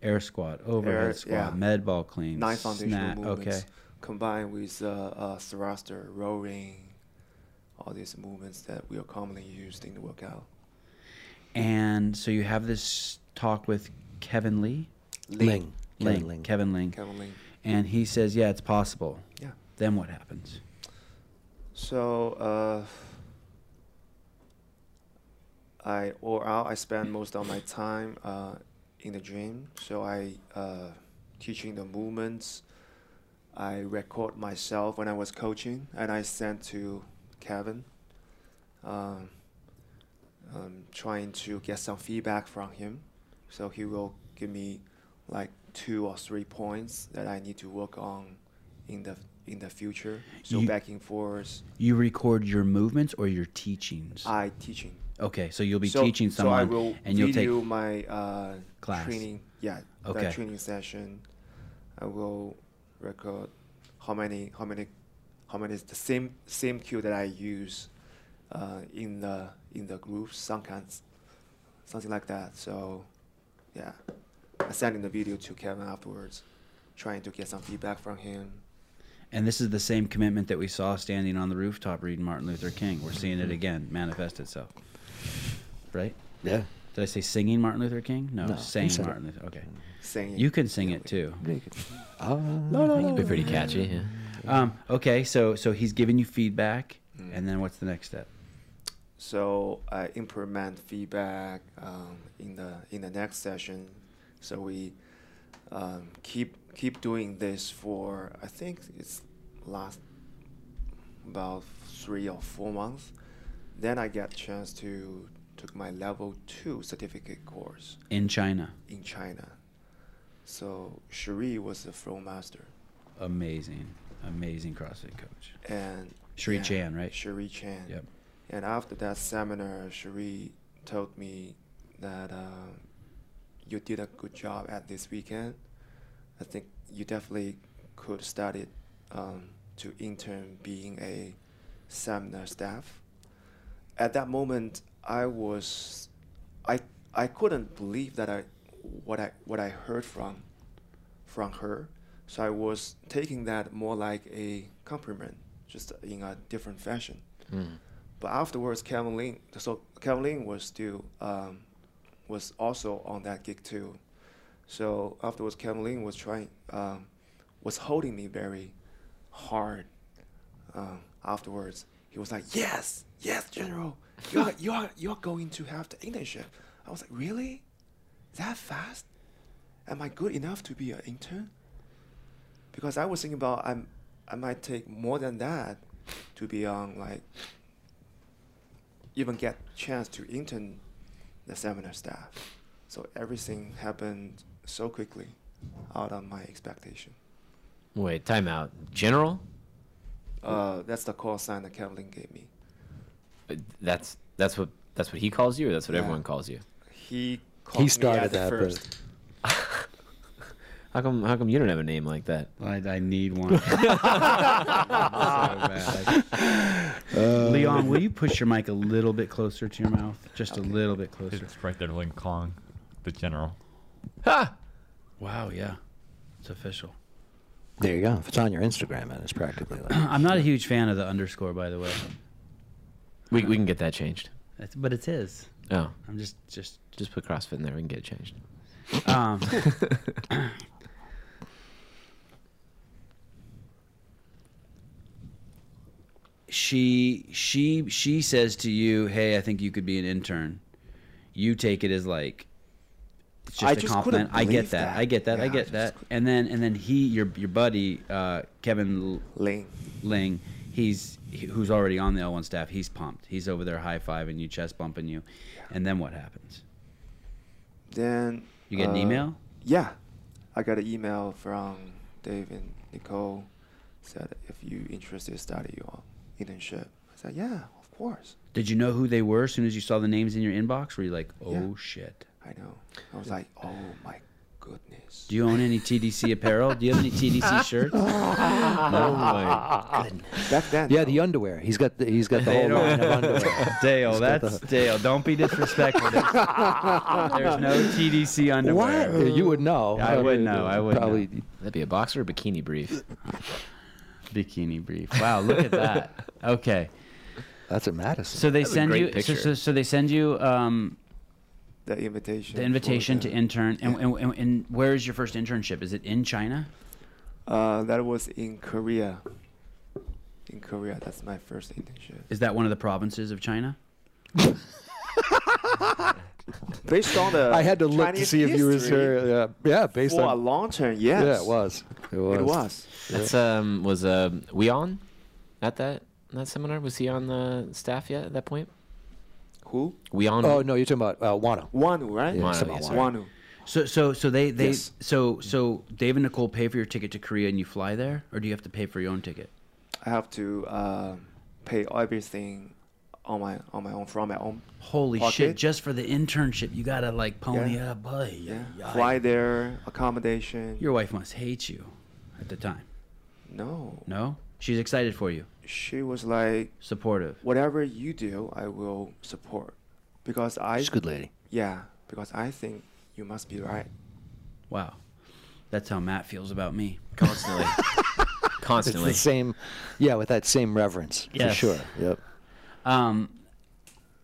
Speaker 1: Air squat, overhead
Speaker 4: Air-
Speaker 1: squat,
Speaker 4: yeah.
Speaker 1: med ball cleans,
Speaker 4: Nine foundational
Speaker 1: snatch-
Speaker 4: movements
Speaker 1: Okay.
Speaker 4: combined with uh, uh, thruster, rowing, all these movements that we are commonly used in the workout.
Speaker 1: And so you have this talk with Kevin Lee,
Speaker 2: Ling. Kevin Ling.
Speaker 1: Kevin Ling,
Speaker 4: Kevin Ling.
Speaker 1: and he says, "Yeah, it's possible."
Speaker 4: Yeah.
Speaker 1: Then what happens?
Speaker 4: So uh, I or out. I spend most of my time uh, in the gym. So I uh, teaching the movements. I record myself when I was coaching, and I sent to Kevin. Um, um, trying to get some feedback from him, so he will give me like two or three points that I need to work on in the in the future. So
Speaker 1: You-
Speaker 4: back and forth.
Speaker 1: You record your movements or your teachings.
Speaker 4: I teaching.
Speaker 1: okay, so you'll be
Speaker 4: so,
Speaker 1: teaching someone,
Speaker 4: so I will
Speaker 1: and you'll take
Speaker 4: video my uh,
Speaker 1: Class.
Speaker 4: training. Yeah,
Speaker 1: Okay.
Speaker 4: that training session. I will record how many how many how many is the same same cue that I use uh, in the in the groups, some kinds, something like that. So, yeah, I sending the video to Kevin afterwards, trying to get some feedback from him.
Speaker 1: And this is the same commitment that we saw standing on the rooftop reading Martin Luther King. We're seeing
Speaker 4: Mm-hmm.
Speaker 1: it again manifest itself. Right?
Speaker 2: Yeah.
Speaker 1: Did I say singing Martin Luther King? No,
Speaker 2: No, you
Speaker 1: saying
Speaker 2: said it.
Speaker 1: Martin Luther. Okay.
Speaker 4: Singing.
Speaker 1: You can sing
Speaker 4: Yeah,
Speaker 1: it
Speaker 4: we-
Speaker 1: too.
Speaker 2: Ah,
Speaker 3: It'd be pretty catchy. Yeah.
Speaker 1: Um, okay, so so he's giving you feedback
Speaker 4: Mm-hmm.
Speaker 1: and then what's the next step?
Speaker 4: So I implement feedback um, in the in the next session. So we um, keep keep doing this for I think it's last about three or four months. Then I get chance to took my level two certificate course
Speaker 1: in China.
Speaker 4: in China. So Cherie was a flow master,
Speaker 1: Amazing, amazing CrossFit coach.
Speaker 4: and
Speaker 1: Cherie Chan, right?
Speaker 4: Cherie Chan.
Speaker 1: Yep.
Speaker 4: And after that seminar, Cherie told me that um, you did a good job at this weekend. I think you definitely could start it um, to intern being a seminar staff. At that moment, I was, I I couldn't believe that I what I what I heard from from her. So I was taking that more like a compliment, just in a different fashion.
Speaker 3: Hmm.
Speaker 4: But afterwards, Kevin Lin, so Kevin Lin was still um, was also on that gig too. So afterwards, Kevin Lin was trying um, was holding me very hard. Um, afterwards, he was like, "Yes, yes, General, you're you're you're going to have the internship." I was like, "Really? That fast? Am I good enough to be an intern?" Because I was thinking about I'm I might take more than that to be on like even get chance to intern the seminar staff. So everything happened so quickly, out of my expectation.
Speaker 3: Wait, timeout. General?
Speaker 4: Uh, that's the call sign that Kevin gave me.
Speaker 3: Uh, That's that's what that's what he calls you, or that's what
Speaker 4: Yeah.
Speaker 3: everyone calls you.
Speaker 4: He called me
Speaker 2: started
Speaker 4: at the
Speaker 2: that, but-
Speaker 4: first.
Speaker 3: How come how come you don't have a name like that?
Speaker 1: I, I need one. so bad. Leon, will you push your mic a little bit closer to your mouth? Just a little bit closer.
Speaker 5: It's right there, Ling Kong, the general.
Speaker 1: Wow, yeah. It's official.
Speaker 2: There you go. If it's on your Instagram, man, it's practically like
Speaker 1: I'm not a huge fan of the underscore, by the way.
Speaker 3: We we can get that changed.
Speaker 1: That's, but it's his.
Speaker 3: Oh,
Speaker 1: I'm just, just.
Speaker 3: just put CrossFit in there. We can get it changed.
Speaker 1: Um, she, she, she says to you, "Hey, I think you could be an intern." You take it as like, it's just
Speaker 4: I
Speaker 1: a
Speaker 4: just
Speaker 1: compliment.
Speaker 4: couldn't
Speaker 1: I get
Speaker 4: believe
Speaker 1: that.
Speaker 4: that.
Speaker 1: I get that. I
Speaker 4: Yeah, I
Speaker 1: get
Speaker 4: just
Speaker 1: that.
Speaker 4: couldn't-
Speaker 1: And then, and then he, your your buddy, uh, Kevin L-
Speaker 4: Lane.
Speaker 1: Ling, he's he- who's already on the L1 staff. He's pumped. He's over there high fiving you, chest bumping you, and then what happens?
Speaker 4: Then
Speaker 1: You get an
Speaker 4: uh,
Speaker 1: email?
Speaker 4: Yeah, I got an email from Dave and Nicole. Said if you interested, study your internship. I said yeah, of course.
Speaker 1: Did you know who they were as soon as you saw the names in your inbox? Were you like, oh
Speaker 4: Yeah.
Speaker 1: shit?
Speaker 4: I know. I was like, oh my goodness.
Speaker 1: Do you own any TDC apparel? Do you have any TDC shirts?
Speaker 4: Back then,
Speaker 2: yeah, the underwear. He's got the, he's got the whole line of underwear.
Speaker 1: Dale, that's Dale. Don't be disrespectful. There's, there's no TDC underwear.
Speaker 2: What? You would know.
Speaker 1: I would know. I would
Speaker 2: probably.
Speaker 1: know.
Speaker 3: That'd be a boxer or bikini brief.
Speaker 1: Bikini brief. Wow, look at that. Okay,
Speaker 2: That's at Madison.
Speaker 1: so they
Speaker 3: That's a
Speaker 1: send
Speaker 3: great
Speaker 1: you. So,
Speaker 3: picture.
Speaker 1: so, so they send you um,
Speaker 4: the invitation.
Speaker 1: the
Speaker 4: for
Speaker 1: invitation to
Speaker 4: the-
Speaker 1: intern. And, and, and, and where is your first internship? Is it in China?
Speaker 4: Uh, that was in Korea. In Korea, that's my first internship.
Speaker 1: Is that one of the provinces of China?
Speaker 4: Based on the
Speaker 2: I had to look to
Speaker 4: Chinese
Speaker 2: see if you were
Speaker 4: history,
Speaker 2: sure. Yeah, yeah based
Speaker 4: for a
Speaker 2: on.
Speaker 4: long term, yes.
Speaker 2: Yeah, it was. It was.
Speaker 4: It was.
Speaker 3: That's um was um we on at that that seminar? Was he on the staff yet at that point?
Speaker 4: Who?
Speaker 3: We on
Speaker 2: Oh no, you're talking about uh, Wano.
Speaker 4: Wanu, right?
Speaker 2: Yeah,
Speaker 3: Wanu,
Speaker 2: somehow
Speaker 3: yes,
Speaker 2: Wano.
Speaker 3: sorry.
Speaker 4: Wanu.
Speaker 1: So so so they they
Speaker 4: Yes.
Speaker 1: so so Dave and Nicole pay for your ticket to Korea and you fly there, or do you have to pay for your own ticket?
Speaker 4: I have to um, pay everything on my on my own from my own.
Speaker 1: Holy
Speaker 4: Pocket.
Speaker 1: shit! Just for the internship, you gotta like pony
Speaker 4: Yeah.
Speaker 1: up, boy.
Speaker 4: Yeah.
Speaker 1: Yeah.
Speaker 4: Fly there, accommodation.
Speaker 1: Your wife must hate you, at the time.
Speaker 4: no.
Speaker 1: No, she's excited for you,
Speaker 4: She was like,
Speaker 1: supportive.
Speaker 4: whatever you do, I will support, because I.
Speaker 2: She's a good lady.
Speaker 4: Yeah, because I think you must be right.
Speaker 1: Wow, that's how Matt feels about me.
Speaker 3: constantly.
Speaker 2: It's
Speaker 3: constantly.
Speaker 2: the same. Yeah, with that same reverence
Speaker 1: Yes.
Speaker 2: for sure. Yep.
Speaker 1: Um,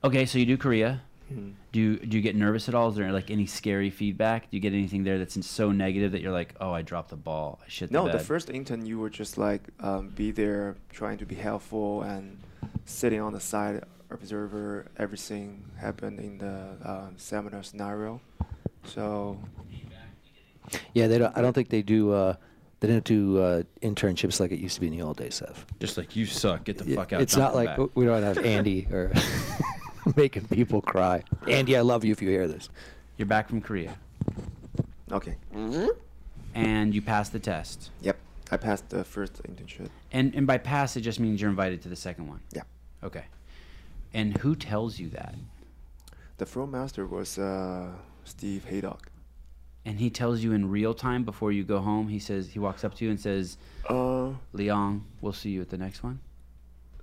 Speaker 1: okay, so you do Korea.
Speaker 4: Hmm.
Speaker 1: Do you, do you get nervous at all? Is there like any scary feedback? Do you get anything there that's so negative that you're like, oh, I dropped the ball. I shit.
Speaker 4: No,
Speaker 1: the,
Speaker 4: the
Speaker 1: bed."
Speaker 4: first intern, you were just like um, be there, trying to be helpful, and sitting on the side observer everything happened in the um, seminar scenario. So
Speaker 2: Yeah, they don't. I don't think they do. Uh, they don't do uh, internships like it used to be in the old days, Seth.
Speaker 1: Just like you suck, get the
Speaker 2: Yeah,
Speaker 1: fuck out.
Speaker 2: It's
Speaker 1: don't
Speaker 2: not
Speaker 1: come
Speaker 2: like
Speaker 1: back."
Speaker 2: w- we don't have Andy or making people cry. Andy, I love you if you hear this.
Speaker 1: You're back from Korea,
Speaker 4: Okay.
Speaker 1: and you passed the test.
Speaker 4: Yep. I passed the first internship.
Speaker 1: And and by pass, it just means you're invited to the second one.
Speaker 4: Yeah.
Speaker 1: Okay. And who tells you that?
Speaker 4: The film master was uh, Steve Haydock.
Speaker 1: And he tells you in real time before you go home. He says he walks up to you and says,
Speaker 4: Uh,
Speaker 1: "Liang, we'll see you at the next one."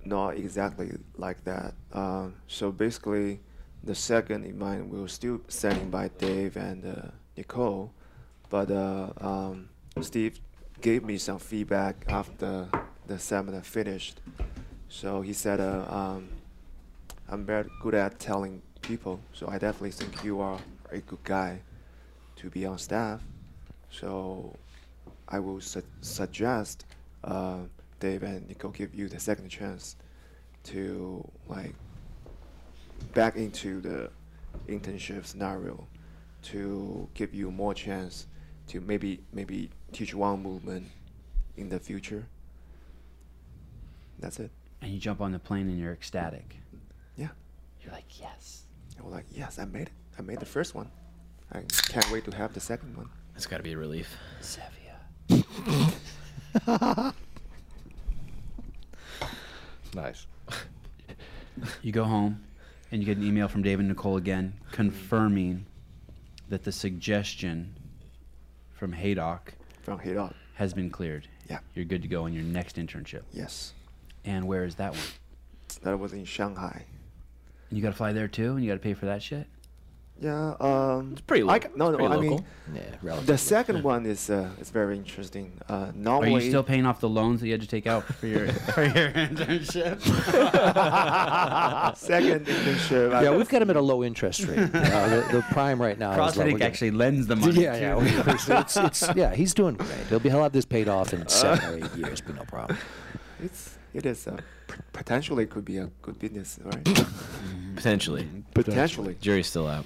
Speaker 4: not exactly like that. Um, so basically, the second in mind we were still sending by Dave and uh, Nicole, but uh, um, Steve gave me some feedback after the seminar finished. So he said, uh, um, "I'm very good at telling people, so I definitely think you are a good guy to be on staff." So I will su- suggest uh, Dave and Nico give you the second chance to like back into the internship scenario to give you more chance to maybe maybe teach one movement in the future. That's it.
Speaker 1: And you jump on the plane and you're ecstatic.
Speaker 4: Yeah.
Speaker 1: You're like, "Yes."
Speaker 4: And we're like, yes, I made it. I made the first one. I can't wait to have the second one.
Speaker 3: That's got to be a relief.
Speaker 1: Sevia.
Speaker 2: Nice.
Speaker 1: You go home and you get an email from David and Nicole again confirming that the suggestion from Haydock
Speaker 4: From here on.
Speaker 1: has been cleared.
Speaker 4: Yeah.
Speaker 1: You're good to go on your next internship.
Speaker 4: Yes.
Speaker 1: And where is that one?
Speaker 4: That was in Shanghai.
Speaker 1: And you got to fly there too and you got to pay for that shit?
Speaker 4: Yeah. Um, it's
Speaker 3: pretty
Speaker 4: I,
Speaker 3: local.
Speaker 4: c- no, no,
Speaker 3: Pretty
Speaker 4: I mean,
Speaker 3: local.
Speaker 2: Yeah, relative.
Speaker 4: The second one is uh, is very interesting. Uh,
Speaker 1: Are
Speaker 4: normally,
Speaker 1: you still paying off the loans that you had to take out for your for your internship?
Speaker 4: second uh, internship. I-
Speaker 2: Yeah, we've got him at a low interest rate. Uh, the, the prime right now. is low. We're
Speaker 1: CrossFit
Speaker 2: getting-
Speaker 1: actually lends the money.
Speaker 2: Yeah, yeah. we- it's, it's- yeah, he's doing great. He'll be he'll have this paid off
Speaker 1: Uh.
Speaker 2: in seven or eight years, but no problem.
Speaker 4: it's it is uh, p- potentially could be a good business, right?
Speaker 3: Potentially.
Speaker 4: potentially.
Speaker 3: Jury's still out.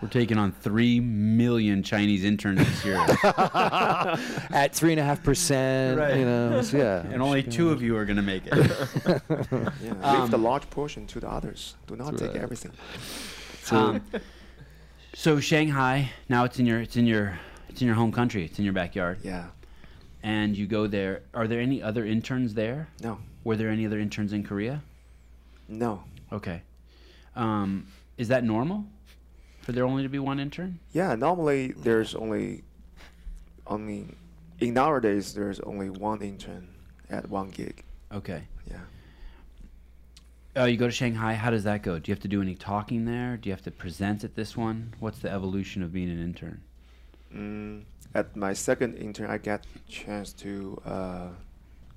Speaker 1: We're taking on 3 million Chinese interns this year.
Speaker 2: Oh, At three and a half percent,
Speaker 1: Right.
Speaker 2: you know, so yeah.
Speaker 1: and only two of you are going to make it.
Speaker 4: Yeah. Leave
Speaker 3: Um,
Speaker 4: the large portion to the others. Do not take everything.
Speaker 1: Um, so Shanghai, now it's in your it's in your it's in your home country. It's in your backyard.
Speaker 4: Yeah.
Speaker 1: And you go there. Are there any other interns there?
Speaker 4: No.
Speaker 1: Were there any other interns in Korea?
Speaker 4: No.
Speaker 1: Okay. Um, is that normal? For there only to be one intern?
Speaker 4: Yeah. Normally, there's only only in nowadays there's only one intern at one gig.
Speaker 1: Okay.
Speaker 4: Yeah.
Speaker 1: Uh, you go to Shanghai. How does that go? Do you have to do any talking there? Do you have to present at this one? What's the evolution of being an intern?
Speaker 4: Mm, at my second intern, I got chance to uh,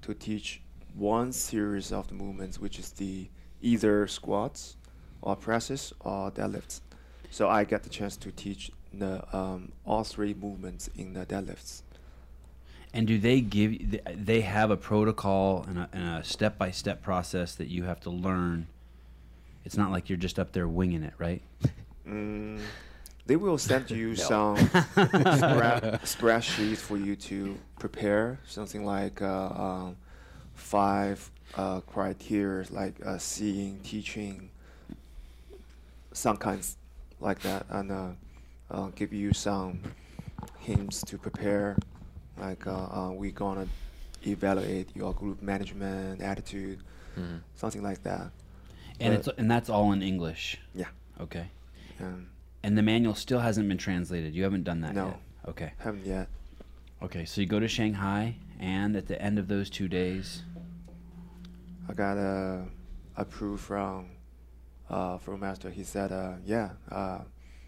Speaker 4: to teach one series of the movements, which is the either squats, or presses, or deadlifts. So I got the chance to teach the um, all three movements in the deadlifts.
Speaker 1: And do they give? th- They have a protocol and a, and a step-by-step process that you have to learn. It's not like you're just up there winging it, right?
Speaker 4: Mm, they will send you some spread, spreadsheets for you to prepare something like uh, um, five uh, criteria like uh, seeing, teaching, some kinds like that, and uh, uh, give you some hints to prepare. Like uh, uh, we're gonna evaluate your group management attitude, something like that.
Speaker 1: And
Speaker 4: Right.
Speaker 1: it's and that's all in English.
Speaker 4: Yeah.
Speaker 1: Okay.
Speaker 4: Um,
Speaker 1: And the manual still hasn't been translated. You haven't done that
Speaker 4: No.
Speaker 1: yet. Okay.
Speaker 4: haven't yet.
Speaker 1: Okay. So you go to Shanghai, and at the end of those two days,
Speaker 4: I got uh, approved from uh, from master. He said, uh, "Yeah, uh,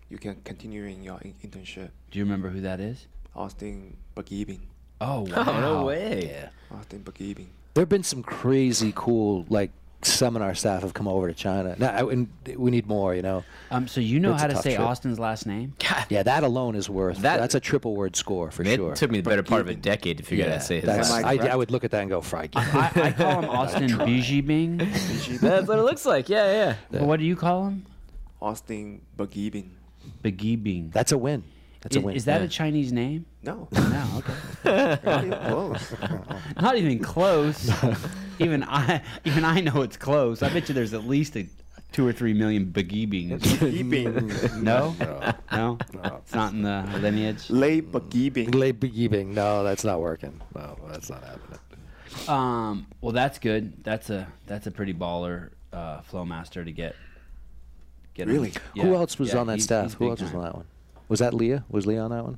Speaker 4: you can continue in your in- internship."
Speaker 1: do you remember who that is?
Speaker 4: Austin Bagibing.
Speaker 1: Oh wow!
Speaker 3: way.
Speaker 4: Austin Bagibing.
Speaker 2: There have been some crazy cool like seminar staff have come over to China. Now, I, and we need more, you know.
Speaker 1: Um. So you know
Speaker 2: That's
Speaker 1: how
Speaker 2: a
Speaker 1: to
Speaker 2: tough
Speaker 1: say
Speaker 2: trip.
Speaker 1: Austin's last name?
Speaker 2: Yeah, that alone is worth.
Speaker 3: That-
Speaker 2: that's a triple word score for
Speaker 3: It
Speaker 2: sure.
Speaker 3: took me the better part of a
Speaker 4: Forgiving.
Speaker 3: decade to figure out how
Speaker 2: yeah,
Speaker 3: to say his
Speaker 2: that's-
Speaker 3: last
Speaker 4: Am
Speaker 2: I,
Speaker 4: I
Speaker 2: I
Speaker 4: correct?
Speaker 2: would look at that and go, "Frank."
Speaker 1: I, I call him Austin Bijibing.
Speaker 3: That's what it looks like. Yeah, yeah.
Speaker 1: What do you call him?
Speaker 4: Austin Bagibing.
Speaker 1: Bagibing.
Speaker 2: That's a win. That's a
Speaker 1: Is-
Speaker 2: win.
Speaker 1: Is that
Speaker 3: yeah.
Speaker 1: a Chinese name?
Speaker 4: No.
Speaker 1: No, okay.
Speaker 4: Not even close.
Speaker 1: Not even close. even I, even I know it's close. I bet you there's at least a two or three million Bagibing.
Speaker 6: Beeping.
Speaker 1: No?
Speaker 6: No.
Speaker 1: No,
Speaker 6: No.
Speaker 1: it's not in the lineage.
Speaker 4: Lei Bagibing.
Speaker 6: Late beginning. No, that's not working. No, that's not happening.
Speaker 1: Um, well, that's good. That's a that's a pretty baller uh, flow master to get. get on.
Speaker 4: Really?
Speaker 1: Yeah,
Speaker 2: Who else was
Speaker 1: yeah,
Speaker 2: on that
Speaker 1: he's-
Speaker 2: staff?
Speaker 1: he's
Speaker 2: Who
Speaker 1: big
Speaker 2: else was
Speaker 1: time.
Speaker 2: on that one? Was that Leah? Was Leah on that one?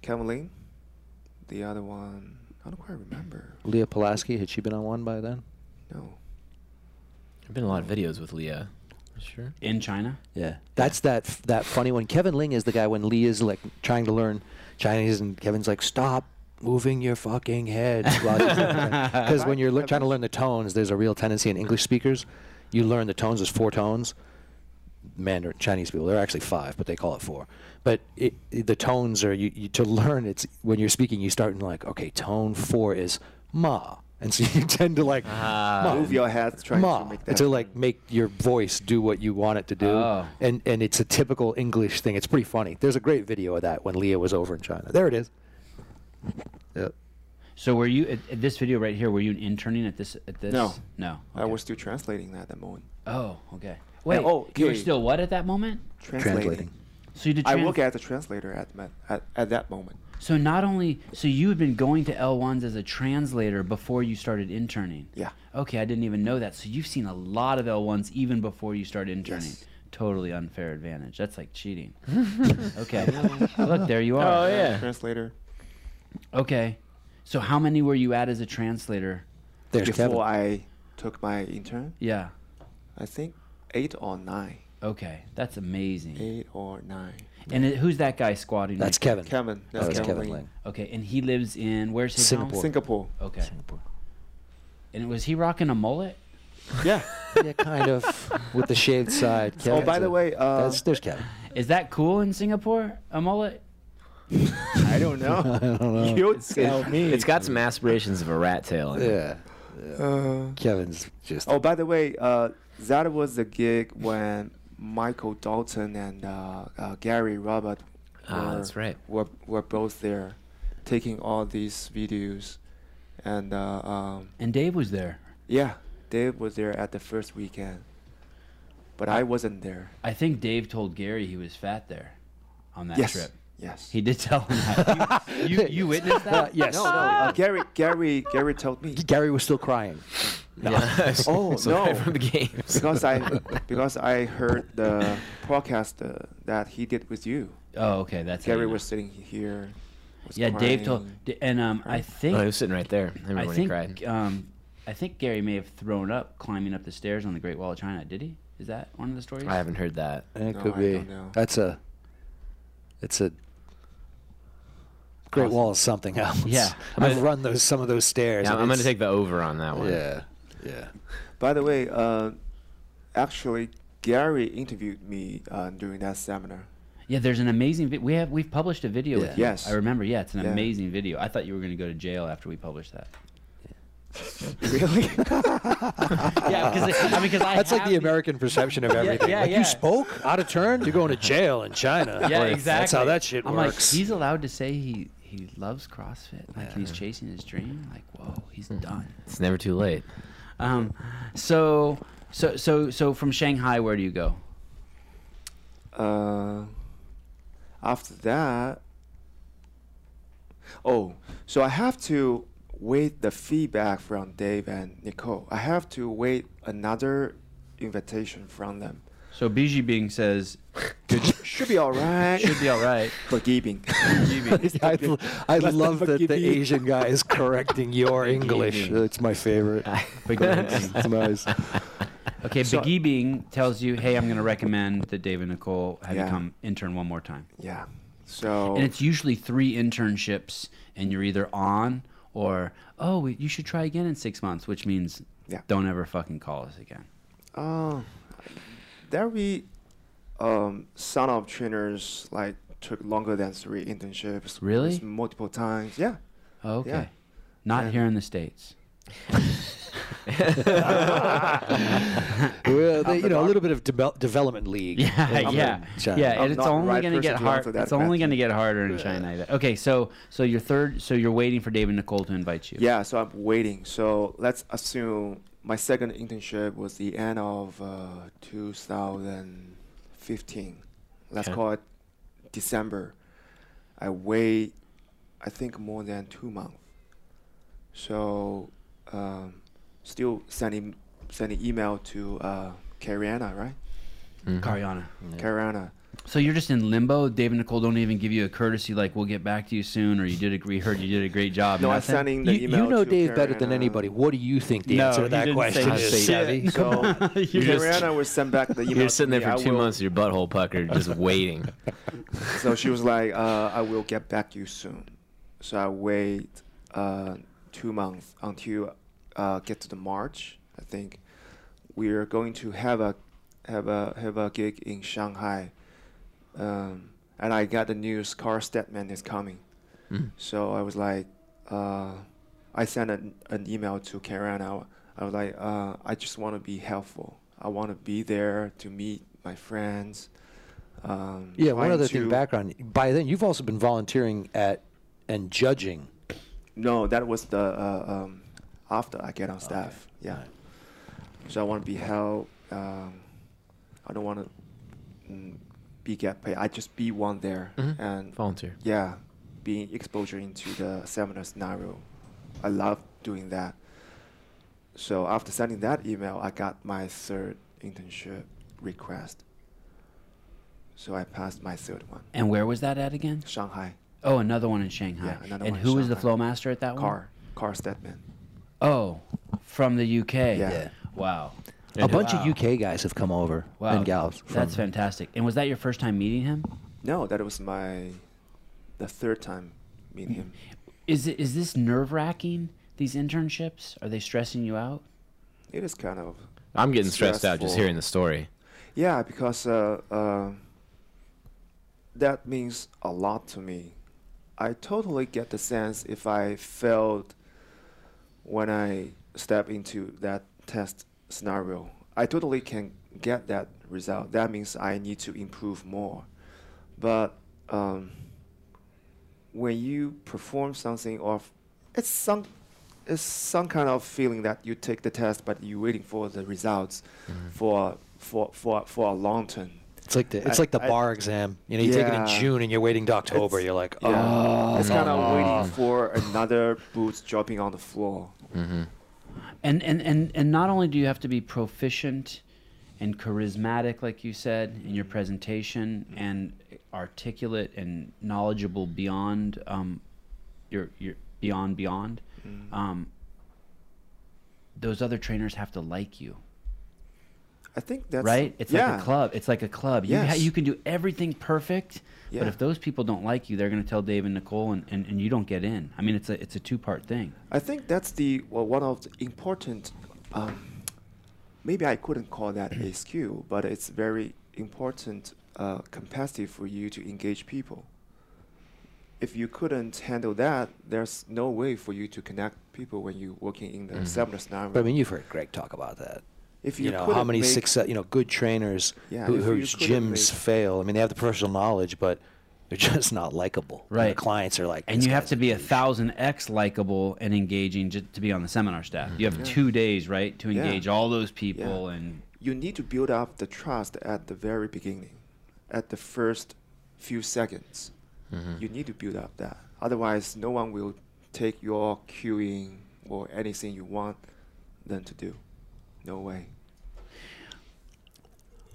Speaker 4: Kevin Lin. The other one, I don't quite remember.
Speaker 2: Leah Pulaski? Had she been on one by then?
Speaker 4: No.
Speaker 3: There've been a lot of videos with Leah. Sure.
Speaker 1: in China?
Speaker 2: Yeah, that's that f- that funny one. Kevin Ling is the guy when Lee is like trying to learn Chinese, and Kevin's like, "Stop moving your fucking head," because when you're le- trying to learn the tones, there's a real tendency in English speakers, you learn the tones. There's four tones. Mandarin Chinese people, there are actually five, but they call it four. But it, it- the tones are you, you to learn. It's when you're speaking, you start in like, okay, tone four is ma, and so you tend to like ma,
Speaker 4: Move your head, trying
Speaker 2: Ma,
Speaker 4: to make
Speaker 2: to,
Speaker 4: that.
Speaker 2: like make your voice do what you want it to do,
Speaker 1: Oh.
Speaker 2: and and it's a typical English thing. It's pretty funny. There's a great video of that when Leah was over in China. There it is. Yep.
Speaker 1: So were you at, at this video right here? Were you interning at this? At this?
Speaker 4: No.
Speaker 1: no.
Speaker 4: I
Speaker 2: Uh,
Speaker 1: okay.
Speaker 4: was still translating that at the moment.
Speaker 1: Oh, okay. Wait.
Speaker 4: oh,
Speaker 1: you were
Speaker 4: yeah.
Speaker 1: still what at that moment?
Speaker 2: Translating.
Speaker 1: So you did.
Speaker 4: I
Speaker 1: trans-
Speaker 4: work as a translator at, ma- at at that moment.
Speaker 1: So not only so you had been going to L1s as a translator before you started interning.
Speaker 4: Yeah.
Speaker 1: Okay, I didn't even know that. So you've seen a lot of L1s even before you started interning.
Speaker 4: Yes.
Speaker 1: Totally unfair advantage. That's like cheating. okay. Look, there you are.
Speaker 3: Oh, yeah.
Speaker 4: Uh, Translator. Oh.
Speaker 1: Okay. So how many were you at as a translator?
Speaker 2: There's Kevin.
Speaker 4: Before I took my intern,
Speaker 1: Yeah.
Speaker 4: I think eight or nine.
Speaker 1: Okay. That's amazing.
Speaker 4: Eight or nine.
Speaker 1: And it, who's that guy squatting?
Speaker 2: Oh, That's
Speaker 1: right
Speaker 2: Kevin.
Speaker 4: Kevin. That's
Speaker 2: That was
Speaker 4: Kevin
Speaker 2: Kevin
Speaker 4: Ling.
Speaker 2: Ling.
Speaker 1: there? Okay, and he lives in where's his
Speaker 2: Singapore.
Speaker 1: Home?
Speaker 4: Singapore.
Speaker 1: Okay. And was he rocking a mullet?
Speaker 4: Yeah.
Speaker 2: yeah, kind of with the shaved side.
Speaker 4: oh,
Speaker 2: Kevin's
Speaker 4: by the
Speaker 2: a-
Speaker 4: way, uh,
Speaker 2: that's, there's Kevin.
Speaker 1: Is that cool in Singapore? A mullet?
Speaker 4: I don't know.
Speaker 2: I don't know.
Speaker 4: you tell me.
Speaker 3: It's got some aspirations of a rat tail. In it.
Speaker 2: yeah,
Speaker 4: Uh,
Speaker 2: Kevin's just.
Speaker 4: oh, by the way, uh, that was the gig when Michael Dalton and uh, uh, Gary Robert
Speaker 3: Ah, that's right.
Speaker 4: were, were both there taking all these videos. And uh, um,
Speaker 1: And Dave was there.
Speaker 4: yeah, Dave was there at the first weekend. But
Speaker 3: Ah.
Speaker 4: I wasn't there.
Speaker 1: I think Dave told Gary he was fat there on that
Speaker 4: yes.
Speaker 1: trip.
Speaker 4: Yes.
Speaker 1: He did tell him that. You, you, you witnessed that?
Speaker 2: yes.
Speaker 4: no, no. Uh, Gary, Gary, Gary told me.
Speaker 2: Gary was still crying.
Speaker 3: Yeah.
Speaker 4: Oh,
Speaker 3: So right
Speaker 4: no.
Speaker 3: from the games.
Speaker 4: because I because I heard the podcast uh, that he did with you.
Speaker 1: Oh, okay. That's how you
Speaker 4: Gary
Speaker 1: know.
Speaker 4: was sitting here. was
Speaker 1: Yeah, Dave told.
Speaker 4: crying.
Speaker 1: D- And um, I think.
Speaker 3: No, Oh, he was sitting right there. I remember
Speaker 1: I
Speaker 3: when he cried.
Speaker 1: think. Um, I think Gary may have thrown up climbing up the stairs on the Great Wall of China. Did he? Is that one of the stories?
Speaker 3: I haven't heard that.
Speaker 2: It
Speaker 4: No,
Speaker 2: could
Speaker 4: I
Speaker 2: be.
Speaker 4: don't know.
Speaker 2: That's a. It's a. Great Wall is something else.
Speaker 1: Yeah.
Speaker 2: I've run those some of those stairs.
Speaker 3: Yeah,
Speaker 2: and
Speaker 3: I'm going to
Speaker 2: it's-
Speaker 3: take the over on that one.
Speaker 2: Yeah, yeah.
Speaker 4: By the way, uh, actually, Gary interviewed me uh, during that seminar.
Speaker 1: Yeah, there's an amazing. Vi- we have we've published a video with
Speaker 2: Yeah.
Speaker 1: him.
Speaker 4: Yes.
Speaker 1: I remember. Yeah, it's an
Speaker 4: Yeah.
Speaker 1: amazing video. I thought you were going to go to jail after we published that.
Speaker 4: really?
Speaker 1: yeah, because I mean, because I
Speaker 2: That's like
Speaker 1: have
Speaker 2: the American perception of everything.
Speaker 1: yeah,
Speaker 2: like
Speaker 1: yeah.
Speaker 2: You spoke out of turn. You're going to jail in China.
Speaker 1: Yeah,
Speaker 2: Like,
Speaker 1: exactly.
Speaker 2: That's how that shit
Speaker 1: I'm
Speaker 2: works.
Speaker 1: Like, he's allowed to say he he loves CrossFit. Like he's chasing his dream. Like whoa, he's
Speaker 3: Mm-hmm.
Speaker 1: done.
Speaker 3: It's never too late.
Speaker 1: Um, so so so so from Shanghai, where do you go?
Speaker 4: uh, after that, oh, so I have to wait the feedback from Dave and Nicole. I have to wait another invitation from them.
Speaker 1: So Biji Bing says
Speaker 4: Should be all right.
Speaker 1: should be all right.
Speaker 4: Forgiving.
Speaker 2: I, l- I
Speaker 4: Let
Speaker 2: love
Speaker 4: them
Speaker 2: that the
Speaker 4: forgive you.
Speaker 2: Asian guy is correcting your English. It's my favorite. It's nice.
Speaker 1: Okay,
Speaker 4: So-
Speaker 1: Biggie Bing tells you, "Hey, I'm going to recommend that Dave and Nicole have you
Speaker 4: Yeah. Oh.
Speaker 1: come intern one more time."
Speaker 4: yeah. So
Speaker 1: And it's usually three internships, and you're either on or oh, we, you should try again in six months, which means
Speaker 4: Yeah.
Speaker 1: don't ever fucking call us again.
Speaker 4: uh, there we um son of trainers like took longer than three internships.
Speaker 1: Really?
Speaker 4: It's Multiple times. Yeah.
Speaker 1: Okay.
Speaker 4: Yeah.
Speaker 1: Not
Speaker 4: Yeah.
Speaker 1: here in the States.
Speaker 2: Well, they, you know, a little bit of devel- development league.
Speaker 1: Yeah,
Speaker 2: in
Speaker 1: yeah,
Speaker 2: China.
Speaker 1: yeah.
Speaker 4: I'm
Speaker 1: And it's
Speaker 4: not the
Speaker 1: only
Speaker 4: right
Speaker 1: going to
Speaker 4: person
Speaker 1: get
Speaker 4: to
Speaker 1: hard.
Speaker 4: answer that
Speaker 1: It's only going to
Speaker 4: question.
Speaker 1: get harder in China. Okay, so so your third, so you're waiting for David Nicole to invite you.
Speaker 4: Yeah, so I'm waiting. So let's assume my second internship was the end of uh, 2015. Let's
Speaker 3: Okay.
Speaker 4: call it December. I wait, I think more than two months. So um, still sending sending email to uh, Kariana, right?
Speaker 1: Cariana.
Speaker 4: Kariana.
Speaker 1: So you're just in limbo. David Nicole don't even give you a courtesy like "We'll get back to you soon" or "You did a, we heard you did a great job."
Speaker 4: No, I'm
Speaker 1: Nothing?
Speaker 4: sending
Speaker 2: You,
Speaker 4: the
Speaker 2: you
Speaker 4: email.
Speaker 2: know
Speaker 4: to uh,
Speaker 2: Dave better than
Speaker 4: Kariana.
Speaker 2: anybody. What do you think the
Speaker 1: No,
Speaker 2: answer
Speaker 1: he
Speaker 2: to that
Speaker 1: didn't say
Speaker 2: question is?
Speaker 1: shit.
Speaker 2: Shit.
Speaker 4: So
Speaker 1: You
Speaker 3: just-
Speaker 4: Kariana will send back the email.
Speaker 3: You're
Speaker 4: to
Speaker 3: sitting there
Speaker 4: me.
Speaker 3: for
Speaker 4: I
Speaker 3: two
Speaker 4: will-
Speaker 3: months, your butthole puckered, just waiting.
Speaker 4: so she was like, uh, "I will get back to you soon." So I wait uh, two months until uh, get to the March. I think we are going to have a have a have a gig in Shanghai, um, and I got the news Carl Stedman is coming.
Speaker 2: Mm.
Speaker 4: So I was like, uh, I sent an, an email to Karen. I, wa- I was like, uh, I just want to be helpful. I want to be there to meet my friends. Um,
Speaker 2: Yeah, one
Speaker 4: trying
Speaker 2: other thing,
Speaker 4: to-
Speaker 2: background. By then, you've also been volunteering at and judging.
Speaker 4: No, that was the uh, um, after I get on staff. Yeah. So I want to be held. Um, I don't want to mm, be get paid. I just be one there and
Speaker 3: Volunteer.
Speaker 4: yeah, being exposure into the seminar scenario. I love doing that. So after sending that email, I got my third internship request. So I passed my third one.
Speaker 1: And where was that at again?
Speaker 4: Shanghai
Speaker 1: Oh, another one in Shanghai.
Speaker 4: Yeah, another
Speaker 1: and
Speaker 4: one in
Speaker 1: who was the
Speaker 4: Shanghai.
Speaker 1: flow master at that one?
Speaker 4: car car Stedman.
Speaker 1: Oh, from the UK.
Speaker 4: Yeah.
Speaker 1: Wow.
Speaker 2: a bunch
Speaker 1: Wow.
Speaker 2: of UK guys have come over
Speaker 1: Wow.
Speaker 2: and gals. from-
Speaker 1: That's fantastic. And was that your first time meeting him?
Speaker 4: No, that was my the third time meeting him.
Speaker 1: Is it is this nerve wracking? These internships are they stressing you out?
Speaker 4: It is kind of
Speaker 3: I'm getting stressed out just
Speaker 4: Stressful.
Speaker 3: hearing the story.
Speaker 4: yeah because uh, uh, that means a lot to me. I totally get the sense if I failed when I step into that test scenario. I totally can get that result. That means I need to improve more. But um, when you perform something of it's some it's some kind of feeling that you take the test but you're waiting for the results
Speaker 1: Mm-hmm.
Speaker 4: for for for for a long term.
Speaker 2: It's like the it's
Speaker 4: I-
Speaker 2: like the
Speaker 4: I-
Speaker 2: bar exam. You know, you take it in
Speaker 4: Yeah.
Speaker 2: June and you're waiting to October. You're like, oh,
Speaker 4: Yeah. it's kind of waiting for another boot dropping on the floor.
Speaker 1: And and and and not only do you have to be proficient and charismatic, like you said, in your presentation, and articulate and knowledgeable beyond um, your your beyond beyond.
Speaker 4: Mm.
Speaker 1: Um, those other trainers have to like you.
Speaker 4: I think that's
Speaker 1: right? It's
Speaker 4: yeah.
Speaker 1: like a club. It's like a club. You, ha-
Speaker 4: Yes.
Speaker 1: you can do everything perfect, but
Speaker 4: Yeah.
Speaker 1: if those people don't like you, they're going to tell Dave and Nicole, and, and, and you don't get in. I mean, it's a it's a two part thing.
Speaker 4: I think that's the well, one of the important. Um, maybe I couldn't call that a skill, but it's very important uh, capacity for you to engage people. If you couldn't handle that, there's no way for you to connect people when you're working in the seminar scenario.
Speaker 2: Mm-hmm. But I mean, you've heard Greg talk about that.
Speaker 4: if
Speaker 2: You, know how
Speaker 4: couldn't
Speaker 2: many
Speaker 4: make-
Speaker 2: success, you know, good trainers
Speaker 4: Yeah,
Speaker 2: who,
Speaker 4: if you
Speaker 2: whose
Speaker 4: couldn't
Speaker 2: gyms
Speaker 4: make-
Speaker 2: fail. I mean, they have the professional knowledge, but they're just not likable. And
Speaker 1: Right.
Speaker 2: the clients are like,
Speaker 1: And
Speaker 2: "This
Speaker 1: you have
Speaker 2: guy's
Speaker 1: to be a thousand x likable and engaging just to be on the seminar staff. You have two days, right, to
Speaker 4: Mm-hmm. Yeah.
Speaker 1: engage all those people, and
Speaker 4: you need to build up the trust at the very beginning, at the first few seconds.
Speaker 2: Mm-hmm. Mm.
Speaker 4: You need to build up that. Otherwise, no one will take your queuing or anything you want them to do. No way.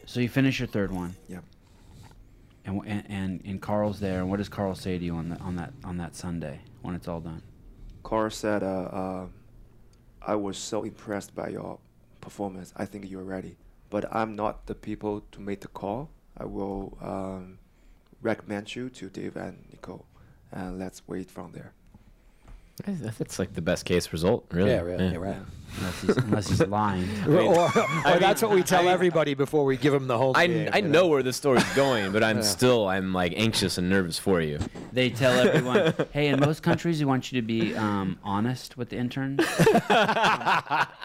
Speaker 1: so you finish your third one,
Speaker 4: Yep.
Speaker 1: and w- and and, and Carl's there. And what does Carl say to you on the, on that on that Sunday when it's all done?
Speaker 4: Carl said, uh, uh, I was so impressed by your performance. I think you're ready. But I'm not the people to make the call. I will um, recommend you to Dave and Nicole. And let's wait from there.
Speaker 3: That's like the best case result, really.
Speaker 2: Yeah, really, yeah. right.
Speaker 1: unless he's, unless he's lying.
Speaker 2: Or,
Speaker 3: mean-
Speaker 2: or, that's what we tell everybody before we give them the whole.
Speaker 3: I,
Speaker 2: gig,
Speaker 3: I
Speaker 2: you
Speaker 3: know where the story's going, but I'm still I'm like anxious and nervous for you.
Speaker 1: They tell everyone, hey, in most countries, we want you to be um, honest with the interns.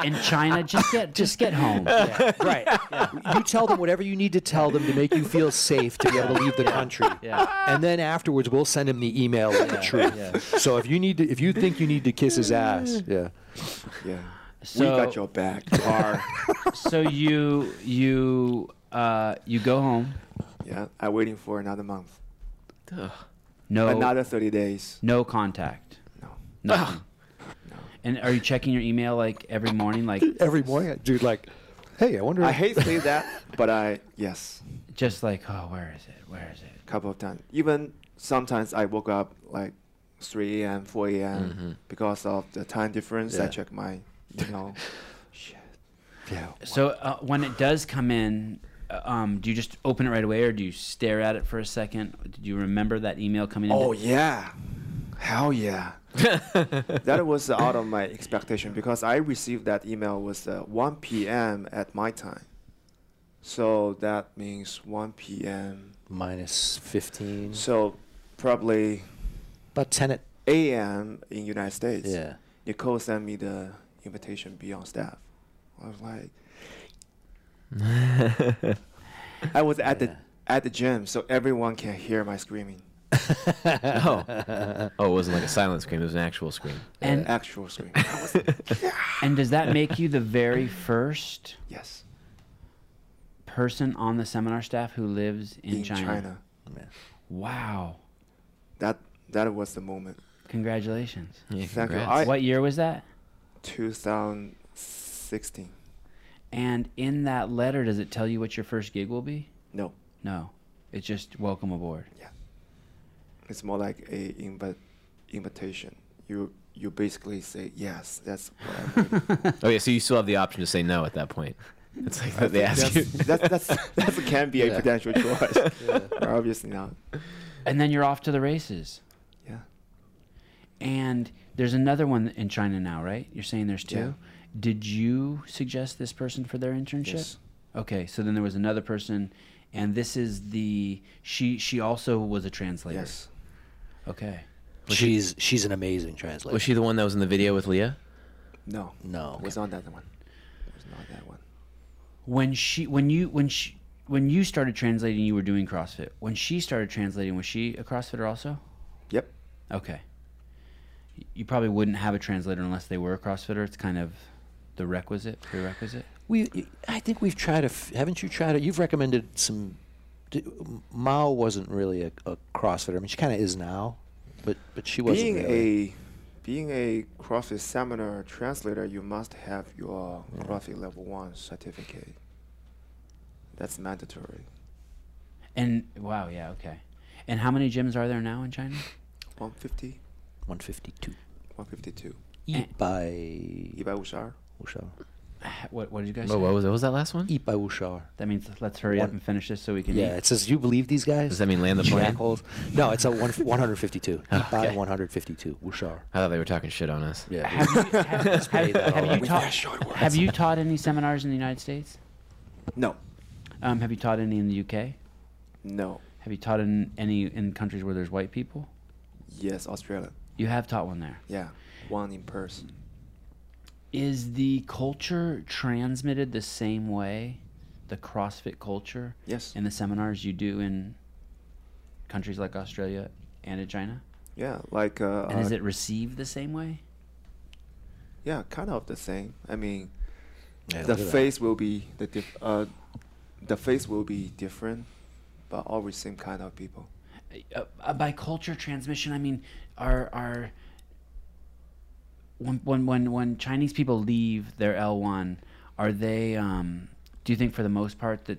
Speaker 1: in China, just get just get home.
Speaker 2: right? You tell them whatever you need to tell them to make you feel safe to be able to leave the country.
Speaker 1: Yeah.
Speaker 2: And then afterwards, we'll send him the email with the truth.
Speaker 1: yeah.
Speaker 2: So if you need to, if you think you need to kiss his ass, yeah.
Speaker 4: Yeah. we
Speaker 1: So-
Speaker 4: got your back.
Speaker 1: So you you uh, you go home.
Speaker 4: yeah. I'm waiting for another month.
Speaker 1: No
Speaker 4: Another 30 days.
Speaker 1: no contact.
Speaker 4: No.
Speaker 1: Nothing. And are you checking your email like every morning, like
Speaker 2: Every morning, dude, like, hey, I wonder.
Speaker 4: I hate saying that, but I, yes,
Speaker 1: just like oh where is it where is it?
Speaker 4: couple of times. Even sometimes I woke up like 3 a.m., 4 a.m. because of the time difference. I
Speaker 2: Mm-hmm. Yeah.
Speaker 4: check my, you know, shit. Yeah.
Speaker 1: So uh, when it does come in, uh, um, do you just open it right away, or do you stare at it for a second? Do you remember that email coming in?
Speaker 4: Oh yeah, hell yeah. that was out of my expectation because I received that email was uh, 1 p.m. at my time. So that means 1 p.m.
Speaker 2: minus fifteen,
Speaker 4: So probably
Speaker 2: about ten at
Speaker 4: 8 a.m. in United States.
Speaker 2: yeah.
Speaker 4: Nicole sent me the invitation be on staff. I was like, I was at the at the gym, so everyone can hear my screaming,
Speaker 3: Oh, oh, it wasn't like a silent scream; it was an actual scream.
Speaker 1: and
Speaker 4: actual screaming. I was-
Speaker 1: and does that make you the very first
Speaker 4: yes,
Speaker 1: person on the seminar staff who lives in,
Speaker 4: in China.
Speaker 1: Wow!
Speaker 4: That that was the moment.
Speaker 1: Congratulations.
Speaker 3: Yeah,
Speaker 4: Thank you.
Speaker 3: congrats.
Speaker 4: I-
Speaker 1: what year was that?
Speaker 4: 2016.
Speaker 1: And in that letter, does it tell you what your first gig will be?
Speaker 4: No,
Speaker 1: No, it's just welcome aboard.
Speaker 4: it's more like a invi- invitation. You you basically say yes. That's what I'm waiting for."
Speaker 3: oh yeah, so you still have the option to say no at that point. It's like
Speaker 4: I
Speaker 3: they
Speaker 4: think
Speaker 3: ask you.
Speaker 4: that's, That, that's that can be a
Speaker 2: Yeah.
Speaker 4: potential choice. Obviously not.
Speaker 1: And then you're off to the races.
Speaker 4: Yeah.
Speaker 1: And there's another one in China now, right? You're saying there's two.
Speaker 4: Yeah.
Speaker 1: Did you suggest this person for their internship?
Speaker 4: Yes.
Speaker 1: Okay, so then there was another person, and this is the she. She also was a translator.
Speaker 4: Yes.
Speaker 1: Okay.
Speaker 2: She's she's an amazing translator.
Speaker 3: Was she the one that was in the video with Leah?
Speaker 4: No.
Speaker 2: No.
Speaker 4: Was not that one. Was not that one.
Speaker 1: When she, when you, when she, when you started translating, you were doing CrossFit. When she started translating, was she a CrossFitter also?
Speaker 4: Yep.
Speaker 1: Okay. You probably wouldn't have a translator unless they were a CrossFitter. It's kind of the requisite, prerequisite.
Speaker 2: We, I think we've tried a. f- Haven't you tried it? You've recommended some. di- Mao wasn't really a, a CrossFitter. I mean, she kind of is now, but but she wasn't.
Speaker 4: Being
Speaker 2: really.
Speaker 4: a being a CrossFit seminar translator, you must have your CrossFit level one certificate. That's mandatory.
Speaker 1: And wow, yeah, okay. And how many gyms are there now in China?
Speaker 4: 150,
Speaker 2: 152.
Speaker 4: 152.
Speaker 1: Eh.
Speaker 2: Eat by
Speaker 4: 152.
Speaker 2: Wushar.
Speaker 1: What What did you guys
Speaker 3: Oh,
Speaker 1: say?
Speaker 3: what was, what was that last one?
Speaker 2: Eat by Wushar.
Speaker 1: That means let's hurry up
Speaker 2: One-
Speaker 1: and finish this so we can.
Speaker 2: Yeah,
Speaker 1: eat.
Speaker 2: it says, you believe these guys?
Speaker 3: Does that mean land the plane?
Speaker 2: Jackholes. No, it's a one, 152. Eat by
Speaker 3: Okay.
Speaker 2: 152. Wushar.
Speaker 3: I thought they were talking shit on us.
Speaker 2: Yeah.
Speaker 1: Have you, have, have-
Speaker 2: that
Speaker 1: have
Speaker 2: all
Speaker 1: you
Speaker 2: up.
Speaker 1: taught? Have you taught any seminars in the United States?
Speaker 4: No.
Speaker 1: Um, have you taught any in the UK?
Speaker 4: No.
Speaker 1: Have you taught in any in countries where there's white people?
Speaker 4: Yes, Australia.
Speaker 1: You have taught one there.
Speaker 4: Yeah. One in person.
Speaker 1: Is the culture transmitted the same way, the CrossFit culture,
Speaker 4: Yes.
Speaker 1: in the seminars you do in countries like Australia and in China?
Speaker 4: yeah, like uh,
Speaker 1: And is
Speaker 4: uh,
Speaker 1: it received the same way?
Speaker 4: yeah, kind of the same. I mean,
Speaker 2: Yeah,
Speaker 4: the
Speaker 2: look at that.
Speaker 4: face will be the diff- uh, the face will be different, but always same kind of people.
Speaker 1: Uh, uh, by culture transmission, I mean are are when when when when Chinese people leave their L one, are they? Um, do you think for the most part that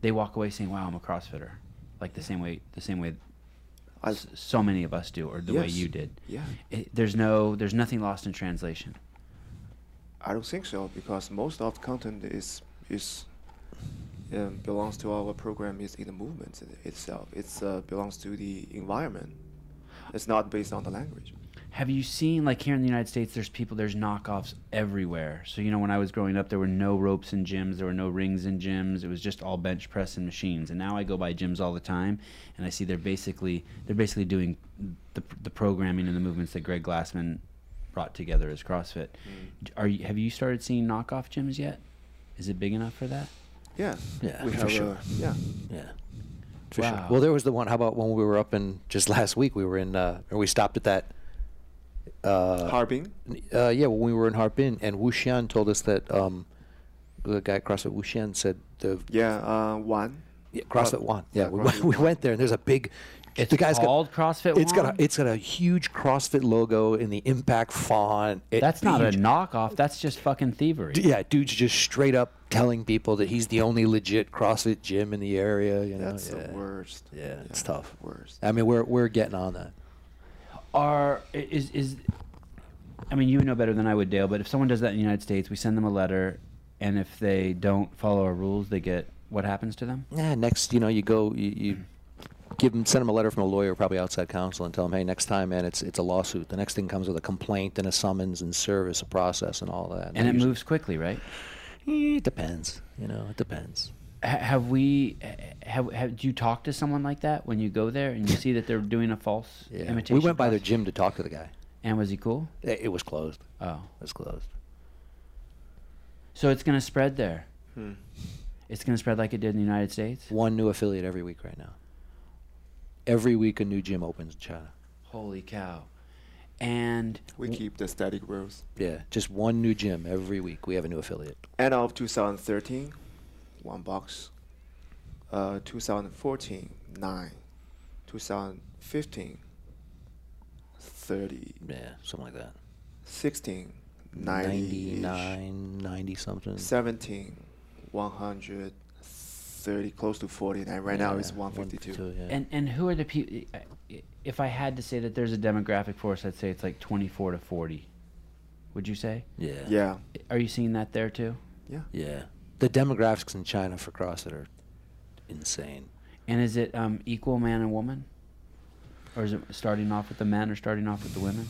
Speaker 1: they walk away saying, "Wow, I'm a CrossFitter," like the same way the same way
Speaker 4: I,
Speaker 1: s- so many of us do, or the way
Speaker 4: Yes.
Speaker 1: you did.
Speaker 4: yeah,
Speaker 1: It, there's no there's nothing lost in translation.
Speaker 4: I don't think so because most of the content is is um, belongs to our program is in the movement i- itself. It's uh, belongs to the environment. It's not based on the language.
Speaker 1: Have you seen like here in the United States? There's people. There's knockoffs everywhere. So you know, when I was growing up, there were no ropes in gyms. There were no rings in gyms. It was just all bench press and machines. And now I go by gyms all the time, and I see they're basically they're basically doing the the programming and the movements that Greg Glassman brought together as CrossFit.
Speaker 2: Mm.
Speaker 1: Are you, have you started seeing knockoff gyms yet? Is it big enough for that?
Speaker 4: Yeah.
Speaker 2: Yeah,
Speaker 4: We
Speaker 2: for
Speaker 4: have
Speaker 2: sure.
Speaker 4: a, yeah.
Speaker 2: Yeah. For
Speaker 1: Wow.
Speaker 2: sure. Well, there was the one. How about when we were up in just last week? We were in, uh, or we stopped at that. Uh,
Speaker 4: Harbin.
Speaker 2: uh, yeah, when we were in Harbin, and Wuxian told us that um, the guy at CrossFit Wuxian said the
Speaker 4: Yeah, uh, one.
Speaker 2: yeah, CrossFit One. Yeah, we,
Speaker 4: CrossFit
Speaker 2: went- we
Speaker 4: One.
Speaker 2: went there, and there's a big. It's the guy's
Speaker 1: called
Speaker 2: got,
Speaker 1: CrossFit
Speaker 2: It's got
Speaker 1: One?
Speaker 2: a, it's got a huge CrossFit logo in the impact font. It-
Speaker 1: That's not a
Speaker 2: huge-
Speaker 1: knockoff. That's just fucking thievery.
Speaker 2: D- Yeah, dude's just straight up telling people that he's the only legit CrossFit gym in the area. You know,
Speaker 4: That's
Speaker 2: yeah.
Speaker 4: the worst.
Speaker 2: Yeah, it's tough.
Speaker 4: Worst.
Speaker 2: I mean, we're we're getting on that.
Speaker 1: are is is I mean you know better than I would Dale, but if someone does that in the United States, we send them a letter and if they don't follow our rules, they get what happens to them?
Speaker 2: Yeah, next, you know, you go, you, you give them, send them a letter from a lawyer, probably outside counsel, and tell them, hey, next time, man, it's it's a lawsuit. The next thing comes with a complaint and a summons and service, a process, and all that.
Speaker 1: And it
Speaker 2: usually-
Speaker 1: moves quickly, right?
Speaker 2: Eh, It depends, you know, it depends.
Speaker 1: H- have we have, have do you talk to someone like that when you go there and you see that they're doing a false
Speaker 2: Yeah,
Speaker 1: imitation?
Speaker 2: we went by their
Speaker 1: the
Speaker 2: gym to talk to the guy.
Speaker 1: and was he cool?
Speaker 2: It, it was closed.
Speaker 1: Oh,
Speaker 2: It was closed.
Speaker 1: so it's gonna spread there.
Speaker 2: Hmm.
Speaker 1: It's gonna spread like it did in the United States.
Speaker 2: One new affiliate every week right now. Every week a new gym opens in China.
Speaker 1: Holy cow! And
Speaker 4: We
Speaker 2: Mm.
Speaker 4: keep the static rules.
Speaker 2: Yeah, just one new gym every week. We have a new affiliate.
Speaker 4: End of 2013, one box. Uh, 2014, nine. 2015, 30.
Speaker 2: Yeah, something like that.
Speaker 4: 16, 90 -ish.
Speaker 2: 99, 90 something.
Speaker 4: 17, 130, close to 40. And right now it's 152.
Speaker 2: yeah.
Speaker 1: And and who are the people? If I had to say that there's a demographic for us, I'd say it's like 24 to 40. Would you say?
Speaker 2: yeah.
Speaker 4: Yeah.
Speaker 1: Are you seeing that there too?
Speaker 4: Yeah.
Speaker 2: Yeah. The demographics in China for CrossFit are insane.
Speaker 1: And is it um, equal man and woman, or is it starting off with the men or starting off with the women?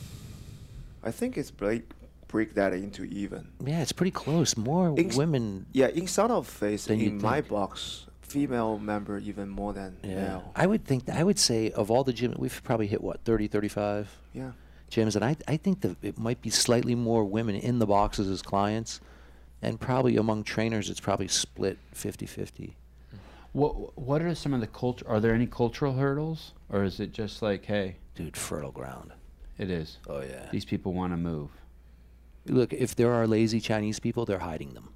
Speaker 4: I think it's break, break that into even.
Speaker 2: Yeah, it's pretty close. More
Speaker 4: Inks-
Speaker 2: women.
Speaker 4: Yeah, in Son of Face,
Speaker 2: Then
Speaker 4: in
Speaker 2: you
Speaker 4: my
Speaker 2: think.
Speaker 4: box, female member even more than
Speaker 2: Yeah.
Speaker 4: male.
Speaker 2: I would think, I would say of all the gyms, we've probably hit what, 30, 35
Speaker 4: yeah.
Speaker 2: gyms. And I, I think that it might be slightly more women in the boxes as clients. And probably among trainers, it's probably split 50 50.
Speaker 1: What What are some of the culture? Are there any cultural hurdles, or is it just like, hey,
Speaker 2: Dude, fertile ground.
Speaker 1: it is?
Speaker 2: Oh, yeah.
Speaker 1: These people want to move.
Speaker 2: Look, if there are lazy Chinese people, they're hiding them.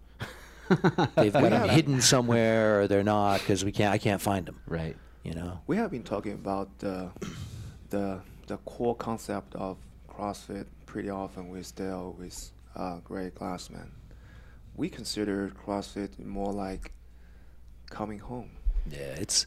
Speaker 2: They've got them
Speaker 4: have-
Speaker 2: hidden somewhere, or they're not, because we can't. I can't find them.
Speaker 1: Right.
Speaker 2: You know.
Speaker 4: We have been talking about the the the core concept of CrossFit pretty often with Dale with uh, Greg Glassman. We consider CrossFit more like coming home.
Speaker 2: Yeah, it's.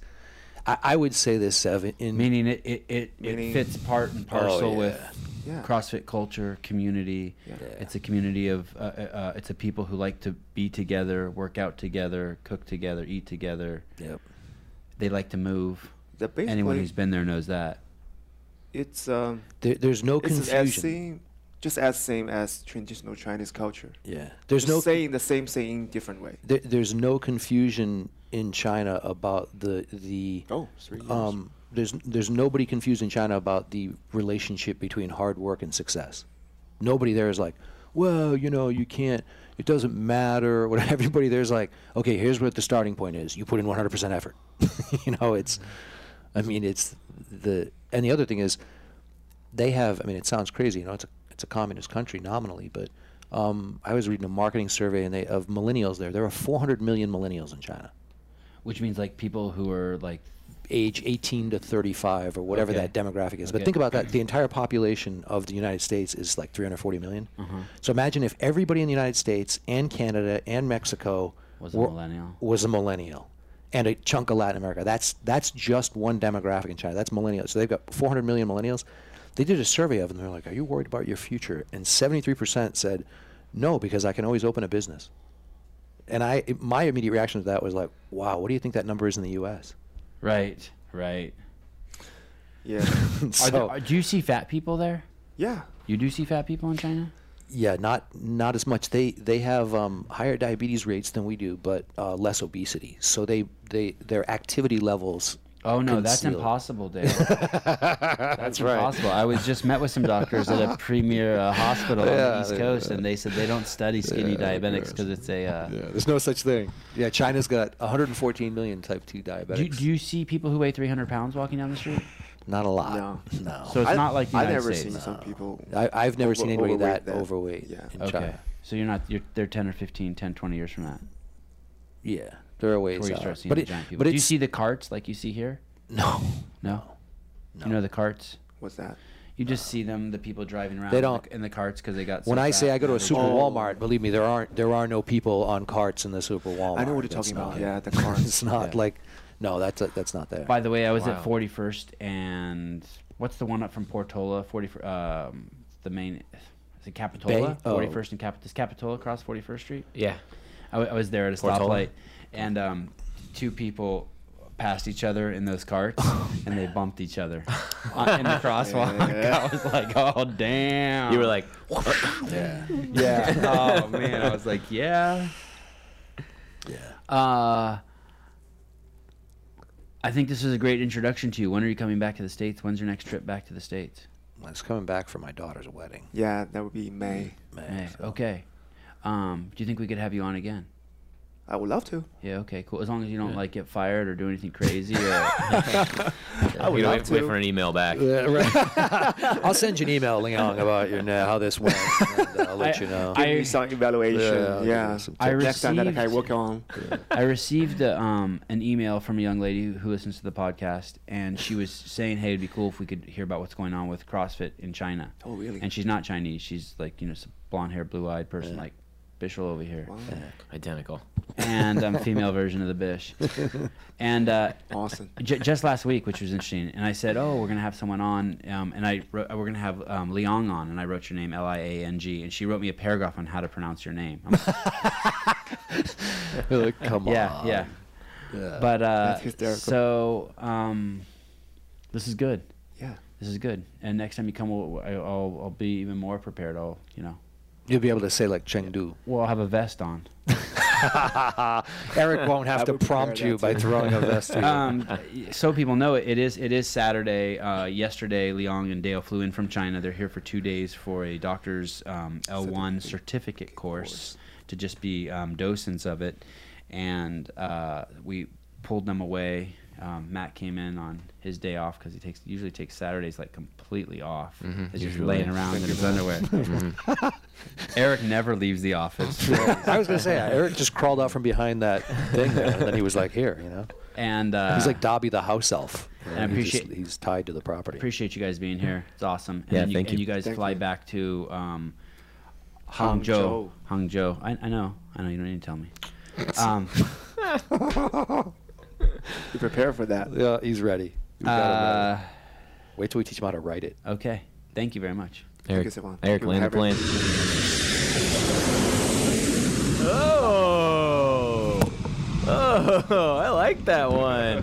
Speaker 2: I, I would say this, Seven. In
Speaker 1: Meaning it it, it, it
Speaker 4: Mm. Meaning- Oh,
Speaker 1: fits part and parcel
Speaker 2: yeah.
Speaker 1: with
Speaker 4: Yeah.
Speaker 1: CrossFit culture, community.
Speaker 4: Yeah. Yeah.
Speaker 1: It's a community of uh, uh, uh, it's a people who like to be together, work out together, cook together, eat together.
Speaker 2: Yep.
Speaker 1: They like to move.
Speaker 4: The basically
Speaker 1: Anyone who's been there knows that.
Speaker 4: it's um
Speaker 2: There, there's no
Speaker 4: it's as
Speaker 2: confusion.
Speaker 4: same just as same as traditional Chinese culture.
Speaker 2: Yeah. There's
Speaker 4: Just
Speaker 2: no.
Speaker 4: saying the same thing in different way.
Speaker 2: There, there's no confusion in China about the the.
Speaker 4: Oh, three years.
Speaker 2: Um. There's there's nobody confused in China about the relationship between hard work and success. Nobody there is like, well, you know, you can't. It doesn't matter. What everybody there's like, okay, here's what the starting point is. You put in 100% effort. you know, it's. I mean, it's the and the other thing is, they have. I mean, it sounds crazy. You know, it's a it's a communist country nominally, but um, I was reading a marketing survey and they of millennials there. There are 400 million millennials in China,
Speaker 1: Which means like people who are like
Speaker 2: age 18 to 35 or whatever
Speaker 1: Okay.
Speaker 2: that demographic is.
Speaker 1: Okay.
Speaker 2: But think about that. The entire population of the United States is like 340 million.
Speaker 1: Mm-hmm.
Speaker 2: So imagine if everybody in the United States and Canada and Mexico
Speaker 1: Was a
Speaker 2: were-
Speaker 1: millennial.
Speaker 2: Was a millennial. And a chunk of Latin America. That's that's just one demographic in China. That's millennials. So they've got 400 million millennials. They did a survey of them. They're like, "Are you worried about your future?" And 73% said, "No, because I can always open a business." And I, my immediate reaction to that was like, "Wow, what do you think that number is in the U.S.?"
Speaker 1: right, right.
Speaker 4: yeah.
Speaker 1: Are there,
Speaker 2: so
Speaker 1: are, do you see fat people there?
Speaker 4: Yeah.
Speaker 1: You do see fat people in China?
Speaker 2: Yeah, not not as much. They they have um, higher diabetes rates than we do, but uh, less obesity. So they they their activity levels.
Speaker 1: Oh no, that's
Speaker 2: conceal it.
Speaker 1: impossible, Dave. that's
Speaker 6: That's right.
Speaker 1: impossible. I was just met with some doctors at a premier uh, hospital on the
Speaker 6: Yeah,
Speaker 1: East
Speaker 6: they-
Speaker 1: Coast, and they said they don't study skinny
Speaker 6: Yeah,
Speaker 1: diabetics
Speaker 6: gross.
Speaker 1: because it's a. Uh,
Speaker 6: Yeah, there's no such thing.
Speaker 2: Yeah, China's got 114 million type two diabetics.
Speaker 1: do, do you see people who weigh 300 pounds walking down the street?
Speaker 2: not a lot.
Speaker 4: No.
Speaker 2: no.
Speaker 1: So it's
Speaker 4: I-
Speaker 1: not like the
Speaker 4: I
Speaker 1: United
Speaker 4: never
Speaker 1: States.
Speaker 4: seen some people.
Speaker 2: I, I've never seen
Speaker 4: over-
Speaker 2: anybody that,
Speaker 4: overweight
Speaker 2: overweight
Speaker 4: Yeah.
Speaker 2: in
Speaker 1: Okay,
Speaker 2: China.
Speaker 1: so you're not. You're they're 10 or 15, 10, 20 years from that.
Speaker 2: Yeah, there are ways
Speaker 1: Before you
Speaker 2: out.
Speaker 1: start seeing
Speaker 2: but
Speaker 1: the
Speaker 2: it-
Speaker 1: giant people.
Speaker 2: but
Speaker 1: Do you
Speaker 2: it's-
Speaker 1: see the carts like you see here?
Speaker 2: no,
Speaker 1: No. You know the carts?
Speaker 4: What's that?
Speaker 1: You just see them, the people driving around
Speaker 2: They
Speaker 1: in the-
Speaker 2: don't-
Speaker 1: in the carts because they got. so
Speaker 2: When I
Speaker 1: fat Oh.
Speaker 2: say I go to a
Speaker 1: and they
Speaker 2: super
Speaker 1: just-
Speaker 2: Walmart, believe me, there aren't there are no people on carts in the super Walmart.
Speaker 4: I know what you're
Speaker 2: That's
Speaker 4: talking about.
Speaker 2: not-
Speaker 4: Yeah, the cars.
Speaker 2: it's not
Speaker 1: Yeah.
Speaker 2: like, no, that's that's not there.
Speaker 1: By the way, I was
Speaker 5: Wow.
Speaker 1: at 41st and what's the one up from Portola? 40, um, the main, is it Capitola?
Speaker 2: Bay? Oh.
Speaker 1: 41st and Cap. Does Capitola cross 41st Street?
Speaker 3: Yeah.
Speaker 1: I, w- I was there at a
Speaker 3: Portola?
Speaker 1: stoplight, and um, two people passed each other in those carts, and they bumped each other on- in the crosswalk.
Speaker 4: Yeah.
Speaker 1: I was like, "Oh damn!"
Speaker 3: You were like,
Speaker 2: yeah,
Speaker 1: "Yeah." oh man, I was like, "Yeah."
Speaker 2: yeah.
Speaker 1: Uh, I think this is a great introduction to you. When are you coming back to the states? When's your next trip back to the states?
Speaker 2: I was coming back for my daughter's wedding.
Speaker 4: Yeah, that would be May.
Speaker 1: Hey, Eh, okay. Um, do you think we could have you on again?
Speaker 4: I would love to.
Speaker 1: Yeah. Okay. Cool. As long as you don't like get fired or do anything crazy. Or,
Speaker 4: I would
Speaker 3: you know,
Speaker 4: love
Speaker 3: wait,
Speaker 4: to.
Speaker 3: wait for an email back.
Speaker 2: I'll send you an email, Ling Hong, about your how this went. And, uh, I'll let
Speaker 1: I-
Speaker 2: you know.
Speaker 1: I-
Speaker 4: Give me some evaluation.
Speaker 6: Yeah,
Speaker 4: Yeah.
Speaker 6: I'll give you some
Speaker 1: I
Speaker 4: Next time that I can
Speaker 1: received-
Speaker 4: work on.
Speaker 1: I received a, um, an email from a young lady who listens to the podcast, and she was saying, "Hey, it'd be cool if we could hear about what's going on with CrossFit in China."
Speaker 4: Oh, really?
Speaker 1: And she's not Chinese. She's like you know, some blonde-haired, blue-eyed person, like Bishel over here.
Speaker 4: Wow.
Speaker 3: Identical.
Speaker 1: and um, female version of the Bish. And uh,
Speaker 4: Awesome.
Speaker 1: j- just last week, which was interesting, and I said, "Oh, we're gonna have someone on," um, and I wrote, we're gonna have um, Liang on, and I wrote your name L I A N G, and she wrote me a paragraph on how to pronounce your name. I'm like,
Speaker 2: Like, Come
Speaker 1: yeah,
Speaker 2: on.
Speaker 1: yeah.
Speaker 2: Yeah.
Speaker 1: But uh,
Speaker 4: That's hysterical.
Speaker 1: so um, this is good.
Speaker 4: Yeah.
Speaker 1: This is good. And next time you come, we'll, I- I'll I'll be even more prepared. I'll you know,
Speaker 2: You'll be able to say like Chengdu.
Speaker 1: well, I'll have a vest on.
Speaker 2: Eric won't have
Speaker 4: I
Speaker 2: to
Speaker 4: would prepare
Speaker 2: prompt you
Speaker 4: that
Speaker 2: by
Speaker 4: too.
Speaker 2: throwing a vest. to you.
Speaker 1: um, so people know it, it is it is Saturday. Uh, yesterday, Liang and Dale flew in from China. They're here for two days for a doctor's um, L1 certificate course to just be um, docents of it, and uh, we pulled them away. Um, Matt came in on his day off because he takes usually takes Saturdays like completely off. He's just laying around in Mm-hmm. his underwear. Mm-hmm. Eric never leaves the office.
Speaker 2: I was gonna say Eric just crawled out from behind that thing there, and then he was like, "Here," you know.
Speaker 1: And uh,
Speaker 2: He's like Dobby the house elf. you know,
Speaker 1: And I
Speaker 2: he just-
Speaker 1: appreciate-
Speaker 2: he's tied to the property.
Speaker 1: appreciate you guys being here. It's awesome. And
Speaker 3: Yeah,
Speaker 1: then you,
Speaker 3: thank
Speaker 1: And
Speaker 3: you.
Speaker 1: you guys
Speaker 4: Thank
Speaker 1: fly
Speaker 4: you.
Speaker 1: back to um,
Speaker 4: Hangzhou.
Speaker 1: Hangzhou. Hangzhou. I, I know. I know. You don't need to tell me. Um,
Speaker 4: You prepare for that.
Speaker 2: yeah, he's ready. We've got him
Speaker 1: uh,
Speaker 2: ready. Wait till we teach him how to write it.
Speaker 1: okay. Thank you very much.
Speaker 3: Eric,
Speaker 4: it's the one.
Speaker 3: Eric
Speaker 4: We'll
Speaker 3: land the
Speaker 4: have it.
Speaker 3: plane. Oh. Oh, I like that one.